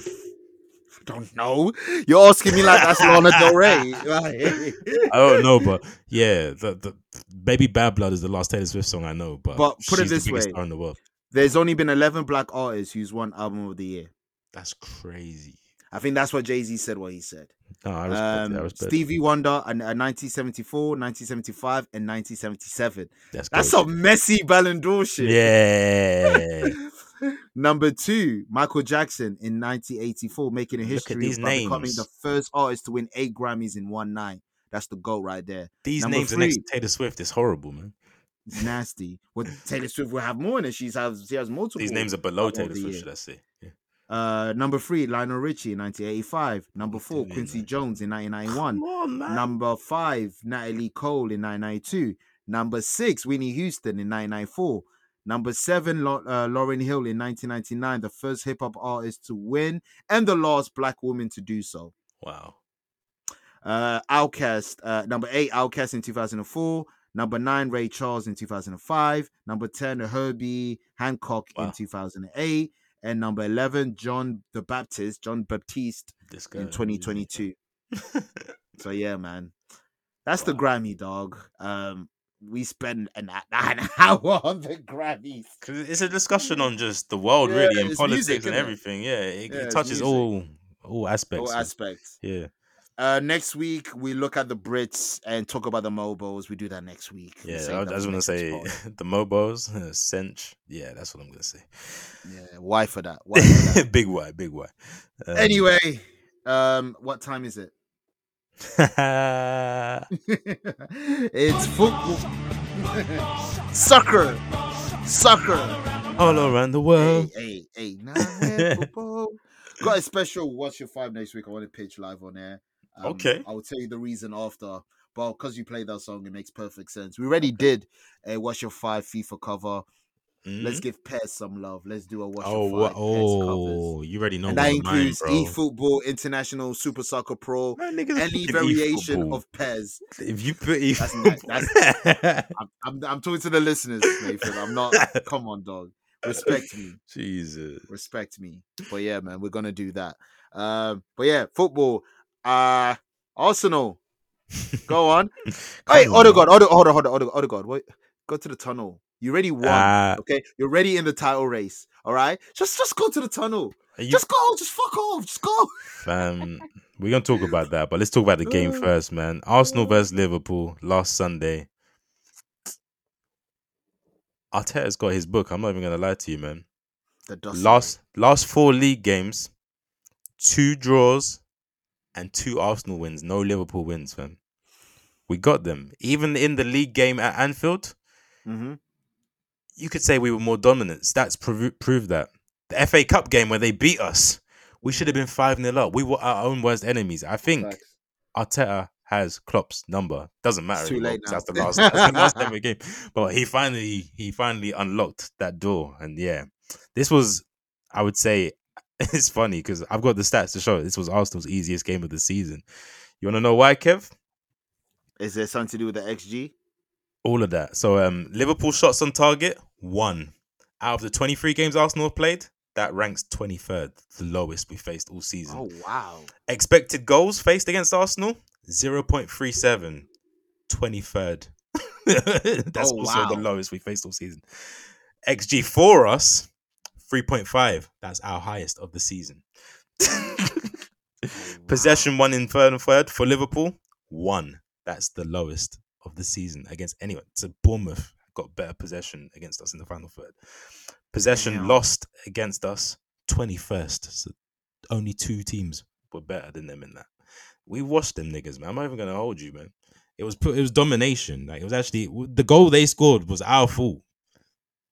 B: Don't know. You're asking me like that's Lana Del Rey. Like,
C: I don't know, but yeah, the, the "Baby Bad Blood" is the last Taylor Swift song I know. But,
B: But put it
C: she's
B: this
C: the biggest
B: way.
C: star in the world.
B: There's only been 11 black artists who's won album of the year.
C: That's crazy.
B: I think that's what Jay Z said. What he said.
C: No, I respect
B: Um,
C: it. I respect it.
B: Stevie Wonder and uh, 1974, 1975, and 1977.
C: That's
B: That's
C: crazy.
B: some messy Ballon d'Or shit.
C: Yeah.
B: Number two, Michael Jackson in 1984, making a
C: Look at
B: history
C: these
B: by becoming
C: names.
B: the first artist to win eight Grammys in one night. That's the goal right there.
C: These
B: Number
C: names are next
B: three.
C: to Taylor Swift. It's horrible, man.
B: It's nasty. Well, Taylor Swift will have more, and she's has she has multiple.
C: These names are below
B: Album of
C: Taylor
B: the
C: Swift,
B: year.
C: should I say? Yeah.
B: Uh, number three, Lionel Richie in 1985. Number four,
C: doing,
B: Quincy
C: man?
B: Jones in 1991.
C: Come on, man.
B: Number five, Natalie Cole in 1992. Number six, Winnie Houston in 1994. Number seven, Lo- uh, Lauren Hill in 1999, the first hip hop artist to win and the last black woman to do so.
C: wow.
B: Uh, Outcast, uh, number eight, Outcast in 2004. Number nine, Ray Charles in 2005. Number 10, Herbie Hancock
C: Wow.
B: in 2008. And number 11, John the Baptist, John Baptiste
C: This guy
B: in 2022.
C: yeah,
B: So, yeah, man. That's the Grammy, dog. Um, we spent an, an hour on the Grammys.
C: 'Cause it's a discussion on just the world,
B: Yeah,
C: really, and
B: it's
C: politics
B: music,
C: and
B: innit?
C: everything. Yeah, it,
B: Yeah,
C: it
B: it's
C: touches
B: music.
C: all all aspects.
B: All
C: of-
B: aspects.
C: yeah,
B: Uh, next week we look at the Brits and talk about the mobiles. We do that next week. We
C: yeah.
B: save
C: I, I
B: that
C: just
B: for
C: want to
B: next
C: say
B: week's pod.
C: the mobiles, uh, cinch. Yeah, that's what I'm gonna say.
B: yeah, why for that? Why for that?
C: big Y, big Y. Um,
B: anyway, um, what time is it? it's football. Sucker, sucker.
C: all around the
B: Hey,
C: world.
B: hey, hey! nah, man, football. Got a special Watch Your Five next week. I want to pitch live on air. Um,
C: Okay.
B: I will tell you the reason after, but because you played that song, it makes perfect sense. We already did a Watch Your Five FIFA cover. Let's
C: Mhm.
B: give Pez some love. Let's do a watch
C: Oh,
B: oh,
C: wha-
B: five oh,
C: oh, you already know.
B: And
C: where
B: that
C: mine,
B: includes
C: bro.
B: eFootball, International, Super Soccer Pro,
C: Man, niggas
B: any
C: fucking
B: variation
C: eFootball.
B: of Pez.
C: If you put
B: That's
C: eFootball,
B: nice, I'm, I'm, I'm talking to the listeners, Nathan. I'm not. Come on, dog. Respect me.
C: Jesus.
B: Respect me. But yeah, man, we're gonna do that. Um, but yeah, football. Uh Arsenal. Go on. Hey,
C: Come on.
B: Odegaard. Ode- Hold on, hold on, Odegaard. Odegaard. Wait, go to the tunnel. You already won.
C: Ah,
B: Okay, you're ready in the title race. All right, just just go to the tunnel.
C: are you,
B: Just go. Just fuck off. Just go.
C: fam, we're gonna talk about that, but let's talk about the game
B: Oh.
C: first, man. Arsenal versus Liverpool last Sunday. Arteta's got his book. I'm not even gonna lie to you, man.
B: The dust.
C: Last last four league games, two draws, and two Arsenal wins. No Liverpool wins, man. We got them. Even in the league game at Anfield,
B: Mm-hmm.
C: you could say we were more dominant. Stats prove, prove that. The FA Cup game where they beat us, we should have been 5 0 up. We were our own worst enemies. I think Arteta has Klopp's number. Doesn't matter
B: It's too
C: anymore
B: late
C: 'cause
B: now.
C: that's the last that's the last ever game. But he finally he finally unlocked that door. And yeah, this was I would say it's funny because I've got the stats to show it. This was Arsenal's easiest game of the season. You want to know why, Kev?
B: Is there something to do with the XG?
C: All of that. So um Liverpool shots on target, one. Out of the 23 games Arsenal have played, that ranks 23rd, the lowest we faced all season.
B: Oh wow.
C: Expected goals faced against Arsenal 0.37, 23rd. That's
B: Oh,
C: also the
B: wow.
C: lowest we faced all season. XG for us 3.5. That's our highest of the season. Possession one in third and third for Liverpool one. That's the lowest of the season against anyone. So Bournemouth got better possession against us in the final third. Possession
B: Damn.
C: lost against us 21st. So only two teams were better than them in that. We watched them niggas, man. I'm not even gonna hold you, man. It was pu- it was domination. Like it was actually the goal they scored was our fault.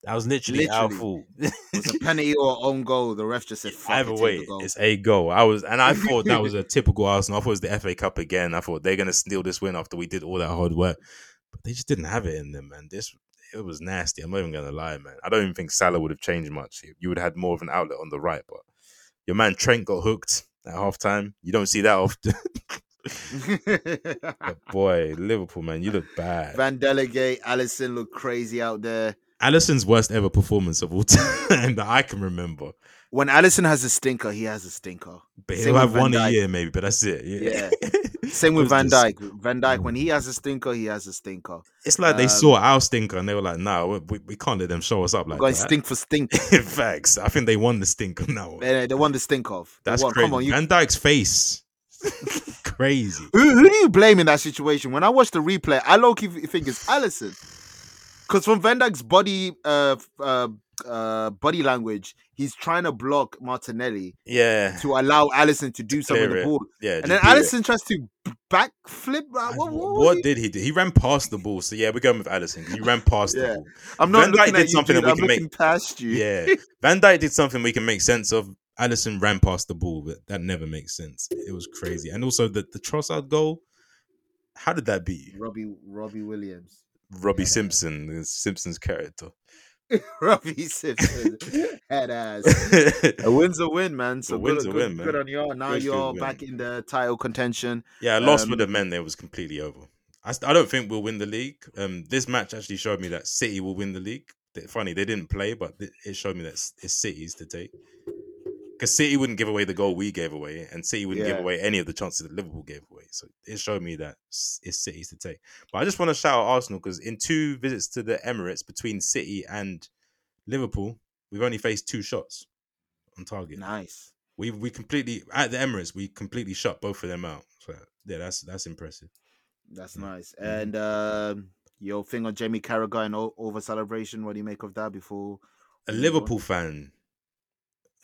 C: That was literally, our fault.
B: Literally. It's a penalty or own goal. The ref just said, "Fuck
C: Either
B: it,
C: way,
B: take the goal."
C: it's a goal. I was, and I thought that was a typical Arsenal. I thought it was the FA Cup again. I thought they're gonna steal this win after we did all that hard work, but they just didn't have it in them, man. This it was nasty. I'm not even gonna lie, man. I don't even think Salah would have changed much. You would have had more of an outlet on the right, but your man Trent got hooked at halftime. You don't see that often. but boy, Liverpool, man, you look bad.
B: Van Delegate, Allison looked crazy out there.
C: Allison's worst ever performance of all time that I can remember.
B: When Allison has a stinker, he has a stinker.
C: But
B: Same
C: he'll
B: with
C: have
B: Van
C: one a
B: Dijk.
C: year, maybe. But that's it. Yeah.
B: Same
C: It
B: with
C: was
B: Van
C: just- Mm.
B: Dyke. Van Dyke, when he has a stinker, he has a stinker.
C: It's like they
B: Um,
C: saw our stinker and they were like, "Nah, we, we, we can't let them show us up
B: We're
C: like
B: going
C: that."
B: stink for stink. Eh,
C: Facts. I think they won the stink on that one.
B: They, they want to stink off. They
C: That's
B: want-
C: crazy.
B: Come on, you
C: Van Dyke's face, crazy.
B: Who, who do you blame in that situation? When I watch the replay, I low key think it's Allison. Because from Van Dyke's body, uh, f- uh, uh, body language, he's trying to block Martinelli
C: Yeah,
B: to allow Allison to do something with
C: clear
B: the
C: it.
B: ball.
C: yeah. just
B: And then
C: beat it.
B: Allison tries to b- backflip. Uh,
C: Like,
B: What, what,
C: wh-
B: was
C: what
B: he-
C: did he do? He ran past the ball. So yeah, we're going with Allison. He ran past the
B: Yeah.
C: ball.
B: I'm not
C: Van Dijk
B: looking
C: did
B: at you,
C: something
B: dude.
C: that we
B: I'm
C: can make-
B: looking past you.
C: Yeah, Van Dyke did something we can make sense of. Allison ran past the ball, but that never makes sense. It was crazy. And also the the Trossard goal. How did that be?
B: Robbie Robbie Williams.
C: Robbie
B: Yeah.
C: Simpson, Simpson's character.
B: Robbie Simpson, head ass. A win's a win, man. So
C: win's
B: good,
C: a
B: good-
C: win, man.
B: Good on y'all. Now
C: Good, good
B: you're
C: win.
B: back in the title contention.
C: yeah, a loss
B: Um,
C: for the men there was completely over. I, st- I don't think we'll win the league. Um, this match actually showed me that City will win the league. Th- Funny, they didn't play, but th- it showed me that s- it's City's to take. Because City wouldn't give away the goal we gave away, and City wouldn't give
B: Yeah.
C: away any of the chances that Liverpool gave away. So it showed me that s- it's City's to take. But I just want to shout out Arsenal because in two visits to the Emirates between City and Liverpool, we've only faced two shots on target.
B: Nice.
C: We we completely at the Emirates we completely shut both of them out. So yeah, that's that's impressive.
B: That's
C: Mm.
B: nice.
C: Mhm.
B: And um, your thing on Jamie Carragher and o- over celebration. What do you make of that? Before
C: A
B: Yeah.
C: Liverpool fan.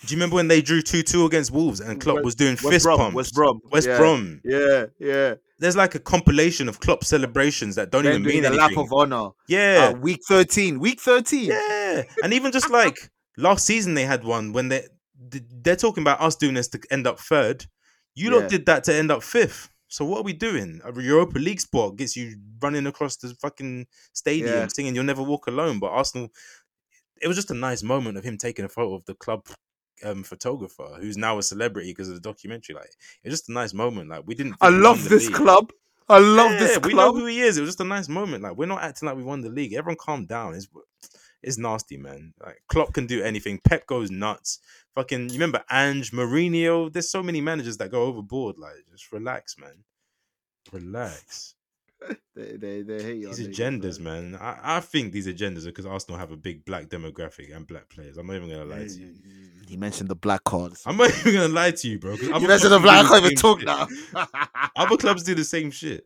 C: Do you remember when they drew two two against Wolves and Klopp
B: West-
C: was doing
B: West
C: fist
B: Brom,
C: pumps?
B: West Brom,
C: West
B: yeah.
C: Brom.
B: Yeah, yeah.
C: There's like a compilation of Klopp celebrations that don't
B: Then
C: even
B: doing
C: mean
B: the lap
C: anything.
B: of honor.
C: yeah,
B: Uh, week thirteen. Week thirteen.
C: yeah. And even just like last season, they had one when they th- they're talking about us doing this to end up third. You lot
B: Yeah.
C: did that to end up fifth. So what are we doing? A Europa League spot gets you running across the fucking stadium
B: Yeah.
C: singing "You'll Never Walk Alone." But Arsenal, it was just a nice moment of him taking a photo of the club um, photographer, who's now a celebrity because of the documentary. Like it was just a nice moment. Like we didn't.
B: I
C: think we
B: love
C: won the
B: this
C: league.
B: club. I love this
C: Yeah,
B: club.
C: We know who he is. It was just a nice moment. Like we're not acting like we won the league. Everyone calm down. It's it's nasty, man. Like Klopp can do anything. Pep goes nuts. Fucking you remember Ange Mourinho? There's so many managers that go overboard. Like just relax, man. Relax.
B: They they they hate
C: These
B: on niggas,
C: agendas, man. I, I think these agendas are because Arsenal have a big black demographic and black players. I'm not even gonna lie to you.
B: He mentioned the black cards.
C: I'm not even gonna lie to you, bro. 'cause other
B: you mentioned the
C: clubs do
B: black
C: the
B: cards. Even
C: same
B: talk
C: shit.
B: now.
C: Other clubs do the same shit.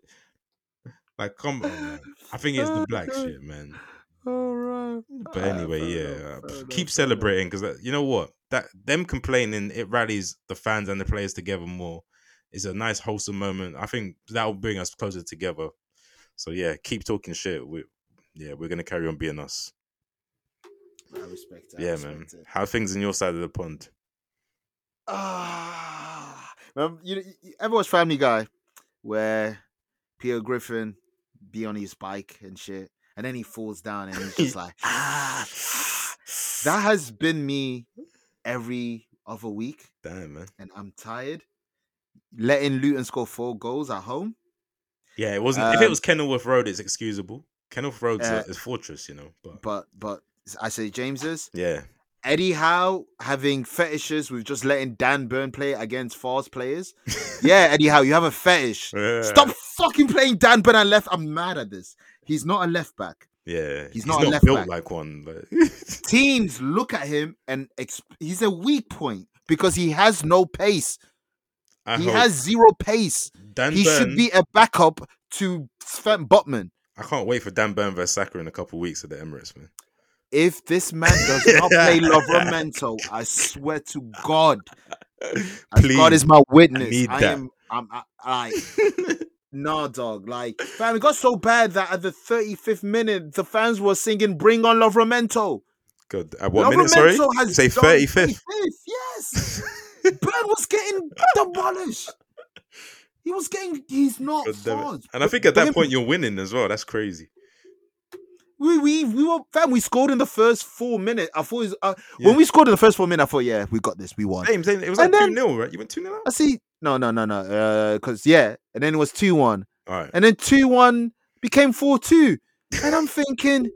C: Like, come on, man. I think it's
B: Oh,
C: the black shit, man.
B: All right.
C: But anyway, yeah, uh, keep celebrating because you know what? That them complaining it rallies the fans and the players together more. It's a nice wholesome moment. I think that will bring us closer together. So yeah, keep talking shit. We, yeah, we're gonna carry on being us.
B: I respect it. I
C: yeah, man.
B: respect it.
C: How are things in your side of the pond?
B: Ah, remember, you, you ever watch Family Guy, where Peter Griffin be on his bike and shit, and then he falls down and he's just like, ah, that has been me every other week,
C: Damn, man.
B: and I'm tired. Letting Luton score four goals at home.
C: Yeah, it wasn't. if it
B: Um,
C: was Kenilworth Road, it's excusable. Kenilworth Road's
B: Uh,
C: a, is fortress, you know. But,
B: but but I say James's
C: yeah,
B: Eddie Howe having fetishes with just letting Dan Burn play against fast players. yeah, Eddie Howe, you have a fetish. Stop fucking playing Dan Burn at left. I'm mad at this. He's not a left back.
C: Yeah,
B: He's not a left
C: built
B: back.
C: like one. But
B: Teams look at him and exp- he's a weak point because he has no pace.
C: I
B: he
C: hope
B: has zero pace.
C: Dan
B: he
C: Burn-
B: should be a backup to Sven Botman.
C: I can't wait for Dan Burn versus Saka in a couple weeks at the Emirates, man.
B: If this man does not play Lovramento, I swear to God, As
C: Please.
B: God is my witness. I,
C: need that.
B: am. I'm. I, I nah, dog. Like, fam, it got so bad that at the 35th minute, the fans were singing "Bring on Lovramento."
C: God, at uh, what minute? Sorry,
B: Lovramento has
C: say
B: done
C: thirty fifth.
B: 35th, Yes, Bird was getting demolished. He was getting. He's not fast.
C: And I think at that point you're winning as well. That's crazy.
B: We we we were fam. We scored in the first four minutes. I thought it was, uh,
C: Yeah.
B: when we scored in the first four minutes, I thought, yeah, we got this. We won.
C: Same, same. It was like
B: And
C: two
B: then-
C: 0 right? You went two 0
B: I see. No, no, no, no. Uh, because yeah, and then it was two one.
C: All right.
B: And then 2 1 became 4 2. And I'm thinking,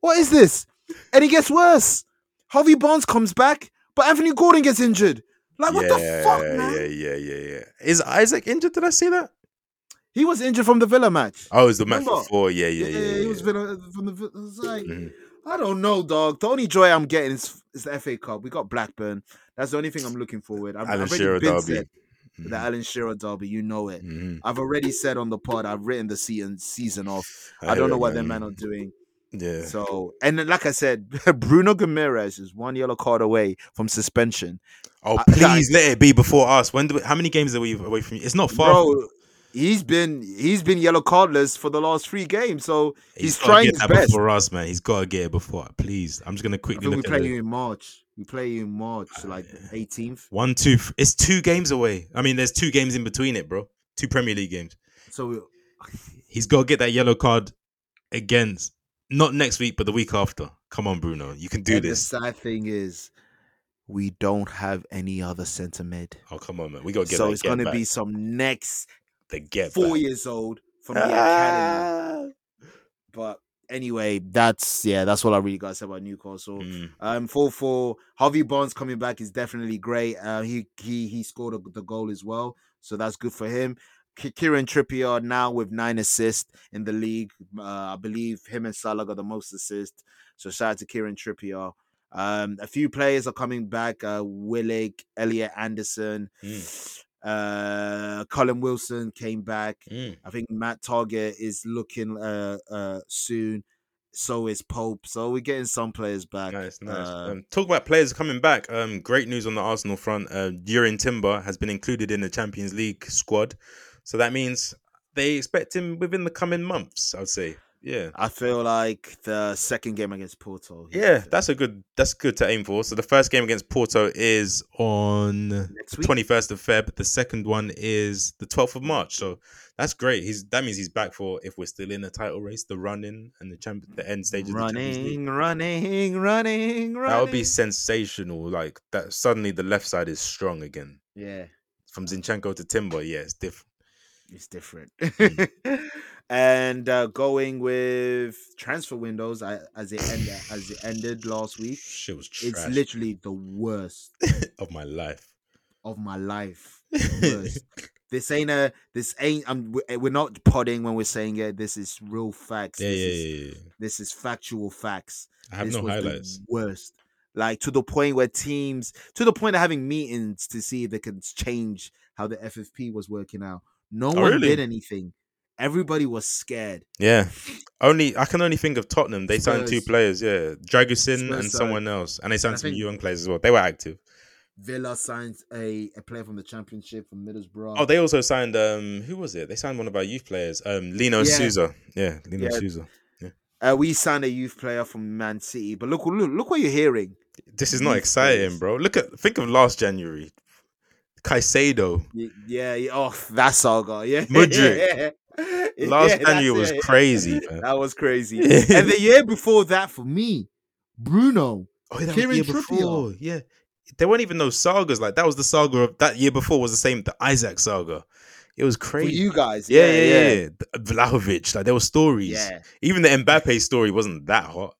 B: what is this? And it gets worse. Harvey Barnes comes back, but Anthony Gordon gets injured. Like, what the fuck, man?
C: Yeah, yeah, yeah, yeah. Is Isaac injured? Did I see that?
B: He was injured from the Villa match.
C: Oh, it was the match
B: Remember?
C: before. Yeah, yeah, yeah. yeah,
B: he was
C: yeah.
B: Villa, uh, from the Villa. it was like,
C: Mhm.
B: I don't know, dog. The only joy I'm getting is, is the FA Cup. We got Blackburn. That's the only thing I'm looking forward. I've,
C: Alan
B: I've
C: Shearer
B: already been
C: derby. Mm-hmm.
B: said the Alan Shearer derby. You know it.
C: Mhm.
B: I've already said on the pod. I've written the season season off. I,
C: hear
B: don't know
C: it,
B: what them man are doing.
C: Yeah.
B: So, and then, like I said, Bruno Gomes is one yellow card away from suspension.
C: Oh,
B: I-
C: please let it be before us. When do we, how many games are we away from you? It's not far.
B: Bro, he's been he's been yellow cardless for the last three games, so he's,
C: gotta
B: trying
C: get
B: his
C: that
B: best.
C: before us, man. He's got to get it before. Please, I'm just gonna
B: I
C: quickly
B: think we
C: look at
B: play
C: it. Ah,
B: you in March. We play you in March, so like eighteenth.
C: One, two. th- It's two games away. I mean, there's two games in between it, bro. Two Premier League games.
B: So we,
C: He's got to get that yellow card against not next week, but the week after, Come on, Bruno. You can do
B: and
C: this.
B: The sad thing is, we don't have any other centre mid.
C: Oh, come on, man. We got to get
B: so
C: that
B: it's
C: get
B: going to
C: back.
B: be some next
C: the get
B: four
C: back.
B: years old from the academy. But anyway, that's yeah, that's what I really got to say about Newcastle.
C: Mm,
B: Um, four four. Harvey Barnes coming back is definitely great. Uh, he he he scored a, the goal as well, so that's good for him. Ki- Kieran Trippier now with nine assists in the league. Uh, I believe him and Salah got the most assists. So shout out to Kieran Trippier. Um, a few players are coming back. Uh, Willick, Elliot Anderson, uh, Colin Wilson came back.
C: mm.
B: I think Matt Target is looking uh, uh, soon. So is Pope. So we're getting some players back.
C: Nice, nice.
B: Uh,
C: um, talk about players coming back. Um, great news on the Arsenal front. Uh, Durin Timber has been included in the Champions League squad, so that means they expect him within the coming months. I'd say, yeah,
B: I feel like the second game against Porto. he
C: yeah.
B: did it.
C: That's a good. That's good to aim for. So the first game against Porto is on
B: next week.
C: twenty first of Feb. The second one is the twelfth of March. So that's great. He's that means he's back for if we're still in the title race, the running and the champ, the end stages. of the Champions League.
B: running, running, running, running.
C: That would be sensational. Like that suddenly the left side is strong again.
B: yeah.
C: From Zinchenko to Timber, yeah, it's different.
B: It's different.
C: Hmm.
B: and uh, going with transfer windows I, as it end, as it ended last week,
C: Shit was trash
B: it's literally the worst
C: of my life.
B: of my life. The worst. this ain't a this ain't um, we- we're not podding when we're saying it. This is real facts.
C: Yeah, yeah,
B: this, is,
C: yeah, yeah, yeah.
B: this is factual facts.
C: I have
B: this
C: no
B: was
C: highlights.
B: The worst. Like to the point where teams, to the point of having meetings to see if they can change how the FFP was working out. No
C: Oh,
B: one
C: really?
B: did anything. Everybody was scared.
C: Yeah. Only I can only think of Tottenham. They signed two
B: Spurs.
C: players, yeah. Dragusin
B: Spurs
C: and
B: side.
C: someone else. And they signed
B: I
C: some
B: think-
C: young players as well. They were active.
B: Villa signed a, a player from the championship from Middlesbrough.
C: Oh, they also signed um who was it? They signed one of our youth players. Um Lino
B: Yeah.
C: Souza. Yeah, Lino
B: Yeah.
C: Souza.
B: uh, we signed a youth player from Man City. But look, look, look what you're hearing.
C: This is not
B: Youth
C: exciting,
B: players.
C: bro. Look at think of last January. Caicedo.
B: Y- Yeah, yeah oh, that saga. Yeah,
C: Mudryk.
B: Yeah,
C: Last
B: that's
C: January was
B: it.
C: crazy, man.
B: That was crazy. and the year before that for me, Bruno.
C: Oh, that
B: Kieran
C: was the year
B: Trippier.
C: before. Yeah, there weren't even no sagas. Like that was the saga of that year before was the same. The Isaac saga. It was
B: For
C: crazy.
B: you guys,
C: yeah, yeah, yeah, The- uh, Vlahovic. Like there were stories.
B: Yeah.
C: Even the Mbappe story wasn't that hot.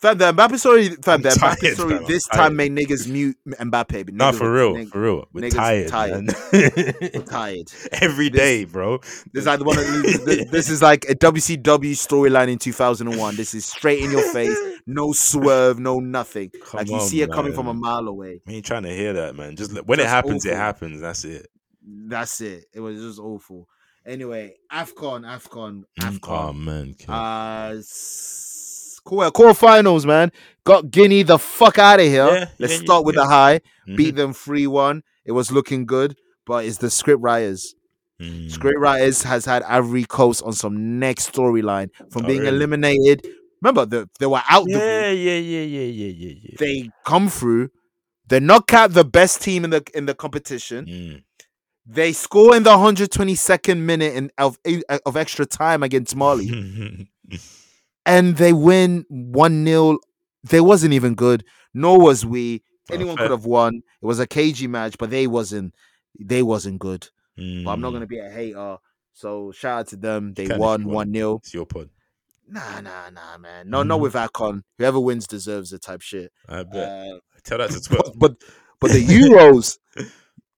B: Fam, the Mbappe story, fam,
C: I'm
B: the Mbappe
C: tired,
B: story
C: fam, I'm
B: this
C: tired.
B: time made niggas mute Mbappe. but
C: Nah,
B: niggas
C: for
B: were-
C: real,
B: niggas
C: for real. We're
B: niggas
C: tired,
B: tired. were
C: man.
B: tired.
C: Every
B: This-
C: day, bro.
B: This is like one of the- this, this is like a WCW storyline in 2001. This is straight in your face, no swerve, no nothing.
C: Come
B: like you
C: on,
B: see it coming from a
C: man.
B: mile away.
C: We ain't trying to hear that, man. Just let- when it
B: Just
C: happens, it
B: awful.
C: happens. That's it.
B: That's it. It was just awful. Anyway, Afcon, Afcon,
C: Oh
B: Afcon.
C: man, Ken.
B: Uh, s- quarter quarterfinals, man. Got Guinea the fuck out of here.
C: Yeah,
B: Let's
C: yeah, yeah,
B: start with
C: yeah.
B: the high.
C: Mhm.
B: Beat them three one. It was looking good, but it's the script writers.
C: Mm.
B: Script writers has had Ivory Coast on some next storyline from
C: Oh,
B: being
C: really?
B: eliminated. Remember, the, they were out the group.
C: Yeah, yeah, yeah, yeah, yeah, yeah, yeah.
B: They come through. They knock out the best team in the in the competition.
C: Mm.
B: They score in the 122nd minute in, of e, uh, of extra time against Mali.
C: Mm-hmm.
B: and they win 1 0. They wasn't even good, nor was we.
C: Oh,
B: Anyone
C: fair.
B: could have won. It was a cagey match, but they wasn't they wasn't good. But I'm not
C: Mm.
B: gonna be a hater. So shout out to them. They
C: can if
B: won
C: you want.
B: 1 0.
C: It's your pod.
B: Nah, nah, nah, man. No, not
C: Mhm.
B: with Akon. Whoever wins deserves it type shit.
C: I bet.
B: Uh,
C: Tell that to Twitter.
B: but, but but the Euros,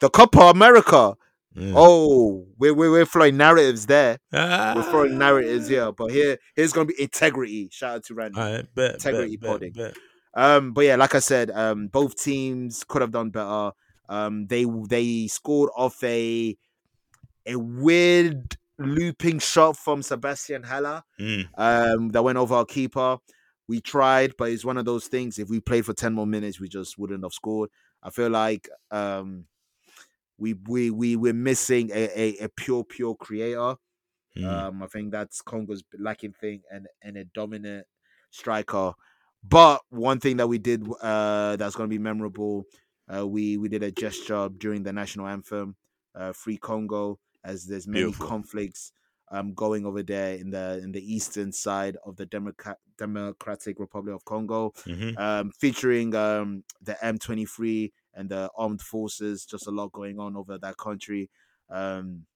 B: the Copa America.
C: Yeah.
B: Oh, we're, we're we're throwing narratives there. We're
C: Mm. Ah.
B: throwing narratives here. But here here's gonna be integrity. Shout out to Randy.
C: I bet.
B: Integrity
C: Integrity bet,
B: podding.
C: bet, bet.
B: Um, but yeah, like I said, um, both teams could have done better. Um, they they scored off a a weird looping shot from Sebastian Haller
C: Mm.
B: um, that went over our keeper. We tried, but it's one of those things. If we played for ten more minutes, we just wouldn't have scored. I feel like um, we we we we're missing a, a, a pure pure creator.
C: Mm.
B: Um, I think that's Congo's lacking thing and and a dominant striker. But one thing that we did uh, that's going to be memorable, uh, we we did a gesture during the national anthem, uh, "Free Congo," as there's many
C: Beautiful.
B: conflicts um, going over there in the in the eastern side of the Democrat, Democratic Republic of Congo,
C: Mm-hmm.
B: um, featuring um, the M23 and the armed forces. Just a lot going on over that country. Um,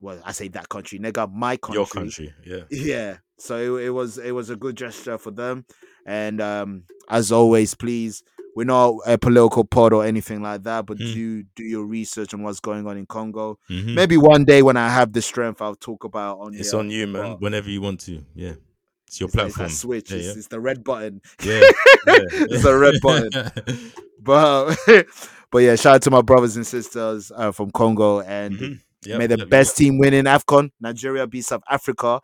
B: well, I say that country, nigga, my
C: Your country, yeah.
B: yeah so it, it was it was a good gesture for them and um as always please we're not a political pod or anything like that but
C: Mm.
B: do do your research on what's going on in congo
C: Mhm.
B: maybe one day when i have the strength i'll talk about it on
C: It's
B: here.
C: on you, man.
B: Well,
C: Whenever you want to, yeah. It's your
B: it's, it's
C: platform.
B: that switch
C: Yeah,
B: it's,
C: yeah.
B: it's the red button
C: Yeah, yeah.
B: It's a red button. but but yeah shout out to my brothers and sisters uh, from congo and
C: Mhm. Yep,
B: May the
C: yep, yep.
B: best team win in AFCON. Nigeria beat South Africa.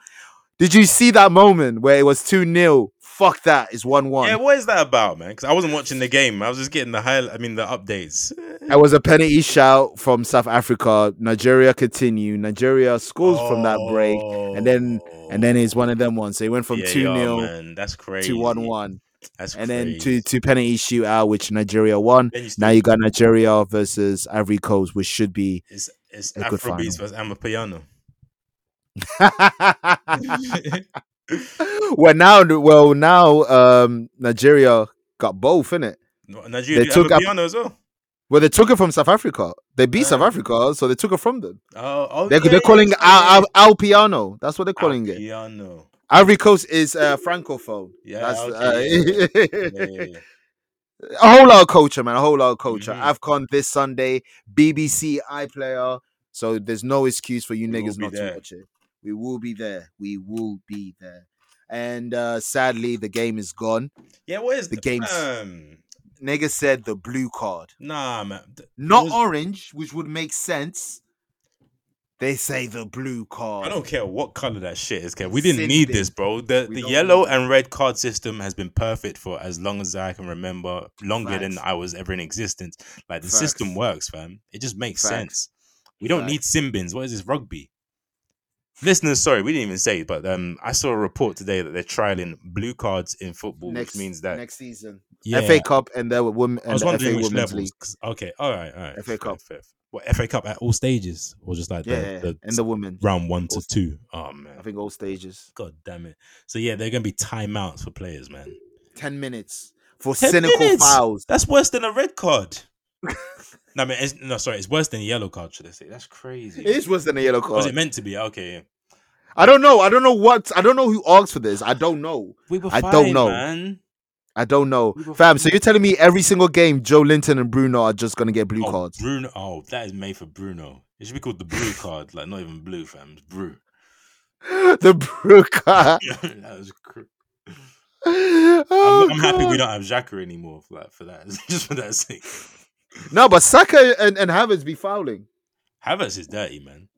B: Did you see that moment where it was 2 0? Fuck that. It's 1 1.
C: Yeah, what is that about, man? Because I wasn't watching the game. I was just getting the high. I mean, the updates.
B: It was a penalty shout from South Africa. Nigeria continue. Nigeria scores from that break. and then- And then it's one of them ones. So it went from 2 0
C: man. That's crazy.
B: to 1 1.
C: That's
B: And
C: crazy.
B: then to, to penalty shootout, which Nigeria won.
C: Then you still,
B: Now you got Nigeria versus Ivory Coast, which should be.
C: it's it's
B: a good
C: Afrobeats versus Amapiano.
B: well, now, well, now um, Nigeria got both, innit?
C: No, Nigeria
B: They
C: do
B: took up-
C: Amapiano as well.
B: Well, they took it from South Africa. They beat South
C: Ah.
B: Africa, so they took it from them.
C: Oh, oh
B: They're,
C: yeah,
B: they're calling it
C: yeah,
B: Al, Al, Al Piano. That's what they're calling it.
C: Amapiano.
B: Ivory Coast is uh, francophone.
C: Yeah,
B: That's
C: okay,
B: uh,
C: Yeah, yeah, yeah.
B: a whole lot of culture, man. A whole lot of culture.
C: Mhm.
B: Afcon this Sunday, BBC iPlayer. So there's no excuse for you
C: We will
B: niggas
C: be
B: not
C: there.
B: to watch it. We will be there. We will be there. And uh, sadly, the game is gone.
C: Yeah, what is
B: The
C: th-
B: game's-
C: Um,
B: Nigga said the blue card.
C: nah, man. Th-
B: not
C: was-
B: orange, which would make sense. They say the blue card.
C: I don't care what color that shit is. Kev. We didn't
B: Sin
C: need
B: bin.
C: this, bro. The
B: We
C: the
B: don't
C: yellow
B: need it.
C: and red card system has been perfect for as long as I can remember, longer than
B: Facts.
C: I was ever in existence. Like the
B: Facts.
C: system works, fam. It just makes
B: Facts.
C: sense. We don't need sin bins. What is this rugby? Listeners, sorry, we didn't even say, it, but um, I saw a report today that they're trialing blue cards in football,
B: next
C: which means that
B: next season,
C: yeah,
B: FA Cup and the women
C: I
B: and
C: was
B: the
C: wondering
B: FA
C: which
B: Women's
C: levels.
B: League.
C: 'cause- Okay, all right, all right.
B: FA Cup.
C: fair. What FA Cup at all stages, or just like
B: Yeah,
C: the, the
B: and the women.
C: round one to
B: all-
C: two? Oh man,
B: I think all stages.
C: God damn it. So yeah, they're gonna be timeouts for players, man.
B: Ten minutes for
C: 10
B: cynical
C: minutes?
B: fouls.
C: That's worse than a red card. no, I mean, it's, no, sorry, it's worse than a yellow card. Should I say? That's crazy.
B: It is worse than a yellow
C: Was
B: card.
C: it meant to be? Okay. yeah.
B: I don't know. I don't know what. I don't know who asked for this. I don't know.
C: We were
B: I
C: fine,
B: don't know.
C: man.
B: I don't know,
C: We were
B: fam. So
C: fine.
B: you're telling me every single game, Joe Linton and Bruno are just gonna get blue
C: oh,
B: cards?
C: Bruno. Oh, that is made for Bruno. It should be called the blue card. Like not even blue, fam. It's brew.
B: the blue card.
C: that was cr-
B: Oh,
C: I'm, I'm happy
B: God.
C: we don't have Xhaka anymore for that. For that, just for that sake.
B: No, but Saka and, and Havertz be fouling.
C: Havertz is dirty, man.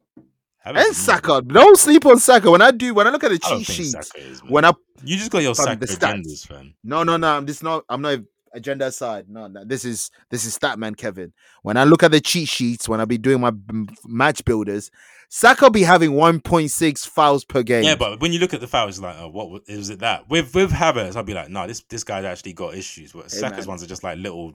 C: Havertz
B: And
C: is dirty.
B: Saka. Don't sleep on Saka. When I do, when I look at the
C: I don't
B: cheat
C: think
B: sheets,
C: Saka is. Man.
B: when I
C: you just got your
B: from
C: Saka
B: the stats.
C: agendas, fam.
B: no no no, I'm just not I'm not agenda aside. No, no, this is this is Statman Kevin. When I look at the cheat sheets, when I be doing my b- match builders, Saka be having 1.6 fouls per game.
C: Yeah, but when you look at the foul, it's like, oh, what was, is it that with with Havertz? I'd be like, no, this this guy's actually got issues. But
B: Hey,
C: Saka's
B: man.
C: ones are just like little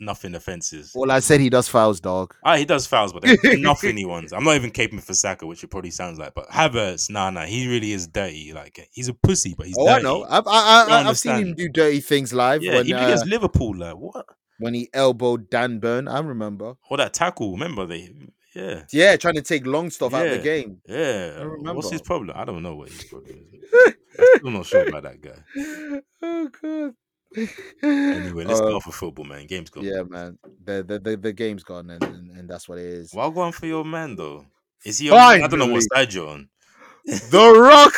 C: nothing offenses.
B: all I said he does fouls, dog.
C: Ah, he does fouls, but they're nothing he wants. I'm not even caping for Saka, which it probably sounds like. But Havertz, nah, nah, he really is dirty. Like he's a pussy, but he's
B: oh,
C: dirty.
B: I know. I've I,
C: You
B: I,
C: don't
B: I, I've seen him
C: understand.
B: do dirty things live
C: Yeah,
B: when
C: even
B: uh,
C: against Liverpool, like what?
B: when he elbowed Dan Burn. I remember.
C: Or that tackle? Remember they? Yeah,
B: Yeah, trying to take long stuff out of the
C: Yeah.
B: game.
C: yeah. What's his
B: remember.
C: problem? I don't know what his problem is. I'm still not sure about that guy.
B: oh god.
C: Anyway, let's
B: Uh,
C: go for football, man. Game's gone.
B: Yeah, man. The the the, the game's gone, and, and, and that's what it is.
C: Well, go on for your man though. Is he? On, I don't know what
B: Finally.
C: side you're on.
B: The Rock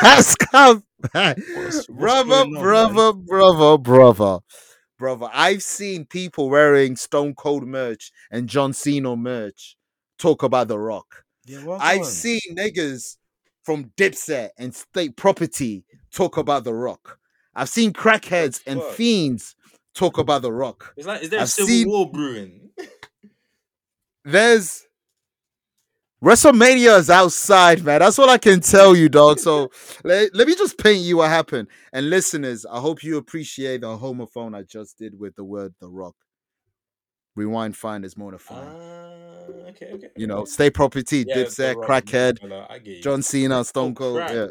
B: has come back,
C: What's- what's
B: brother,
C: going on,
B: brother, brother, brother, brother. I've seen people wearing Stone Cold merch and John Cena merch talk about The Rock.
C: Yeah, well
B: I've seen niggas from Dipset and State Property talk about The Rock. I've seen crackheads and
C: fuck?
B: fiends talk about The Rock.
C: It's like, is there
B: a I've civil seen-
C: war brewing?
B: there's WrestleMania is outside, man. That's what I can tell you, dog. So let, let me just paint you what happened. And listeners, I hope you appreciate the Ah, homophone I just did with the word The Rock. Rewind, find is more to find.
D: okay, okay.
B: You know, Stay Property,
D: Ah, Yeah,
B: Dipset,
D: Rock,
B: Crackhead,
D: Rockefeller, I get you.
B: John Cena, Stone
D: Oh,
B: Cold.
D: crack.
B: yeah.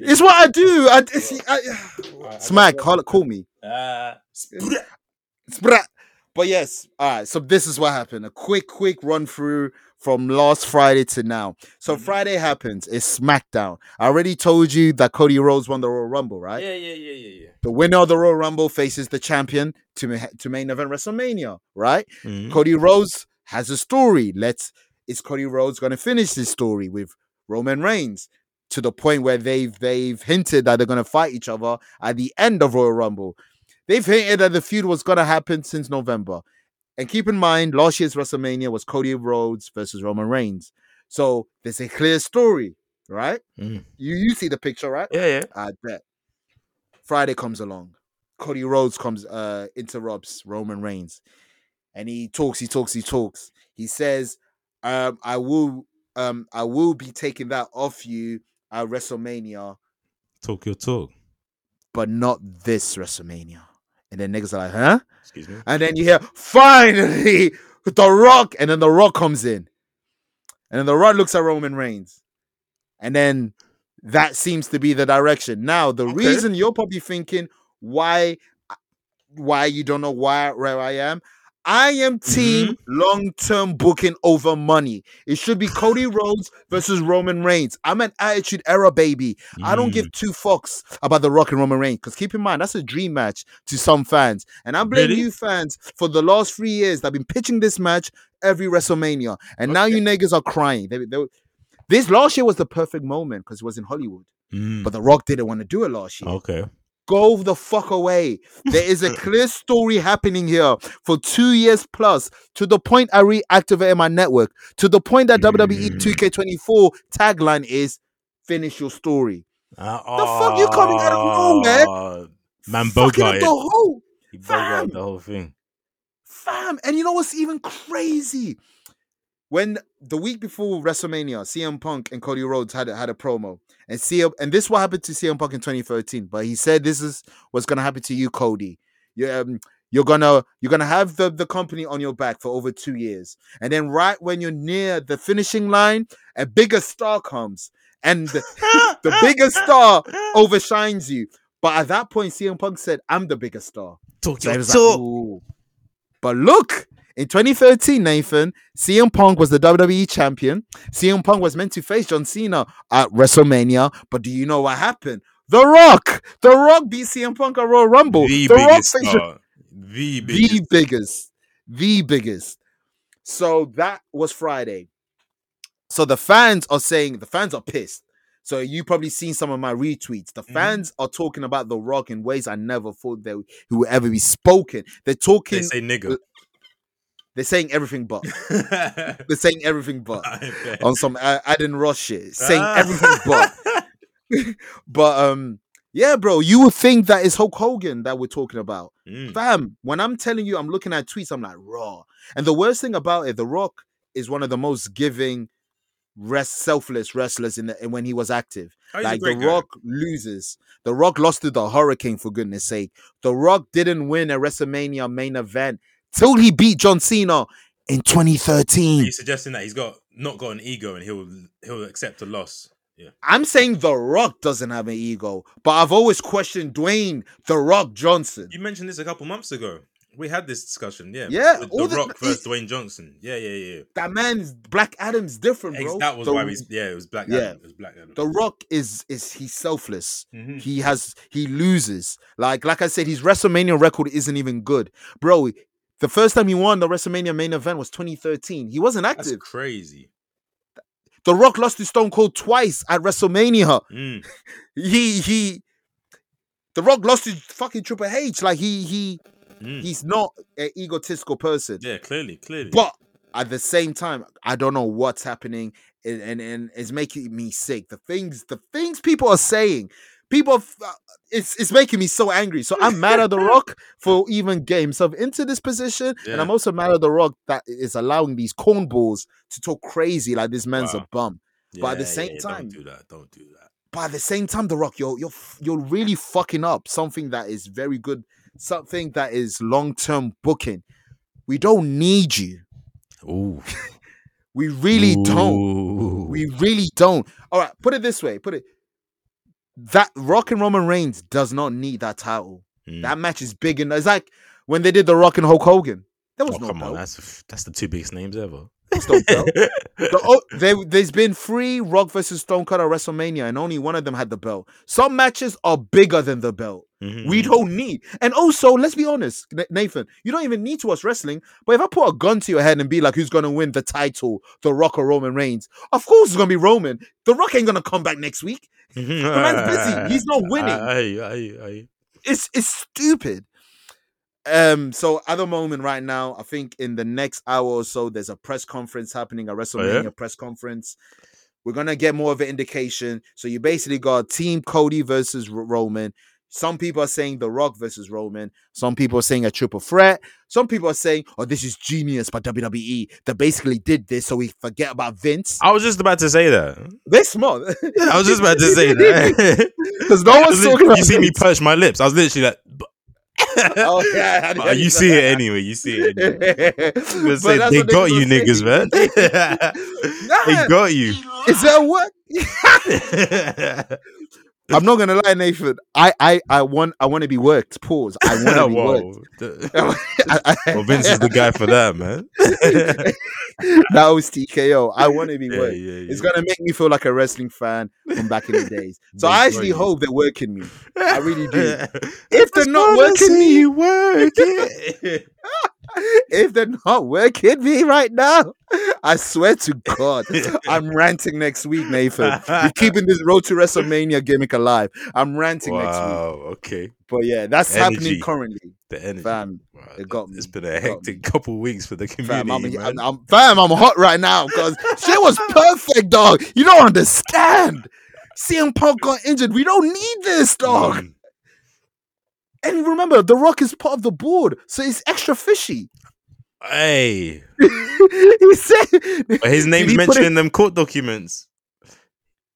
D: Yeah.
B: It's what I do. I,
D: Yeah. Alright,
B: I-
D: I got
B: smack,
D: you.
B: call, call me.
D: Uh,
B: Sprat. But yes, all right. So this is what happened. A quick, quick run through from last Friday to now. So
D: Mhm.
B: Friday happens. It's SmackDown. I already told you that Cody Rhodes won the Royal Rumble, right?
D: yeah, yeah, yeah, yeah, yeah.
B: The winner of the Royal Rumble faces the champion to ma- to main event WrestleMania, right?
C: Mm-hmm.
B: Cody Rhodes has a story. Let's is Cody Rhodes going to finish this story with Roman Reigns to the point where they've they've hinted that they're going to fight each other at the end of Royal Rumble. They've hinted that the feud was going to happen since November. And keep in mind, last year's WrestleMania was Cody Rhodes versus Roman Reigns. So there's a clear story, right?
C: Mm.
B: You you see the picture, right?
C: Yeah, yeah.
B: I bet. Friday comes along. Cody Rhodes comes, uh, interrupts Roman Reigns, and he talks, he talks, he talks. He says, um, "I will, um, I will be taking that off you at WrestleMania,
C: Talk your talk.
B: but not this WrestMania." And then niggas are like, "Huh?"
C: Excuse me.
B: And then you hear, "Finally, The Rock," and then The Rock comes in, and then The Rock looks at Roman Reigns, and then that seems to be the direction. Now, the
C: Okay.
B: reason you're probably thinking why why you don't know why where I am. I am team long term booking over money. It should be Cody Rhodes versus Roman Reigns. I'm an attitude era baby. I don't
C: Mm.
B: give two fucks about The Rock and Roman Reigns because keep in mind that's a dream match to some fans, and I blame
C: Really?
B: you fans for the last three years. They've been pitching this match every WrestleMania, and now you niggas are crying. They- they- this last year was the perfect moment because it was in Hollywood,
C: Mm. Oh.
B: but The Rock didn't want to do it last year.
C: okay.
B: Go the fuck away. There is a clear story happening here for two years plus to the point I reactivated my network, to the point that E WWE
C: Mm.
B: 2K24 tagline is finish your story. fuck you coming out of nowhere?
C: nowhere? Ah,
B: Fucking
C: Man,
B: up
C: Bogart
B: the
C: it.
B: whole
C: He bogarted
B: Fam!
C: the whole thing.
B: fam. And you know what's even crazy? When the week before WrestleMania, CM Punk and Cody Rhodes had a, had a promo, and CM and this what happened to CM Punk in 2013. But he said this is what's gonna happen to you, Cody. You, um, you're gonna you're gonna have the, the company on your back for over two years, and then right when you're near the finishing line, a bigger star comes, and the, the bigger star overshines you. But at that point, CM Punk said, "I'm the biggest star."
C: Talk
B: So it
C: your
B: was like,
C: talk.
B: ooh. But look, in 2013, Nathan, CM Punk was the WWE champion. CM Punk was meant to face John Cena at WrestleMania. But do you know what happened? The Rock! The Rock beat CM Punk at Royal Rumble.
C: The
B: Rock
C: biggest
B: faced-
C: star. The biggest.
B: the biggest, the biggest. So that was Friday. So the fans are saying the fans are pissed. So you probably seen some of my retweets. The
C: Mm-hmm.
D: Mhm.
B: fans are talking about The Rock in ways I never thought they he would ever be spoken. They're talking.
C: They say nigga.
B: They are saying everything but. They're saying everything but on some uh, Aden Ross shit. Saying
C: Ah.
B: everything but. But um, yeah, bro, you would think that it's Hulk Hogan that we're talking about.
C: Mm.
B: Fam, when I'm telling you, I'm looking at tweets, I'm like, raw. And the worst thing about it, The Rock is one of the most giving, rest, selfless wrestlers in the, when he was active.
D: Oh, he's a
B: like, The
D: great guy.
B: Rock loses. The Rock lost to The Hurricane, for goodness sake. The Rock didn't win a WrestleMania main event till he beat John Cena in 2013.
C: Are you suggesting that he's got not got an ego and he'll he'll accept a loss? Yeah.
B: I'm saying The Rock doesn't have an ego, but I've always questioned Dwayne The Rock Johnson.
C: You mentioned this a couple months ago. We had this discussion. Yeah.
B: Yeah,
C: with
B: all
C: The
B: the-
C: Rock versus Dwayne Johnson. Yeah, yeah, yeah.
B: That man's Black Adam's different,
C: Ex-
B: bro.
C: that was
B: The-
C: why we. Yeah, it was Black.
B: Yeah.
C: Adam. It was Black. Adam.
B: The Rock is is he's selfless.
C: Mhm.
B: He has he loses. Like like I said, his WrestleMania record isn't even good, bro. The first time he won the WrestleMania main event was 2013. He wasn't
C: That's
B: active.
C: crazy.
B: The Rock lost to Stone Cold twice at WrestleMania.
C: Mm.
B: He he. The Rock lost to fucking Triple H. Like he he
C: Mm.
B: he's not an egotistical person.
C: Yeah, clearly, clearly.
B: But at the same time, I don't know what's happening, and and, and it's making me sick. The things the things people are saying, people, f- uh, it's it's making me so angry. So I'm mad at The Rock for even getting himself into this position, and
C: Yeah.
B: I'm also mad at The Rock that is allowing these cornballs to talk crazy like this man's
C: Wow.
B: a bum. but at the
C: Yeah,
B: same
C: yeah,
B: time-
C: don't do that. Don't do that.
B: But at the same time, The Rock, you're you're f- you're really fucking up something that is very good, something that is long term booking. We don't need you.
C: Ooh. Mm.
B: We really don't.
C: Ooh.
B: We really don't. All right, put it this way. Put it that Rock and Roman Reigns does not need that title.
C: Mm.
B: That match is big enough. It's like when they did the Rock and Hulk Hogan. There was
C: Oh,
B: no
C: come on,
B: belt.
C: that's that's the two biggest names ever.
B: There's no belt. The, oh, there, there's been three Rock versus Stone Cold at WrestleMania, and only one of them had the belt. Some matches are bigger than the belt.
C: Mm-hmm.
B: We don't need. And also, let's be honest, Na- Nathan, you don't even need to watch wrestling. But if I put a gun to your head and be like, who's going to win the title, The Rock or Roman Reigns? Of course it's going to be Roman. The Rock ain't going to come back next week.
C: Mhm.
B: The man's busy. He's not winning.
C: Aye, aye, aye.
B: It's it's stupid. Um, so at the moment right now, I think in the next hour or so, there's a press conference happening, a
C: Oh,
B: WrestleMania press conference. We're gonna get more of an indication. So you basically got Team Cody versus R- Roman. Some people are saying The Rock versus Roman. Some people are saying a triple threat. Some people are saying, "Oh, this is genius by WWE. They basically did this so we forget about Vince."
C: I was just about to say that.
B: This month,
C: I was just about to say that.
B: because no one's talking about
C: you see me
B: Vince.
C: perch my lips. I was literally like, b-
B: Oh, yeah,
C: But you see it anyway. You see it. Anyway. They
B: But
C: say,
B: that's
C: they
B: what
C: got you
B: were saying.
C: niggas, man. they got you.
B: Is that what? I'm not gonna lie, Nathan. I I I want I want to be worked. Pause. I want to be worked.
C: Whoa.
B: I- I-
C: Well, Vince is the guy for that, man.
B: that was TKO. I want to be
C: Yeah,
B: worked.
C: yeah, yeah.
B: It's gonna make me feel like a wrestling fan from back in the days. So
C: They
B: I
C: got
B: actually
C: you.
B: hope they're working me. I really do.
C: That's
B: If they're not
C: what I
B: working
C: see
B: me,
C: you work it.
B: if they're not working me right now, I swear to God, I'm ranting next week, Nathan. We're keeping this Road to WrestleMania gimmick alive. I'm ranting next week.
C: wow. Okay.
B: But yeah, that's happening
C: Energy.
B: currently,
C: The energy.
B: fam.
C: Wow,
B: it got
C: It's
B: me.
C: been a
B: It got
C: hectic couple weeks for the
B: Fam, I'm,
C: community, man.
B: I'm, I'm- fam, I'm hot right now because shit was perfect, dog. You don't understand. CM Punk got injured. We don't need this, dog.
C: Mm.
B: And remember, The Rock is part of the board, so it's extra fishy.
C: Hey,
B: he said,
C: but his name's
B: he put
C: mentioned in them court documents.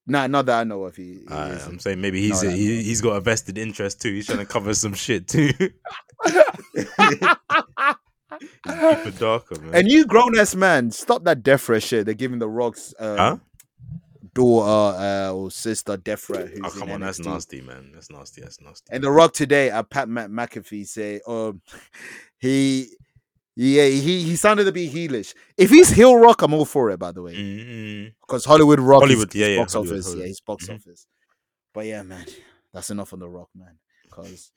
B: "Nah, not that I know of." He, he
C: Uh,
B: is.
C: I'm saying maybe he's
B: No, no,
C: he, he's got a vested interest too. He's trying to cover some shit too. Keep it darker, man.
B: and you, grown ass man, stop that death threat shit. They're giving The Rock's uh,
C: huh?
B: daughter uh, or sister death threat. Who's
C: Oh
B: in
C: come on, that's
B: NXT.
C: nasty, man. That's nasty. That's nasty.
B: And The Rock today at Pat Mac- McAfee say, um, he, yeah, he he sounded to be heelish. If he's heel Rock, I'm all for it. By the way,
C: Mm-mm.
B: because Hollywood Rock, is-
C: Mm. Hollywood,
B: is
C: yeah, yeah,
B: box
C: Hollywood,
B: office, yeah,
C: Hollywood.
B: he's box
C: Mhm.
B: office. But yeah, man, that's enough on The Rock, man. Because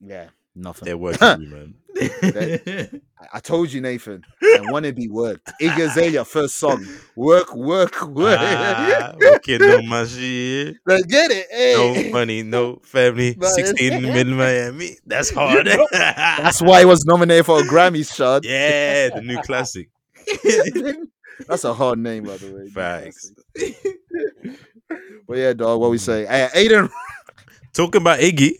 B: yeah, nothing.
C: They're working you, man.
B: I- I told you, Nathan. I want to be worked. Iggy Azalea, first song, work, work, work.
C: ah, okay, no machine,
B: Like, get it?
C: no
B: Hey.
C: money, no family.
B: But-
C: Sixteen mid Miami. That's hard.
B: You know, That's why he was nominated for a Grammy, Shad.
C: yeah, the new classic.
B: That's a hard name, by the way.
C: Facts. Mm.
B: But yeah, dog, what we say? Hey, Aiden,
C: Talking about Iggy,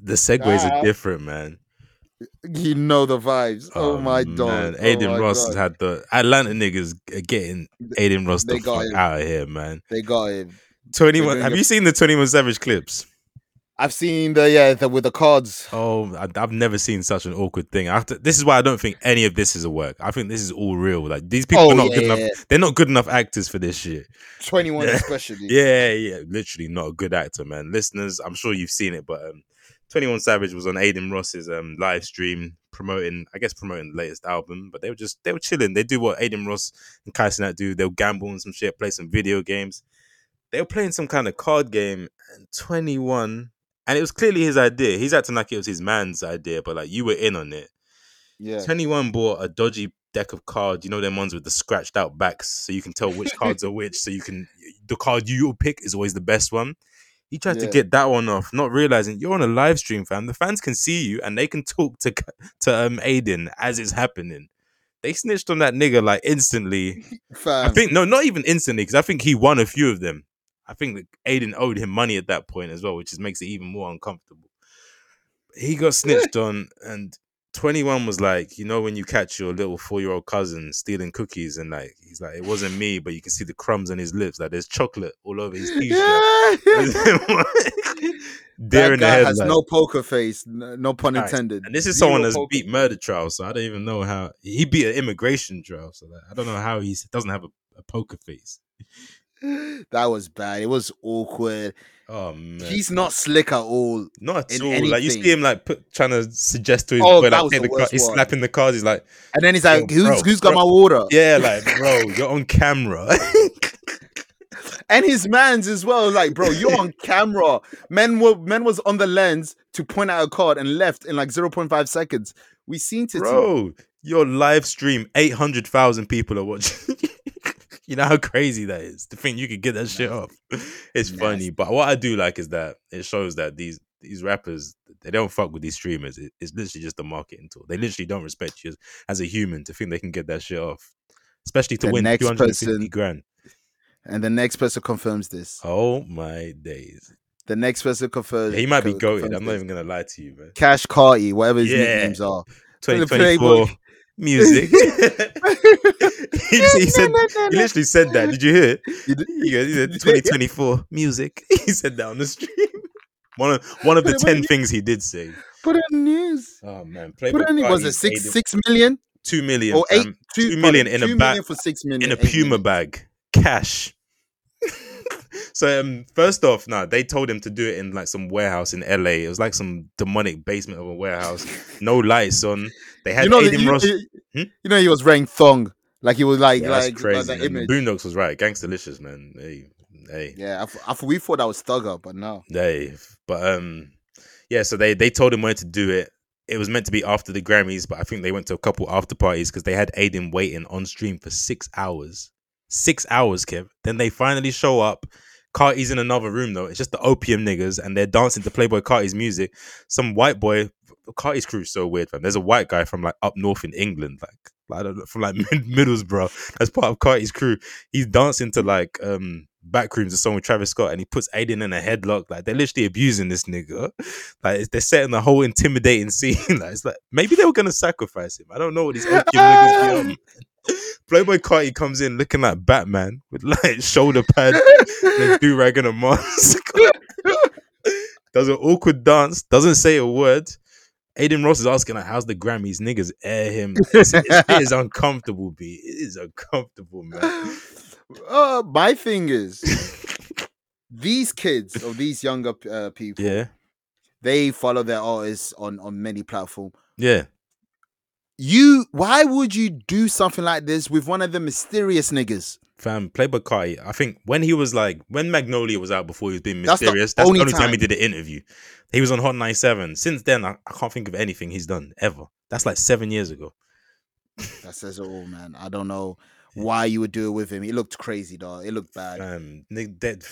C: the segues
B: Ah.
C: are different, man.
B: you know the vibes. Oh, my
C: man.
B: god.
C: Aiden
B: oh my
C: Ross
B: God.
C: has had the Atlanta niggas are getting Aiden Ross
B: They
C: the
B: got
C: fuck
B: him.
C: out of here, man.
B: They got him.
C: Twenty one.
B: doing
C: Have
B: a-
C: you seen the Twenty One Savage clips?
B: I've seen the yeah the, with the cards.
C: Oh, I, I've never seen such an awkward thing. I have to- this is why I don't think any of this is a work. I think this is all real. Like these people
B: Oh,
C: are not
B: yeah,
C: good enough.
B: yeah.
C: They're not good enough actors for this shit.
B: Twenty one
C: Yeah.
B: especially.
C: Yeah, yeah, literally not a good actor, man. Listeners, I'm sure you've seen it, but um, 21 Savage was on Aiden Ross's um live stream promoting, I guess, promoting the latest album. But they were just they were chilling. They do what Aiden Ross and Kai Sinat do. They'll gamble and some shit, play some video games. They were playing some kind of card game, and 21, and it was clearly his idea. He's acting like it was his man's idea, but like you were in on it.
B: Yeah.
C: 21 bought a dodgy deck of cards. You know them ones with the scratched out backs, so you can tell which cards are which. So you can the card you pick is always the best one. He tried to
B: Yeah.
C: get that one off, not realizing you're on a live stream, fam. The fans can see you and they can talk to to um Aiden as it's happening. They snitched on that nigga like instantly. I
B: Fam.
C: think no, not even instantly, because I think he won a few of them. I think that Aiden owed him money at that point as well, which is, makes it even more uncomfortable. He got snitched on, and 21 was like, you know, when you catch your little four year old cousin stealing cookies, and like, he's like, it wasn't me, but you can see the crumbs on his lips, like there's chocolate all over his t shirt.
B: Yeah.
C: Deer in the
B: guy has
C: headlight.
B: no poker face. No, no pun
C: Nice.
B: intended.
C: And this is
B: Zero
C: someone that's
B: poker-
C: beat murder trial, so I don't even know how he beat an immigration trial. So that, I don't know how he doesn't have a, a poker face.
B: That was bad. It was awkward.
C: Oh man,
B: He's not slick at all.
C: not at
B: in
C: all. Like you see
B: anything.
C: him like put, trying to suggest to his
B: Oh,
C: boy
B: that
C: like
B: was
C: take
B: the
C: the car.
B: worst
C: He's
B: one.
C: slapping the cars. He's like,
B: And then he's
C: Yo,
B: like, "Who's
C: bro,
B: who's got
C: bro.
B: my water?"
C: yeah, like bro, you're on camera.
B: And his man's as well. Like, bro, you're on camera. Men were men was on the lens to point out a card and left in like 0.5 seconds. We seen to
C: Bro, your live stream, 800,000 people are watching. you know how crazy that is to think you could get that shit off. It's funny, but what I do like is that it shows that these these rappers they don't fuck with these streamers. It, it's literally just a marketing tool. They literally don't respect you as, as a human to think they can get that shit off, especially to
B: The
C: win
B: next
C: 250
B: person-
C: grand.
B: And the next person confirms this.
C: Oh my days.
B: The next person confirms.
C: He might be
B: co-
C: goated.
B: confirms
C: I'm not
B: this.
C: even going to lie to you, man.
B: Cash Carty, whatever his
C: Yeah.
B: nicknames are. Play-
C: 2024 music. he, he said, he literally said that. Did you hear it?
B: You d-
C: He goes, he said 2024 music. He said that on the stream. One of one of the
B: But it
C: ten
B: was-
C: things he did say.
B: Put it on the news.
C: Oh man,
B: Put it on. Was it six six million
C: two million
B: or eight
C: fam.
B: two,
C: um, two
B: pardon,
C: million in a
B: two
C: ba-
B: million for six million
C: in a
B: eight million.
C: Puma bag, cash. so um, first off, nah, they told him to do it in like some warehouse in LA. It was like some demonic basement of a warehouse, no lights on. They had
B: You know,
C: Aiden
B: you,
C: Ross.
B: you-
C: Hmm?
B: you know he was wearing thong. Like he was like
C: Yeah,
B: like,
C: that's crazy.
B: like that
C: man.
B: image.
C: Boondocks was right. Gangstalicious, man. Hey, hey.
B: Yeah, I f- I f- we thought that was Thugger, but no.
C: Dave. But um, yeah. So they they told him when to do it. It was meant to be after the Grammys, but I think they went to a couple after parties because they had Aiden waiting on stream for six hours. Six hours, Kev. Then they finally show up. Carti's in another room though. It's just the opium niggas, and they're dancing to Playboy Carti's music. Some white boy. Carti's crew's so weird, fam. There's a white guy from like up north in England, like I don't know, from like Mid- Middlesbrough. That's part of Carti's crew he's dancing to like um backrooms or song with Travis Scott and he puts Aiden in a headlock. Like they're literally abusing this nigga. Like it's- they're setting the whole intimidating scene. like it's like maybe they were gonna sacrifice him. I don't know what these old kid niggas be on. man. Playboy Carti comes in looking like Batman with like shoulder pad and do rag and a mask. does an awkward dance, doesn't say a word. Aiden Ross is asking like, "How's the Grammys? Niggas air him. It's, it's- it is uncomfortable, b. It is uncomfortable, man."
B: uh, my thing is, these kids or these younger uh, people,
C: Yeah.
B: they follow their artists on on many platforms.
C: Yeah.
B: You, why would you do something like this with one of the mysterious niggas?
C: Fam, Playboy Carti, I think when he was like, when Magnolia was out before he was being
B: That's the
C: mysterious, that's the only,
B: only
C: time. he
B: time.
C: did an interview. He was on Hot 97. Since then, I, I can't think of anything he's done ever. That's like seven years ago.
B: That says it all, man. I don't know why you would do it with him. It looked crazy, dog. It looked bad.
C: Um, Nick, that,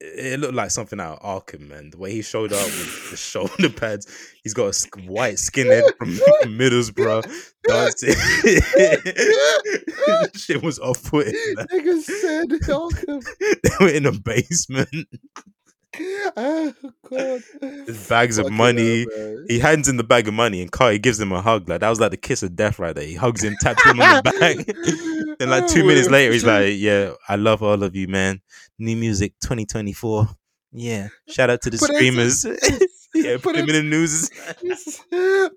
C: it looked like something out of Arkham, man. The way he showed up with the shoulder pads, he's got a sk- white skinhead from Middlesbrough dancing. Shit was off putting.
B: Niggas said Arkham.
C: They were in a basement.
B: Oh god.
C: There's bags of money. He hands in the bag of money and Cardi gives him a hug. Like that was like the kiss of death right there. He hugs him, taps him on the back. Then like
B: Oh,
C: two minutes later, he's like, "Yeah, I love all of you, man. New music 2024. Yeah, shout out to the
B: Put it-
C: streamers. yeah, put
B: put
C: him in
B: it-
C: the news.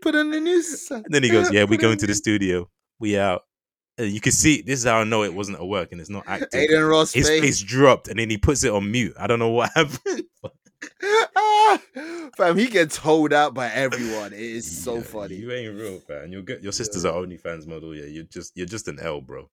B: Put on the news. son.
C: And then he goes, "Yeah, we're
B: Put
C: going
B: on
C: to the studio. We out." And you can see this is how I know it wasn't a work and it's not
B: news.
C: acting.
B: Aiden Ross
C: His
B: face.
C: face dropped and then he puts it on mute. I don't know what happened.
B: Ah! Fam, he gets holed out by everyone. It is so
C: Yeah,
B: funny.
C: You ain't real, man. Your your sister's an OnlyFans model. Yeah, you're just you're just an L, bro.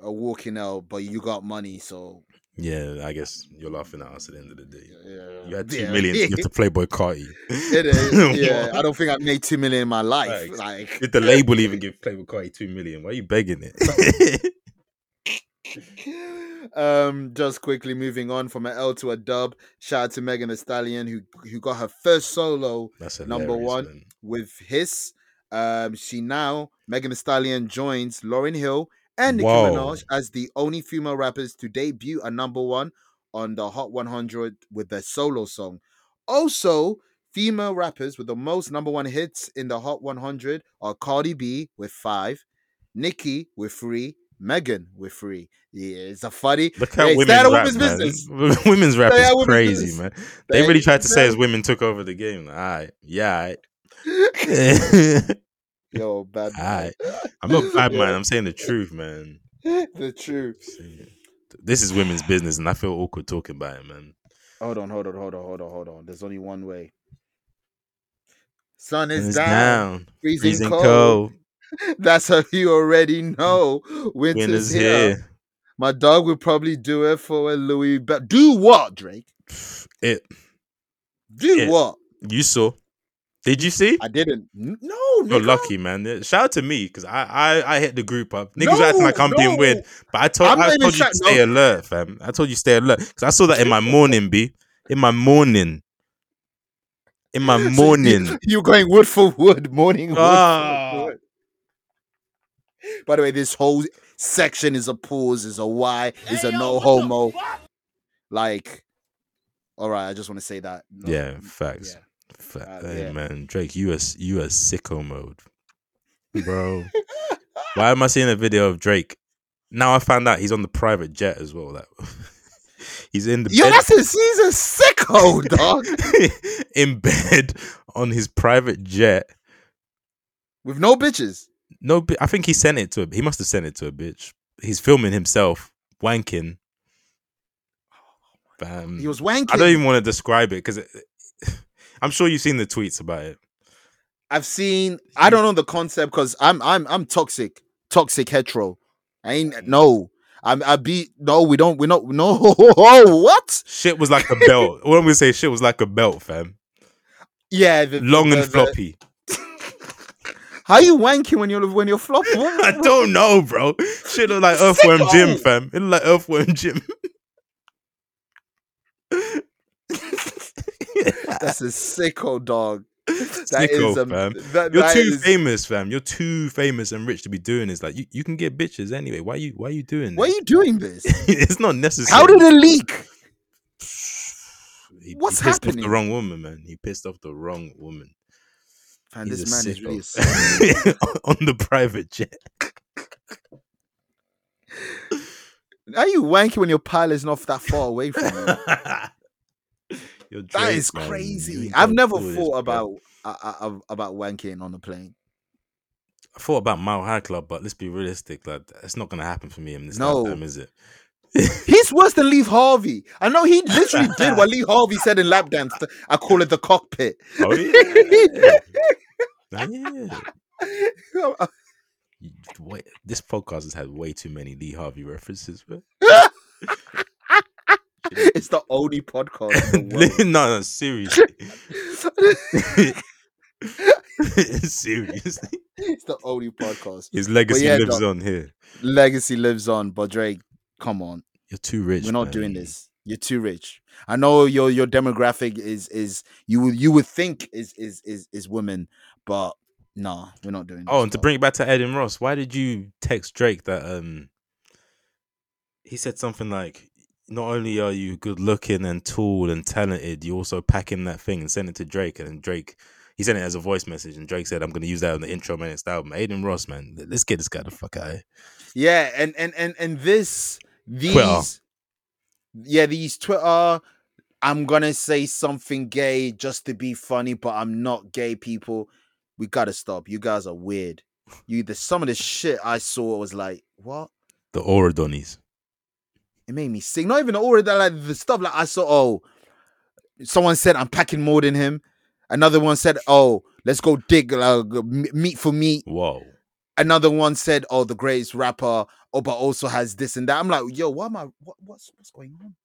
B: A walking out, but you got money, so
C: Yeah, I guess you're laughing at us at the end of the day.
B: yeah.
C: You had two
B: Yeah.
C: million to give to Playboy Carti.
B: It is, yeah, I don't think I made two million in my life.
C: Facts.
B: Like,
C: Did the label even give Playboy Carti two million? Why are you begging it?
B: um, just quickly moving on from an L to a dub. Shout out to Megan Thee Stallion who who got her first solo
C: That's
B: Number
C: hilarious,
B: one.
C: man.
B: with Hiss. Um, she now Megan Thee Stallion joins Lauren Hill and Nicki
C: Wow.
B: Minaj as the only female rappers to debut a number one on the Hot 100 with their solo song. Also, female rappers with the most number one hits in the Hot 100 are Cardi B with five, Nicki with three, Megan with three. Yeah, it's a funny.
C: Look how
B: Hey, stay
C: women's
B: out of
C: rap,
B: women's
C: man.
B: business.
C: women's rap
B: Stay out
C: is
B: of women's
C: crazy,
B: business.
C: man. They really tried to say
B: Thank
C: as women took over the game. All right, yeah, all right.
B: you.
C: I'm
B: Yo, bad. man.
C: not bad, man.
B: Yeah.
C: I'm saying the truth, man.
B: the truth.
C: This is women's business, and I feel awkward talking about it, man.
B: Hold on, hold on, hold on, hold on, hold on. There's only one way. Sun
C: And
B: is
C: It's
B: down,
C: down,
B: freezing,
C: freezing
B: cold.
C: cold.
B: That's how you already know. Winter's,
C: Winter's
B: here.
C: here.
B: My dog would probably do it for a Louis. But do what, Drake?
C: It.
B: Do
C: Yeah.
B: what?
C: You saw. Did you see?
B: I didn't. N- No,
C: You're
B: nigga.
C: lucky, man. Shout out to me because I, I I hit the group up. Niggas were acting like I'm being
B: no.
C: weird, but I told
B: I'm not
C: I
B: even
C: told you
B: shout-
C: to stay
B: no.
C: alert, fam. I told you stay alert because I saw that in my morning, b. In my morning, in my
B: So you-
C: morning.
B: You're going wood for wood, morning wood. for
C: Ah.
B: wood. By the way, this whole section is a pause, is a why, is a no homo. Like, all right, I just want to say that. No, Mm,
C: yeah, facts.
B: yeah.
C: Fa-
B: Uh,
C: hey,
B: yeah.
C: man, Drake, you a s- you a sicko mode, bro. Why am I seeing a video of Drake? Now I found out he's on the private jet as well. That he's in the
B: Yo,
C: bed-
B: that's a season sicko, dog.
C: in bed on his private jet.
B: With no bitches.
C: No, bi- I think he sent it to a. He must have sent it to a bitch. He's filming himself wanking. Bam.
B: Oh He was wanking.
C: Mm. I don't even want to describe it because I'm sure you've seen the tweets about it.
B: I've seen. I don't know the concept because I'm I'm I'm toxic, toxic hetero. I ain't no. I'm I be no. We don't. We're not. No. What?
C: Shit was like a belt. All I'm gonna say, shit was like a belt, fam.
B: Yeah. The, the-
C: Long
B: the-
C: and
B: the-
C: floppy.
B: How you wanking when you're when you're flopping?
C: I don't know, bro. Shit looked like Earthworm Jim, fam. It looked like Earthworm Jim.
B: That's a sicko dog. That is
C: Sicko,
B: a
C: fam.
B: that-
C: You're
B: that
C: too
B: is-
C: famous, fam. You're too famous and rich to be doing this. Like you, you can get bitches anyway. Why you why you doing
B: Why are
C: this?
B: you doing this?
C: it's not necessary.
B: How did it leak?
C: he,
B: What's
C: he pissed off
B: happening?
C: the wrong woman, man. He pissed off the wrong woman.
B: Man,
C: He's
B: this man is
C: a
B: really a
C: sicko.
B: sicko.
C: on the private jet.
B: Are you wanking when your pile is not that far away from you?
C: You're Drake,
B: That is
C: man.
B: crazy.
C: You
B: I've
C: gotta
B: never
C: do this,
B: thought
C: bro.
B: about uh, uh, about wanking on a plane.
C: I thought about Mile High Club, but let's be realistic. Like it's not gonna happen for me in this
B: No.
C: lifetime, is it?
B: He's worse than Lee Harvey. I know he literally did what Lee Harvey said in lap dance. I call it the cockpit.
C: Oh yeah. Nah, yeah. You- Wait, this podcast has had way too many Lee Harvey references. Bro.
B: it's the only podcast. In the world.
C: no, no, seriously, seriously,
B: it's the only podcast.
C: his legacy
B: yeah,
C: lives
B: dog.
C: on here.
B: Legacy lives on, but Drake, come on.
C: You're too rich.
B: We're not
C: man.
B: doing this. You're too rich. I know your your demographic is is you would you would think is is is is women, but nah, we're not doing this.
C: Oh, and to
B: dog.
C: bring it back to Ed and Ross, why did you text Drake that um he said something like not only are you good looking and tall and talented, you also pack in that thing and send it to Drake and then Drake he sent it as a voice message and Drake said I'm gonna use that on the intro of my next album. Aiden Ross, man, let- let's get this guy the fuck out of here.
B: Yeah, and and and and this these
C: Twitter.
B: yeah these Twitter. I'm gonna say something gay just to be funny, but I'm not gay. People, we gotta stop. You guys are weird. You the some of the shit I saw was like what
C: The Orodonies.
B: it made me sick. Not even the order that like the stuff like I saw. Oh, someone said I'm packing more than him. Another one said, "Oh, let's go dig uh, g- m- meat for meat."
C: Whoa.
B: another one said, "Oh, the greatest rapper, oh, but also has this and that." I'm like, "Yo, what am I? What, what's what's going on?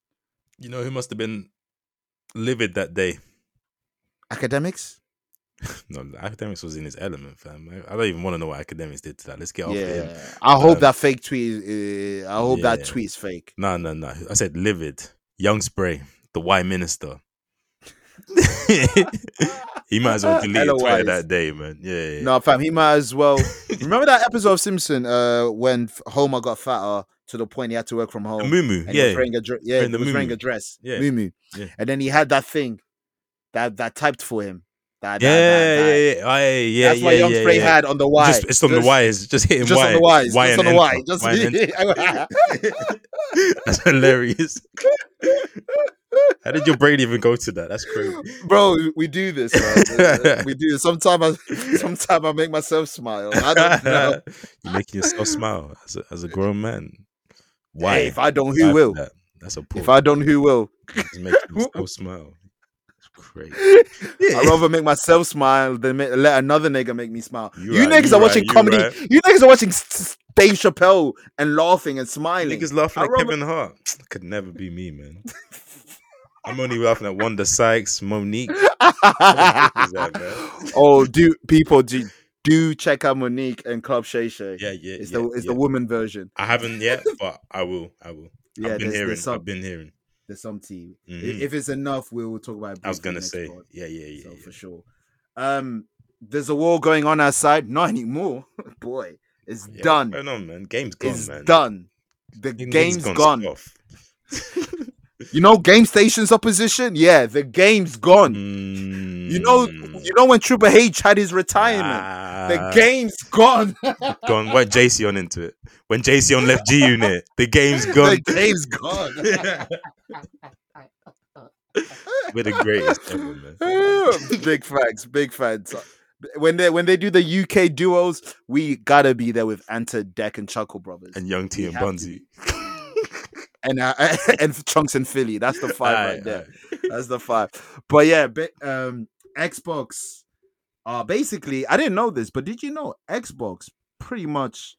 C: You know who must have been livid that day?
B: Academics?
C: No, academics was in his element, fam. I I don't even want to know what academics did to that. Let's get off of him.
B: yeah, I hope
C: Um,
B: that fake tweet. Is, uh, I hope that
C: yeah.
B: tweet is fake.
C: No, no, no. I said livid. Young Spray, the Y minister. he might as well delete
B: Hello,
C: Twitter
B: Wise.
C: that day, man. Yeah, yeah, yeah.
B: No, fam, he might as well. Remember that episode of Simpson uh, when F- Homer got fatter to the point he had to work from
C: The
B: home.
C: Moo Moo,
B: and he was
C: yeah.
B: wearing a dre- yeah,
C: Wearing
B: he
C: the
B: was wearing
C: muumuu.
B: a dress,
C: Yeah.
B: muumuu.
C: Yeah.
B: and then he had that thing that that typed for him. Da, da, da,
C: Yeah,
B: da.
C: yeah, yeah, Aye, yeah,
B: That's
C: yeah,
B: why Young
C: yeah,
B: Spray
C: yeah.
B: had on the Y.
C: Just, it's on the
B: Just-
C: wires. Just hit him
B: Just
C: y,
B: on the Y. Just
C: y
B: on
C: and
B: the
C: enter.
B: Y. Just
C: Y and enter. That's hilarious. How did your brain even go to that? That's crazy.
B: bro we do this man. we do this sometimes i sometimes i make myself smile i don't know
C: You're making yourself smile as a, as a grown man. Why?
B: hey, if i don't
C: Why
B: who
C: for
B: will
C: that? That's a poor.
B: if i don't who will
C: Just make yourself smile. It's crazy.
B: i'd rather make myself smile than ma- let another nigga make me smile
C: You
B: you,
C: right,
B: niggas
C: you
B: are watching
C: right, you
B: comedy
C: right.
B: you niggas are watching S- S- dave chappelle and laughing and smiling
C: Niggas laughing
B: I
C: at
B: rather-
C: Kevin Hart. Could never be me, man. I'm only laughing at Wanda Sykes, Monique. Is that, man?
B: oh do people do do check out monique and club shay shay
C: Yeah, yeah,
B: it's
C: yeah.
B: the it's
C: yeah.
B: the woman version
C: I haven't yet, but I will. I will.
B: yeah there's,
C: I've been hearing.
B: there's some
C: I've been hearing.
B: there's some tea I-
C: Mhm.
B: if it's enough we will talk about it
C: I was
B: briefly
C: gonna
B: next
C: say.
B: pod.
C: Yeah, yeah, yeah.
B: so
C: yeah.
B: for sure. Um, there's a war going on outside. Not anymore, boy. It's
C: Yeah, what's
B: done.
C: going on, man. Game's gone,
B: It's
C: man.
B: done. The
C: Niggas
B: game's
C: gone
B: gone.
C: soft.
B: You know, Game Station's opposition. Yeah, the game's gone. You know,
C: Mm.
B: you know when Triple H had his retirement. the
C: Ah,
B: game's gone.
C: gone. Why JC on into it? When JC on left G Unit, the game's gone.
B: the game's gone.
C: We're the greatest ever, man.
B: big facts, big facts. When they when they do the UK duos, we gotta be there with Anta, Deck, and Chuckle Brothers,
C: And Young T
B: We
C: and
B: have to
C: Bunzy.
B: and uh, and Chunks and Philly. That's the five
C: Aye,
B: right there. That's the five. But yeah, ba- um, Xbox. Uh, basically, I didn't know this, but did you know Xbox pretty much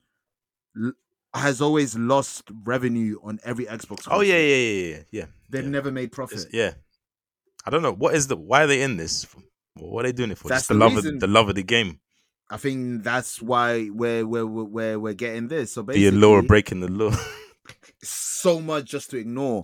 B: l- has always lost revenue on every Xbox?
C: Oh
B: console.
C: yeah, yeah, yeah, yeah, yeah.
B: they've
C: yeah.
B: never made profit.
C: It's- yeah. I don't know what is the why are they in this? What are they doing it for?
B: That's
C: Just the,
B: the
C: love
B: reason.
C: of the love of the game.
B: I think that's why we're we're we're, we're, we're getting this. So
C: The
B: basically,
C: allure of breaking the law.
B: so much just to ignore.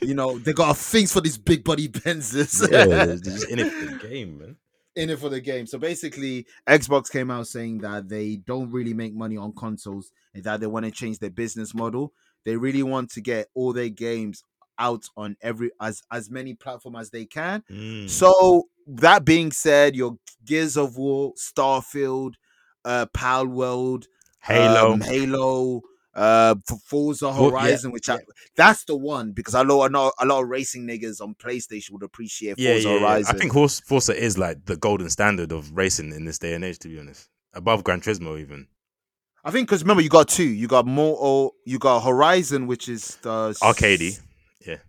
B: you know, they got things for these big body Benzes.
C: yeah, they're just in it for the game, man.
B: in it for the game. So basically, Xbox came out saying that they don't really make money on consoles and that they want to change their business model. They really want to get all their games out on every as as many platform as they can.
C: Mm.
B: So that being said, your Gears of War, Starfield, uh, Pal World,
C: Halo.
B: um, Halo, uh, F- Forza
C: Fo- yeah,
B: Horizon, which I, that's the one because I know I know a lot of racing niggas on PlayStation would appreciate
C: yeah,
B: Forza
C: yeah, yeah.
B: Horizon.
C: I think Horse Forza is like the golden standard of racing in this day and age. To be honest, above Gran Turismo even.
B: I think because remember you got two. You got Mortal, you got Horizon, which is the s-
C: Arcadey.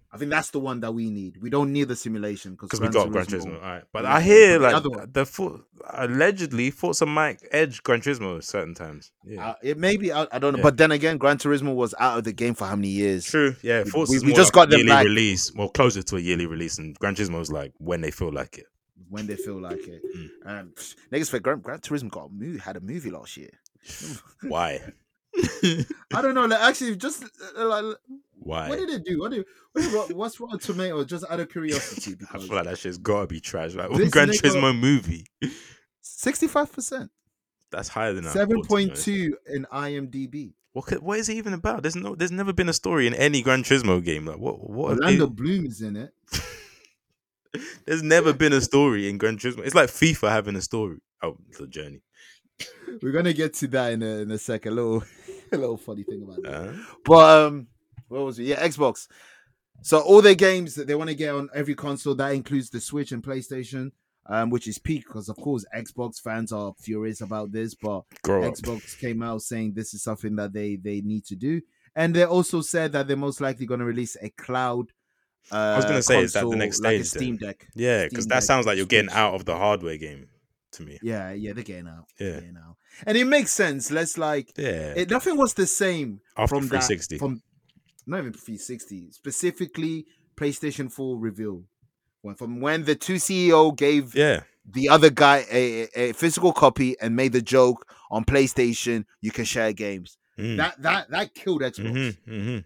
B: I think that's the one that we need. We don't need the simulation because
C: because we got Gran Turismo. All right, but
B: Yeah,
C: I
B: but
C: hear
B: the
C: like
B: other
C: the,
B: one-
C: Fort, allegedly Forza Mike edge Gran Turismo certain times. Yeah,
B: Uh, it maybe I, I don't know,
C: Yeah.
B: but then again, Gran Turismo was out of the game for how many years?
C: true. Yeah,
B: We-
C: Forza
B: we- we just got them
C: yearly
B: back.
C: release, well closer to a yearly release, and Gran Turismo is like when they feel like it.
B: When they feel like it.
C: Mm.
B: Um, pff, niggas for Gran, Gran Turismo got a movie, had a movie last year.
C: Why?
B: I don't know. Like, actually, just uh, like,
C: Why?
B: what did it do? What did, what did Rot- what's Rotten Tomato? Just out of curiosity,
C: I
B: because
C: feel like that shit's gotta be trash. Like
B: This
C: Gran
B: nigga-
C: Turismo movie,
B: sixty-five percent,
C: that's higher than I thought, to be
B: seven point
C: honest.
B: two in IMDb.
C: What could, what is it even about? There's no, there's never been a story in any Gran Turismo game. Like what? What? have they-
B: Orlando Bloom is in it.
C: There's never been a story in Gran Turismo. It's like FIFA having a story. Oh, the journey.
B: We're gonna get to that in a in a second. A little a little funny thing about that.
C: Uh,
B: But um what was it? Yeah, Xbox. So all their games that they want to get on every console, that includes the Switch and PlayStation, um, which is peak because of course Xbox fans are furious about this, but
C: grow up.
B: Xbox came out saying this is something that they they need to do. And they also said that they're most likely going to release a cloud. Uh, I
C: was gonna say, is that the next
B: like a
C: stage then?
B: Steam Deck?
C: Yeah, because
B: Steam
C: that
B: Deck,
C: sounds like you're getting
B: Switch.
C: out of the hardware game to me.
B: Yeah, yeah, they're getting out. they're
C: Yeah.
B: getting out. and it makes sense. Let's like
C: Yeah.
B: it, nothing was the same
C: After
B: from
C: 360.
B: That, from not even 360, specifically PlayStation 4 reveal. When from when the two CEO gave
C: yeah.
B: the other guy a, a physical copy and made the joke on PlayStation, you can share games.
C: Mm.
B: That that that killed Xbox.
C: Mhm, mhm.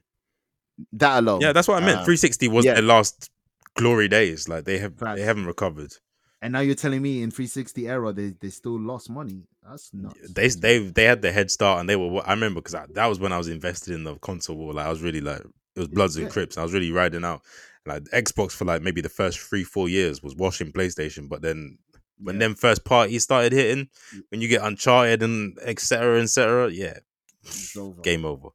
B: That alone.
C: Yeah, that's what I meant.
B: um,
C: 360 was
B: yeah.
C: their last glory days. Like they have,
B: Facts.
C: they haven't recovered.
B: And now you're telling me in 360 era they, they still lost money. That's nuts.
C: They, they, they had the head start, and they were. I remember because that was when I was invested in the console war. Like I was really like it was Bloods and
B: Yeah.
C: Crips. And I was really riding out. Like Xbox for like maybe the first three, four years was washing PlayStation, but then When them first parties started hitting, when you get Uncharted and etc. etc. Yeah,
B: It's over.
C: game over.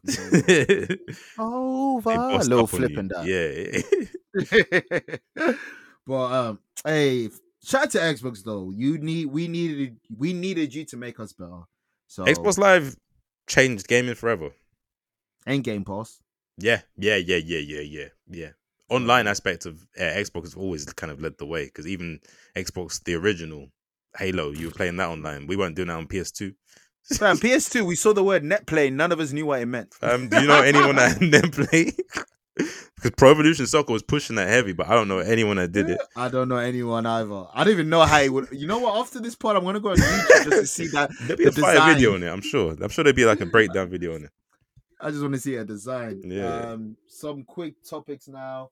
B: It's over.
C: They
B: over. A
C: bossed
B: little
C: up on you.
B: flipping that.
C: Yeah.
B: but um, hey, shout out to Xbox though. You need we needed we needed you to make us better. So
C: Xbox Live changed gaming forever.
B: and Game Pass.
C: Yeah, yeah, yeah, yeah, yeah, yeah, yeah. Online
B: Mm.
C: aspect of uh, Xbox has always kind of led the way because even Xbox, the original Halo, you were playing that online. We weren't doing that on PS2.
B: Fam, PS2, we saw the word net play. None of us knew what it meant.
C: Um, do you know anyone that then play? Because Pro Evolution Soccer was pushing that heavy, but I don't know anyone that did it.
B: I don't know anyone either. I don't even know how it would. You know what? After this part, I'm gonna go on YouTube just to see that.
C: There'd be
B: The
C: a fire video
B: design.
C: on it. I'm sure. I'm sure there'd be like a breakdown video on it.
B: I just want to see a design.
C: Yeah.
B: Um, some quick topics now.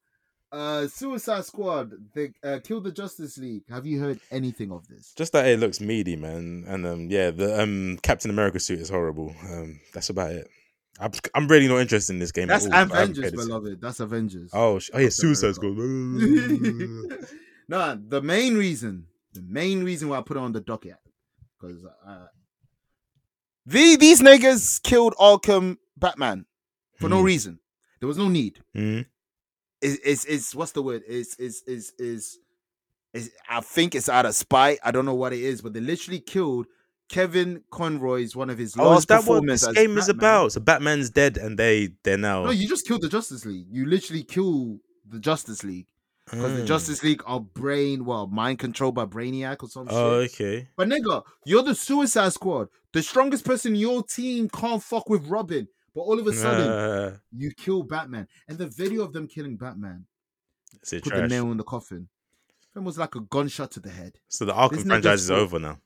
B: Uh, Suicide Squad, the uh, Kill the Justice League. Have you heard anything of this?
C: Just that it looks meaty, man, and um, yeah, the um Captain America suit is horrible. Um, that's about it. I'm, I'm really not interested in this game.
B: That's
C: at all. I haven't
B: Avengers,
C: played it since-
B: beloved. That's Avengers.
C: Oh, sh- oh yeah,
B: Captain
C: Suicide Squad.
B: nah, the main reason, the main reason why I put it on the docket, because uh, the these niggas killed Arkham Batman for no
C: Hmm.
B: reason. There was no need.
C: Mhm.
B: It's it's, it's what's the word? It's it's it's is is I think it's out of spite. I don't know what it is, but they literally killed Kevin Conroy's one of his
C: Oh, is
B: last
C: that what
B: performances.
C: this
B: as
C: game is
B: Batman.
C: about? So Batman's dead, and they they're now.
B: No, you just killed the Justice League. You literally kill the Justice League because the
C: Mm.
B: Justice League are brain, well, mind controlled by Brainiac or some
C: Oh,
B: shit.
C: okay.
B: But nigga, you're the Suicide Squad. The strongest person in your team can't fuck with Robin. But all of a sudden,
C: Uh,
B: you kill Batman, and the video of them killing Batman
C: it's a
B: put
C: trash.
B: the nail in the coffin. It was like a gunshot to the head.
C: so the Arkham
B: this nigga's
C: franchise is
B: fault.
C: over now.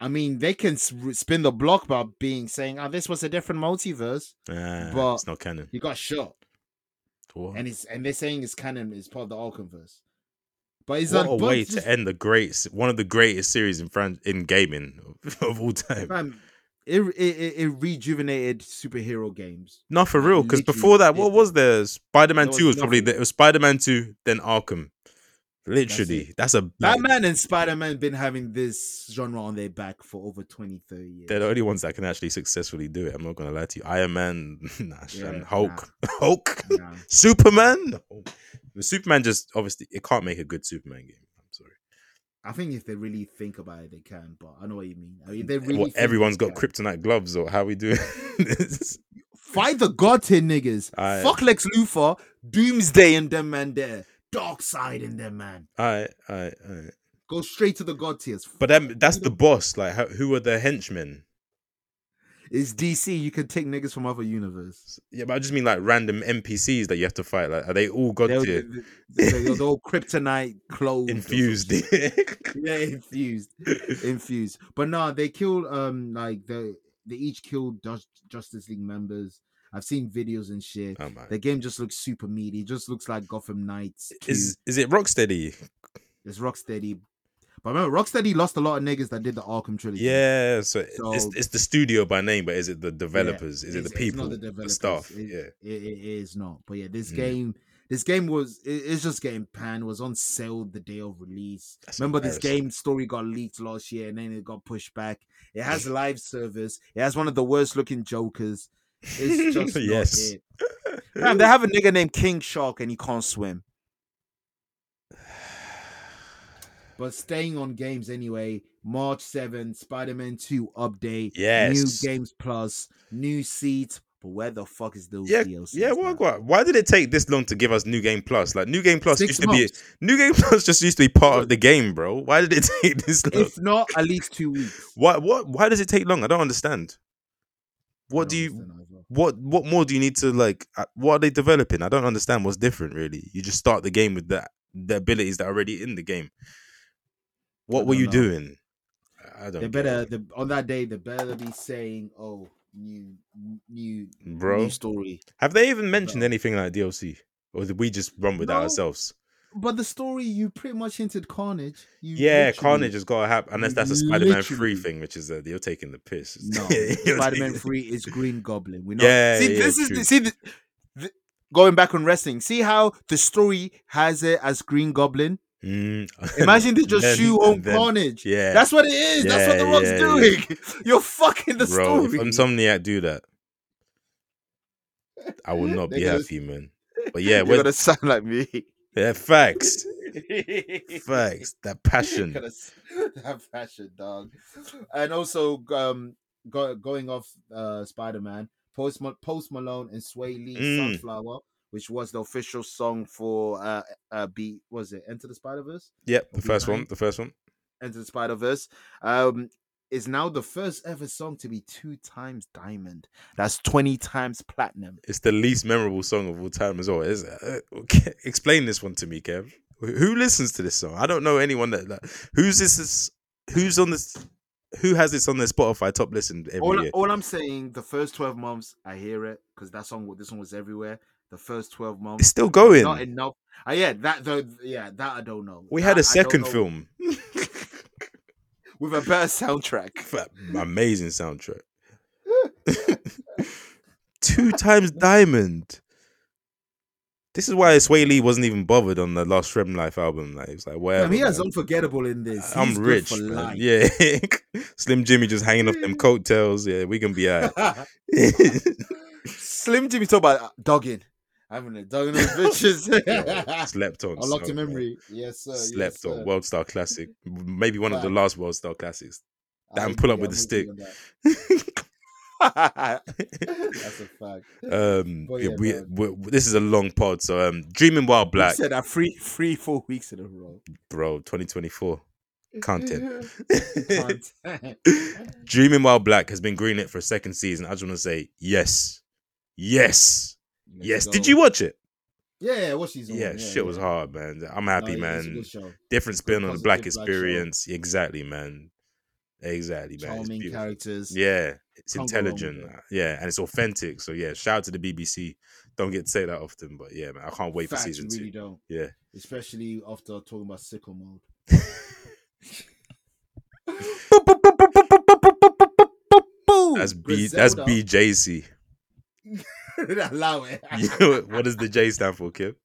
B: I mean, they can s- spin the block by being saying, "Oh, this was a different multiverse."
C: Ah,
B: But-
C: it's not canon.
B: You got shot.
C: What,
B: and it's and they're saying it's canon is part of the Arkhamverse. But it's
C: what
B: like
C: a
B: but
C: way
B: just-
C: to end the great s- one of the greatest series in fran- in gaming of all time.
B: fam, it, it it it rejuvenated superhero games.
C: Not for
B: Like,
C: real, because
B: literally,
C: before that,
B: it-
C: what was there? Spider Man
B: there was
C: Two was probably
B: nothing.
C: the, it was Spider Man Two, then Arkham. Literally,
B: it.
C: that's, a like,
B: Batman and Spider Man been having this genre on their back for over 20, 30 years.
C: They're the only ones that can actually successfully do it. I'm not gonna lie to you. Iron Man, nah, sh-
B: Yeah,
C: and Hulk, Hulk,
B: Nah.
C: Superman. No. The Superman just obviously it can't make a good Superman game. I'm sorry.
B: I think if they really think about it, they can. But I know what you mean. I mean, they really.
C: what
B: think they
C: everyone's got
B: can.
C: kryptonite gloves or how we do it.
B: Fight the god tier niggas.
C: Aye.
B: Fuck Lex Luthor, Doomsday, and them man there. Dark side in them man.
C: all right, all right, all right.
B: Go straight to the god tiers.
C: But then that's the boss. Like, how, who are the henchmen?
B: It's DC. You can take niggas from other universe.
C: Yeah, but I just mean like random NPCs that you have to fight. Like, are they all god
B: They'll-
C: tier
B: they- they- they're all kryptonite clothes or
C: infused?
B: some shit. yeah, infused, infused. But no, they killed. Um, like they they each killed Jus- Justice League members. I've seen videos and shit.
C: oh my.
B: The game just looks super meaty. It just looks like Gotham Knights. 2.
C: Is is it Rocksteady?
B: It's Rocksteady. But remember, Rocksteady lost a lot of niggas that did the Arkham trilogy.
C: Yeah, so, it's
B: So-
C: it's the studio by name, but is it the developers? is it the
B: It's- it's
C: people,
B: not
C: the,
B: developers.
C: staff?
B: It-
C: yeah, Mm.
B: it- it is not. But yeah, this
C: Yeah.
B: game, this game was it- it's just getting panned. Was on sale the day of release.
C: That's
B: Remember, this
C: embarrassing.
B: game story got leaked last year, and then it got pushed back. It has live service. It has one of the worst looking Jokers. It's just
C: Yes.
B: yes. Damn, they have a nigga named King Shark, and he can't swim. But staying on games anyway, March 7th, Spider Man 2 update.
C: Yes.
B: New Games Plus, new seat. But where the fuck is the
C: yeah,
B: DLC?
C: yeah. Why, why, why did it take this long to give us New Game Plus? Like New Game Plus
B: Six
C: used to
B: months.
C: be New Game Plus just used to be part of the game, bro. Why did it take this long?
B: If not, at least two weeks.
C: why what? Why does it take long? I don't understand. What
B: I
C: do
B: don't
C: you?
B: understand either.
C: What what more do you need to like? uh, What are they developing? I don't understand what's different really. You just start the game with that the abilities that are already in the game. What were
B: don't
C: you
B: know.
C: doing? I I don't.
B: They
C: get it.
B: better the, on that day. They better be saying, "Oh, new, new,
C: bro.
B: new story."
C: Have they even mentioned
B: Bro.
C: anything like DLC, or did we just run with that
B: No.
C: ourselves?
B: But the story you pretty much hinted Carnage. You
C: Yeah,
B: literally-
C: Carnage has got to happen, unless
B: you
C: that's a Spider-Man
B: literally-
C: three thing, which is uh, you're taking the piss.
B: No,
C: You're taking-
B: Spider-Man Three is Green Goblin. We know.
C: Yeah,
B: see,
C: yeah,
B: this is
C: true.
B: the, see the, the, going back on wrestling. See how the story has it as Green Goblin.
C: Mm,
B: Imagine they just
C: then-
B: shoe on
C: and then-
B: carnage.
C: Yeah.
B: That's what it is. That's what the
C: Yeah,
B: rock's
C: yeah,
B: doing. You're fucking the
C: Bro,
B: story.
C: if Insomniac do that, I will not be
B: Niggas.
C: happy, man. But yeah,
B: You're
C: when,
B: gonna sound like me.
C: yeah, facts,
B: Fuck.
C: facts, that passion.
B: that fashion, dog. And also, um, go, going off uh, Spider Man, Post, Ma- Post Malone and Sway Lee
C: Mm.
B: Sunflower, which was the official song for uh, uh, B, was it Enter the Spider Verse?
C: Yep, the
B: Be
C: first one,
B: kind.
C: the first one.
B: Enter the Spider Verse. Um, is now the first ever song to be two times diamond. That's 20 times platinum.
C: It's the least memorable song of all time as well. Is okay, explain this one to me, Kev. Who- Who listens to this song? I don't know anyone that, that who's this. Is, who's on this? Who has this on their Spotify top listen every
B: all,
C: year?
B: all I'm saying, the first 12 months, I hear it because that song, this one was everywhere. The first 12 months.
C: It's still going.
B: Not enough. Uh, yeah, that though. Yeah, that I don't know.
C: we
B: That
C: had
B: I
C: a
B: don't
C: second
B: know.
C: film.
B: with a better soundtrack.
C: Fa- Amazing soundtrack. Two times diamond. This is why Sway Lee wasn't even bothered on the last Shrem Life album. Like it's like whatever.
B: Damn, he has
C: man.
B: unforgettable in this.
C: I'm
B: He's good
C: rich.
B: for
C: man.
B: life.
C: Yeah. Slim Jimmy just hanging off them coattails. Yeah, we can be alright.
B: Slim Jimmy talk about uh, dogging, having a dogging on bitches.
C: Slept on.
B: I locked
C: so,
B: a
C: man.
B: memory. Yes, sir. yes,
C: Slept on.
B: sir.
C: World Star Classic. Maybe one of the
B: Fact.
C: last World Star Classics.
B: I
C: Damn, pull up
B: agree,
C: with the
B: I'm with you on that. That's a fact.
C: Um,
B: But
C: yeah,
B: yeah,
C: we,
B: man.
C: we- this is a long pod. So, um, Dreaming Wild
B: Black.
C: Black,
B: said that three, three, four weeks in a row.
C: bro, 2024 content.
B: Content.
C: Dreaming While Black has been greenlit for a second season. I just want to say yes, yes,
B: Let's
C: yes. Did
B: go.
C: you watch it?
B: Yeah, what she's on.
C: Yeah, shit was hard, man. I'm happy,
B: No, yeah, it's a
C: man.
B: good show.
C: Different
B: good
C: spin on the
B: positive
C: black
B: black show.
C: experience. Exactly, man. Exactly, man. It's
B: Charming
C: beautiful.
B: characters.
C: Yeah, it's
B: Can't go wrong with
C: intelligent.
B: it.
C: Yeah, and it's authentic. So yeah, shout out to the BBC. Don't get to say that often, but yeah, man, I can't wait
B: Facts,
C: for season
B: you really
C: two.
B: don't.
C: Yeah.
B: Especially after talking about sickle mode.
C: That's B. That's
B: Griselda.
C: BJC.
B: Allow it.
C: You know what does the J stand for, Kim?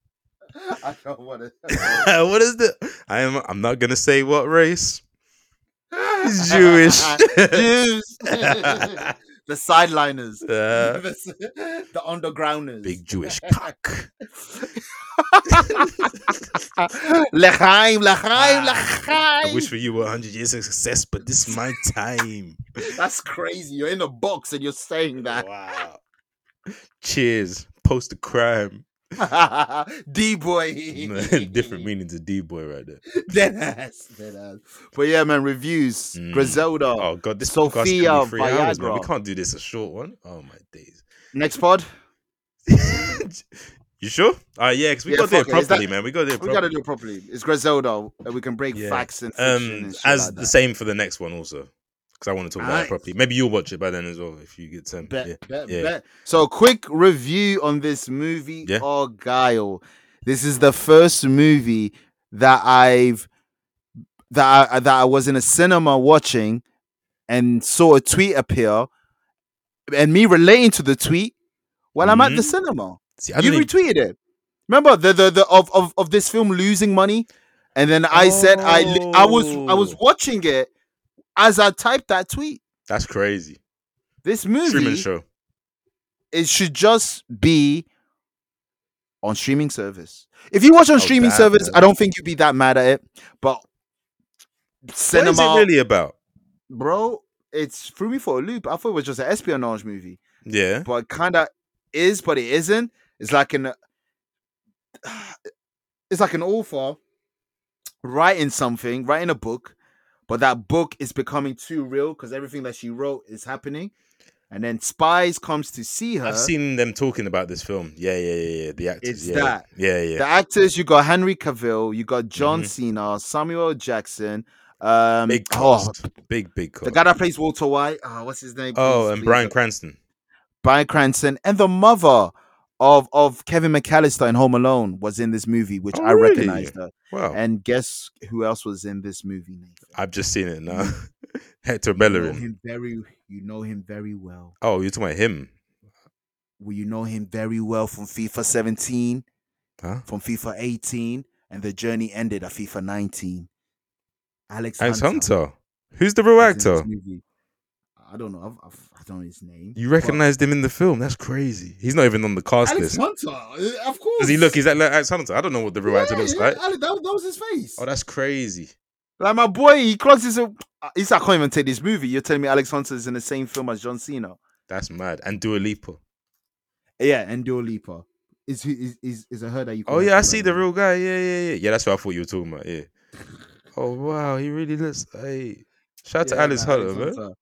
B: I don't want to.
C: what is the? I am. I'm not gonna say what race. Jewish.
B: Jews. the sideliners.
C: Uh,
B: the, the undergrounders.
C: big Jewish cock.
B: Lechaim, Lechaim,
C: Ah, I wish
B: Lechaim.
C: for you were 100 years of success, but this is my time.
B: That's crazy. You're in a box and you're saying that.
C: wow. Cheers. Post the crime.
B: D boy.
C: Different meaning to D boy right there.
B: Dead ass. Dead ass. But yeah, man, reviews.
C: Mm.
B: Griselda.
C: Oh god, this podcast could
B: Sophia
C: be three hours, man. We
B: Viagra.
C: can't do this a short one. Oh my days.
B: Next pod.
C: you sure? Uh yeah, because we
B: Yeah,
C: gotta do it
B: fuck it. Is
C: properly,
B: that-
C: man. We gotta do it
B: We gotta
C: properly.
B: do it properly. It's Griselda. and We can break
C: Yeah.
B: facts and fiction
C: um
B: and shit
C: as
B: like
C: the
B: that.
C: same for the next one also. Because I want to talk about
B: Alright.
C: it properly. Maybe you'll watch it by then as well if you get time.
B: Bet,
C: Yeah.
B: bet,
C: yeah.
B: bet. So, quick review on this movie,
C: Yeah.
B: Argyle. This is the first movie that I've that I, uh, that I was in a cinema watching and saw a tweet appear, and me relating to the tweet while I'm at the
C: Mhm.
B: cinema.
C: See, I
B: you
C: didn't e even-
B: retweeted it. Remember the the, the of, of of this film losing money, and then I said I li- I was I was
C: Oh.
B: watching it as I typed that tweet.
C: that's crazy.
B: This movie
C: Streaming show.
B: it should just be on streaming service. If you watch on
C: Oh,
B: streaming
C: that,
B: service,
C: man.
B: I don't think you'd be that mad at it. But cinema,
C: What is it really about?
B: bro, it's threw me for a loop. I thought it was just an espionage movie,
C: Yeah.
B: but it kind of is, but it isn't. It's like an it's like an author writing something, writing a book, but that book is becoming too real because everything that she wrote is happening. And then spies comes to see her.
C: I've seen them talking about this film. Yeah, yeah, yeah, yeah. The actors.
B: It's
C: yeah.
B: that.
C: Yeah, yeah.
B: The actors, you got Henry Cavill, you got John
C: Mhm.
B: Cena, Samuel Jackson, um,
C: big
B: oh,
C: cost. big, big cost.
B: the guy that plays Walter White, oh, what's his name?
C: oh,
B: Please,
C: and
B: please,
C: Brian
B: uh,
C: Cranston.
B: Bryan Cranston, and the mother of of Kevin McAllister in Home Alone was in this movie, which
C: Oh,
B: I
C: really?
B: recognized her.
C: Wow.
B: And guess who else was in this movie? Nathan?
C: I've just seen it now.
B: Mm.
C: Hector
B: You know
C: Bellerin.
B: him very, you know him very well.
C: Oh, you're talking about him.
B: Well, you know him very well from FIFA 17,
C: Huh?
B: from FIFA 18, and the journey ended at FIFA 19. Alex,
C: Alex Hunter. Who's the real
B: was in
C: actor?
B: this movie. I don't know. I've, I've, I don't know his name.
C: You
B: but-
C: recognized him in the film. That's crazy. He's not even on the cast
B: Alex
C: list.
B: Hunter, uh, of course.
C: Does he look? Is that like Alex Hunter? I don't know what the real actor
B: Yeah,
C: looks
B: yeah,
C: like.
B: Alex- that, was- that was his face.
C: Oh, that's crazy.
B: Like my boy, he crosses. A, it's I can't even take this movie. You're telling me Alex Hunter is in the same film as John Cena?
C: That's mad. And Dua Lipa.
B: Yeah, and Dua Lipa is who- is is, is a her that you.
C: Oh
B: call
C: yeah, I
B: her
C: see
B: like-
C: the real guy. Yeah, yeah, yeah. Yeah, that's what I thought you were talking about. Yeah. Oh wow, he really looks. Hey, shout out to
B: Yeah,
C: Alex
B: man,
C: Hunter, man.
B: Hunter.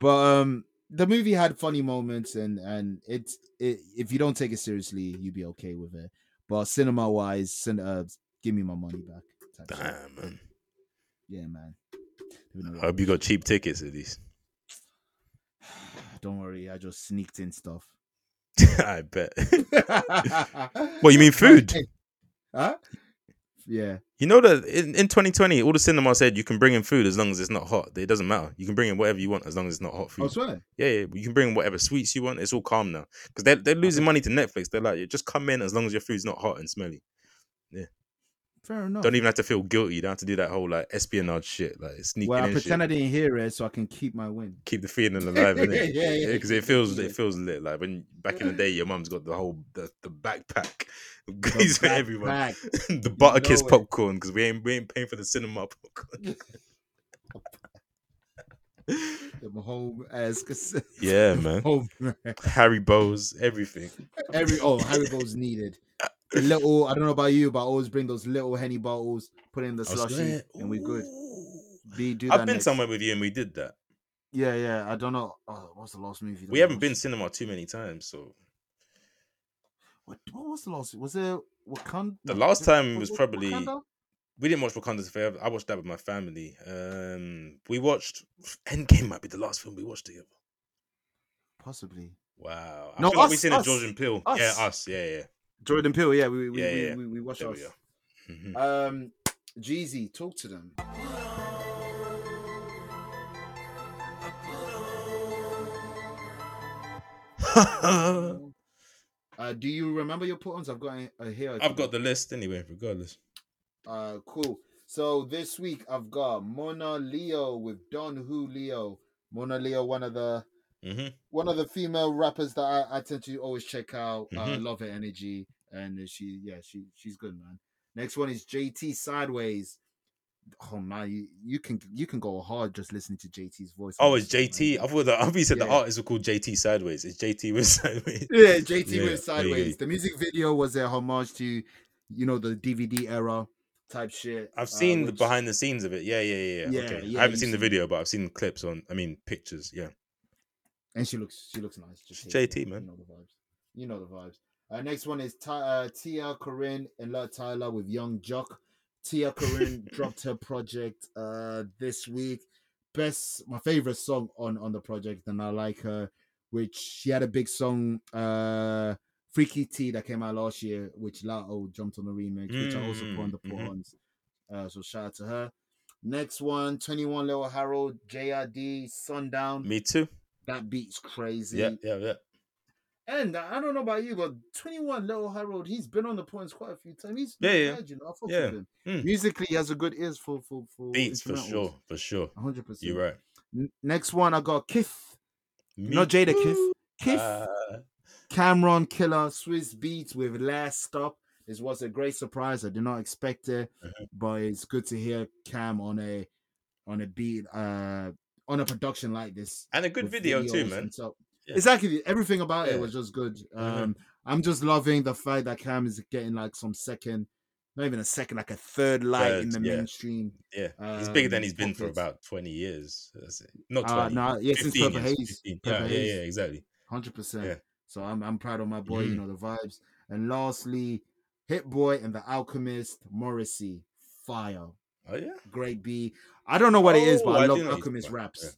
B: But um, the movie had funny moments, and and it's it, if you don't take it seriously, you'd be okay with it. But cinema wise, cin- uh, give me my money back. type shit.
C: Damn, man.
B: Yeah, man. Even
C: I
B: though-
C: hope you got cheap tickets at least.
B: Don't worry, I just sneaked in stuff.
C: I bet.
B: what
C: what you mean food?
B: Huh? Yeah.
C: You know that in, in 2020, all the cinema said you can bring in food as long as it's not hot. It doesn't matter. You can bring in whatever you want as long as it's not hot
B: I
C: food.
B: swear.
C: Yeah, yeah. You can bring in whatever sweets you want. It's all calm now because they're they're losing money to Netflix. They're like, yeah, just come in as long as your food's not hot and smelly.
B: Fair enough.
C: Don't even have to feel guilty. You don't have to do that whole like espionage shit, like sneaking
B: well, I
C: in shit.
B: pretend I didn't hear it so I can keep my win.
C: keep the feeling alive, innit?
B: Yeah, yeah,
C: Because it feels
B: yeah.
C: it feels lit. Like when back in the day, your mum's got the whole the, the backpack.
B: The
C: goodies for everyone.
B: backpack.
C: the butter kiss
B: know it.
C: popcorn because we ain't we ain't paying for the cinema popcorn.
B: The whole ass.
C: yeah, man.
B: Oh,
C: Harry Bows, everything.
B: every oh Haribo's needed. The little, I don't know about you, but I always bring those little henny bottles, put it in the
C: I
B: slushy,
C: swear.
B: and we're good.
C: Ooh.
B: B, do that
C: I've been
B: next.
C: somewhere with you and we did that.
B: Yeah, yeah. I don't know. Oh, what's the last movie? that
C: We haven't been
B: watched?
C: cinema too many times, so
B: What, what was the last? Was it Wakanda?
C: The last time was
B: it
C: probably-
B: Wakanda?
C: we didn't watch Wakanda Forever. I watched that with my family. Um, we watched Endgame might be the last film we watched together.
B: possibly
C: Wow. I
B: No,
C: feel like we
B: us,
C: seen a
B: us,
C: Georgian Peel.
B: us.
C: Yeah, us. Yeah, yeah.
B: Jordan Peele. Yeah, we we
C: Yeah,
B: we,
C: yeah.
B: we, we watched
C: There
B: us.
C: we go. Mhm.
B: Um, Jeezy, talk to them.
C: Uh-huh.
B: Uh, do you remember your put-ons? I've got a, a here.
C: I've got the list anyway, regardless.
B: Uh, cool. So this week I've got Mona Leo with Don Julio. Mona Leo, one of the
C: hmm
B: one of the female rappers that I, I tend to always check out. Uh, I
C: Mhm.
B: love her energy, and she yeah she she's good man. Next one is JT Sideways. Oh man, you, you can you can go hard just listening to JT's voice. on
C: Oh, it's
B: this shit,
C: JT.
B: man.
C: I thought the I thought you said
B: Yeah,
C: the
B: yeah.
C: artists were called JT Sideways. It's JT with Sideways.
B: Yeah, JT
C: Yeah,
B: went
C: there you go.
B: sideways. The music video was a homage to, you know, the DVD era type shit. uh,
C: I've seen the
B: which-
C: behind the scenes of it. Yeah, yeah, yeah.
B: Yeah,
C: yeah okay.
B: yeah,
C: I haven't
B: you've
C: seen the
B: seen it.
C: video, but I've seen clips on. I mean, pictures. Yeah.
B: and she looks she looks nice. Just
C: She's
B: hit it,
C: JT, man.
B: You know the vibes. You know the vibes. Uh, next one is Ty- uh, Tia Corinne and La Tyler with Young Jock. Tia Corinne dropped her project uh this week. Best my favorite song on on the project, and I like her. Which she had a big song, uh, Freaky T, that came out last year, which Lato jumped on the remix, which I also put on the
C: Mm, mhm.
B: pawns. Uh, so shout out to her. Next one, 21 Little Harold, JRD, Sundown.
C: Me too.
B: That beat's crazy.
C: Yeah, yeah, yeah.
B: And I I don't know about you, but 21 Little Harold, he's been on the points quite a few times. He's
C: Yeah,
B: not
C: yeah.
B: bad, you know. I fuck
C: Yeah.
B: with him.
C: Mm.
B: Musically, he has a good ears for for for
C: Beats for
B: instrumentals.
C: sure, for sure.
B: 100%.
C: You're right.
B: N- next one, I got Kith.
C: Me
B: Not Jada Kith.
C: too.
B: Kith,
C: Uh,
B: Cameron Killer, Swiss Beats with Last Stop. This was a great surprise. I did not expect it,
C: Uh-huh.
B: but it's good to hear Cam on a on a beat uh on a production like this.
C: and a good
B: with
C: video too,
B: videos
C: man.
B: and stuff.
C: Yeah.
B: Exactly, everything about it
C: Yeah.
B: was just good.
C: Mhm.
B: Um, I'm just loving the fact that Cam is getting like some second, not even a second, like a third light in the
C: Third, yeah.
B: mainstream.
C: Yeah, he's bigger than
B: Um,
C: he's been for
B: pockets.
C: about 20 years. That's it. Not 20.
B: Uh, no, yeah, since
C: 15
B: Purple
C: years,
B: Haze,
C: 15.
B: Purple
C: Uh, yeah, yeah,
B: Haze.
C: yeah, exactly.
B: hundred percent.
C: Yeah.
B: So I'm I'm proud of my boy. You
C: Mhm.
B: know the vibes. And lastly, Hit Boy and the Alchemist Morrissey, fire,
C: Oh, yeah.
B: great B. I don't know what it is, but
C: Oh,
B: I
C: I
B: love
C: do know what he's
B: Alchemist
C: about,
B: raps.
C: yeah.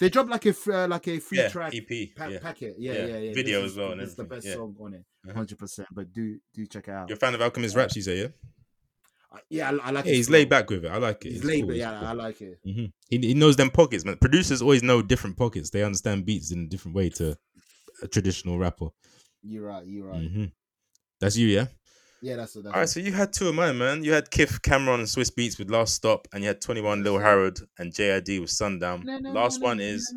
B: They dropped like a fr- uh, like a free
C: yeah,
B: track
C: EP.
B: pa-
C: yeah.
B: packet. Yeah, yeah, yeah.
C: Yeah,
B: This
C: video
B: is-
C: as well and
B: This is the
C: everything,
B: best
C: yeah.
B: song on it,
C: Uh-huh.
B: hundred percent. But do do check it out.
C: You're a fan of Alchemist Raps, you say, yeah?
B: I- yeah, I, I like.
C: Yeah,
B: his
C: he's
B: flow.
C: laid back with it. I like it.
B: He's
C: It's
B: laid,
C: cool,
B: but
C: it's
B: yeah,
C: cool.
B: I like it.
C: Mhm. He, he knows them pockets, man. Producers always know different pockets. They understand beats in a different way to a traditional rapper. Mm-hmm.
B: You're right. You're right.
C: Mhm. That's you, yeah?
B: Yeah, that's it. That's
C: All right,
B: it.
C: so you had two of mine, man. You had Kif, Cameron, and Swiss Beats with Last Stop, and you had 21 Lil Harrod and JID with Sundown. Last one is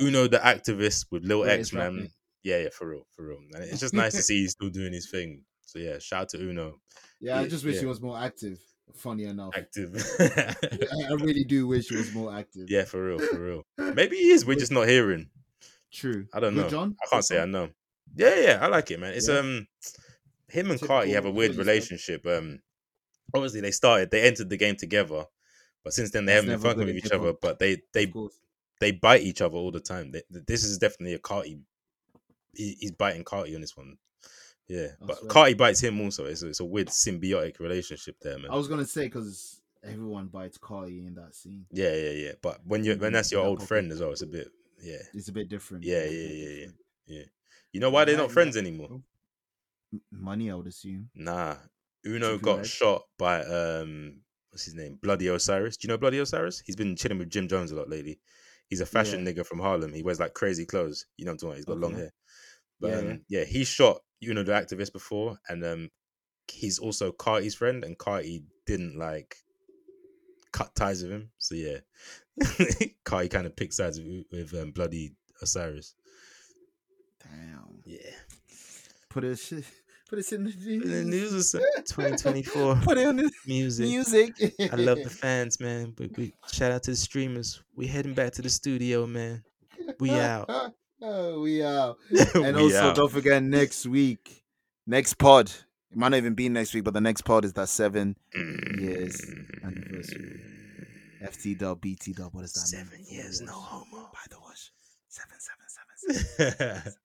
C: Uno the Activist with Lil
B: Yeah,
C: X,
B: it's
C: man.
B: rapping.
C: Yeah, yeah, for real, for real. And it's just nice to see he's still doing his thing. So yeah, shout out to Uno.
B: Yeah, I
C: Yeah,
B: just wish he
C: yeah.
B: was more active. Funny enough,
C: Active.
B: I I really do wish he was more active.
C: yeah, for real, for real. Maybe he is, we're just not hearing.
B: true.
C: I don't
B: Good
C: know.
B: John?
C: I can't say I know. Yeah, yeah, I like it, man. It's
B: Yeah.
C: um him and Carti have a
B: Typical
C: weird
B: Philly stuff.
C: relationship. Um obviously they started, they entered the game together, but since then they
B: That's
C: haven't been
B: never
C: fucking
B: good
C: with
B: in
C: each other.
B: hip-hop.
C: But they
B: Of
C: they
B: course.
C: they bite each other all the time. They, th- this is definitely a Carti. He, he's biting Carti on this one. Yeah,
B: I
C: but
B: swear.
C: Carti bites him also. It's a, it's a weird symbiotic relationship there, man.
B: I was gonna say because everyone bites Cardi in that scene.
C: Yeah, yeah, yeah. But when you when
B: Mhm,
C: that's your
B: that
C: old
B: poppy.
C: friend as well, it's a bit yeah.
B: It's a bit different.
C: Yeah,
B: It's a
C: yeah,
B: bit
C: yeah, yeah.
B: different.
C: You know why they're
B: Yeah,
C: not
B: yeah.
C: friends anymore?
B: M- Money, I would assume.
C: Nah. Uno
B: Something
C: got
B: like-
C: shot by um what's his name? Bloody Osiris. Do you know Bloody Osiris? He's been chilling with Jim Jones a lot lately. He's a fashion nigga from Harlem. He wears like crazy clothes. You know what I'm talking about? He's got long
B: Okay.
C: hair. But
B: Yeah,
C: yeah, um, yeah, he shot Uno the activist before, and um he's also Carti's friend, and Carti didn't like cut ties with him. So yeah. Carti kind of picked sides with, with um, bloody Osiris.
B: Damn.
C: Yeah.
B: Put it. shit. Put it in the
C: The
B: news.
C: news was 2024
B: Put it on the
C: music.
B: music.
C: I love the fans, man. But we shout out to the streamers. We heading back to the studio, man. We out.
B: oh, we out.
C: and
B: And also, don't forget next week, next pod. It might not even be next week, but the next pod is that seven years anniversary. FT dub, BT dub. What is that? mean?
C: Seven
B: For the
C: years, no
B: wash.
C: homo.
B: By the wash. Seven, seven, seven, seven.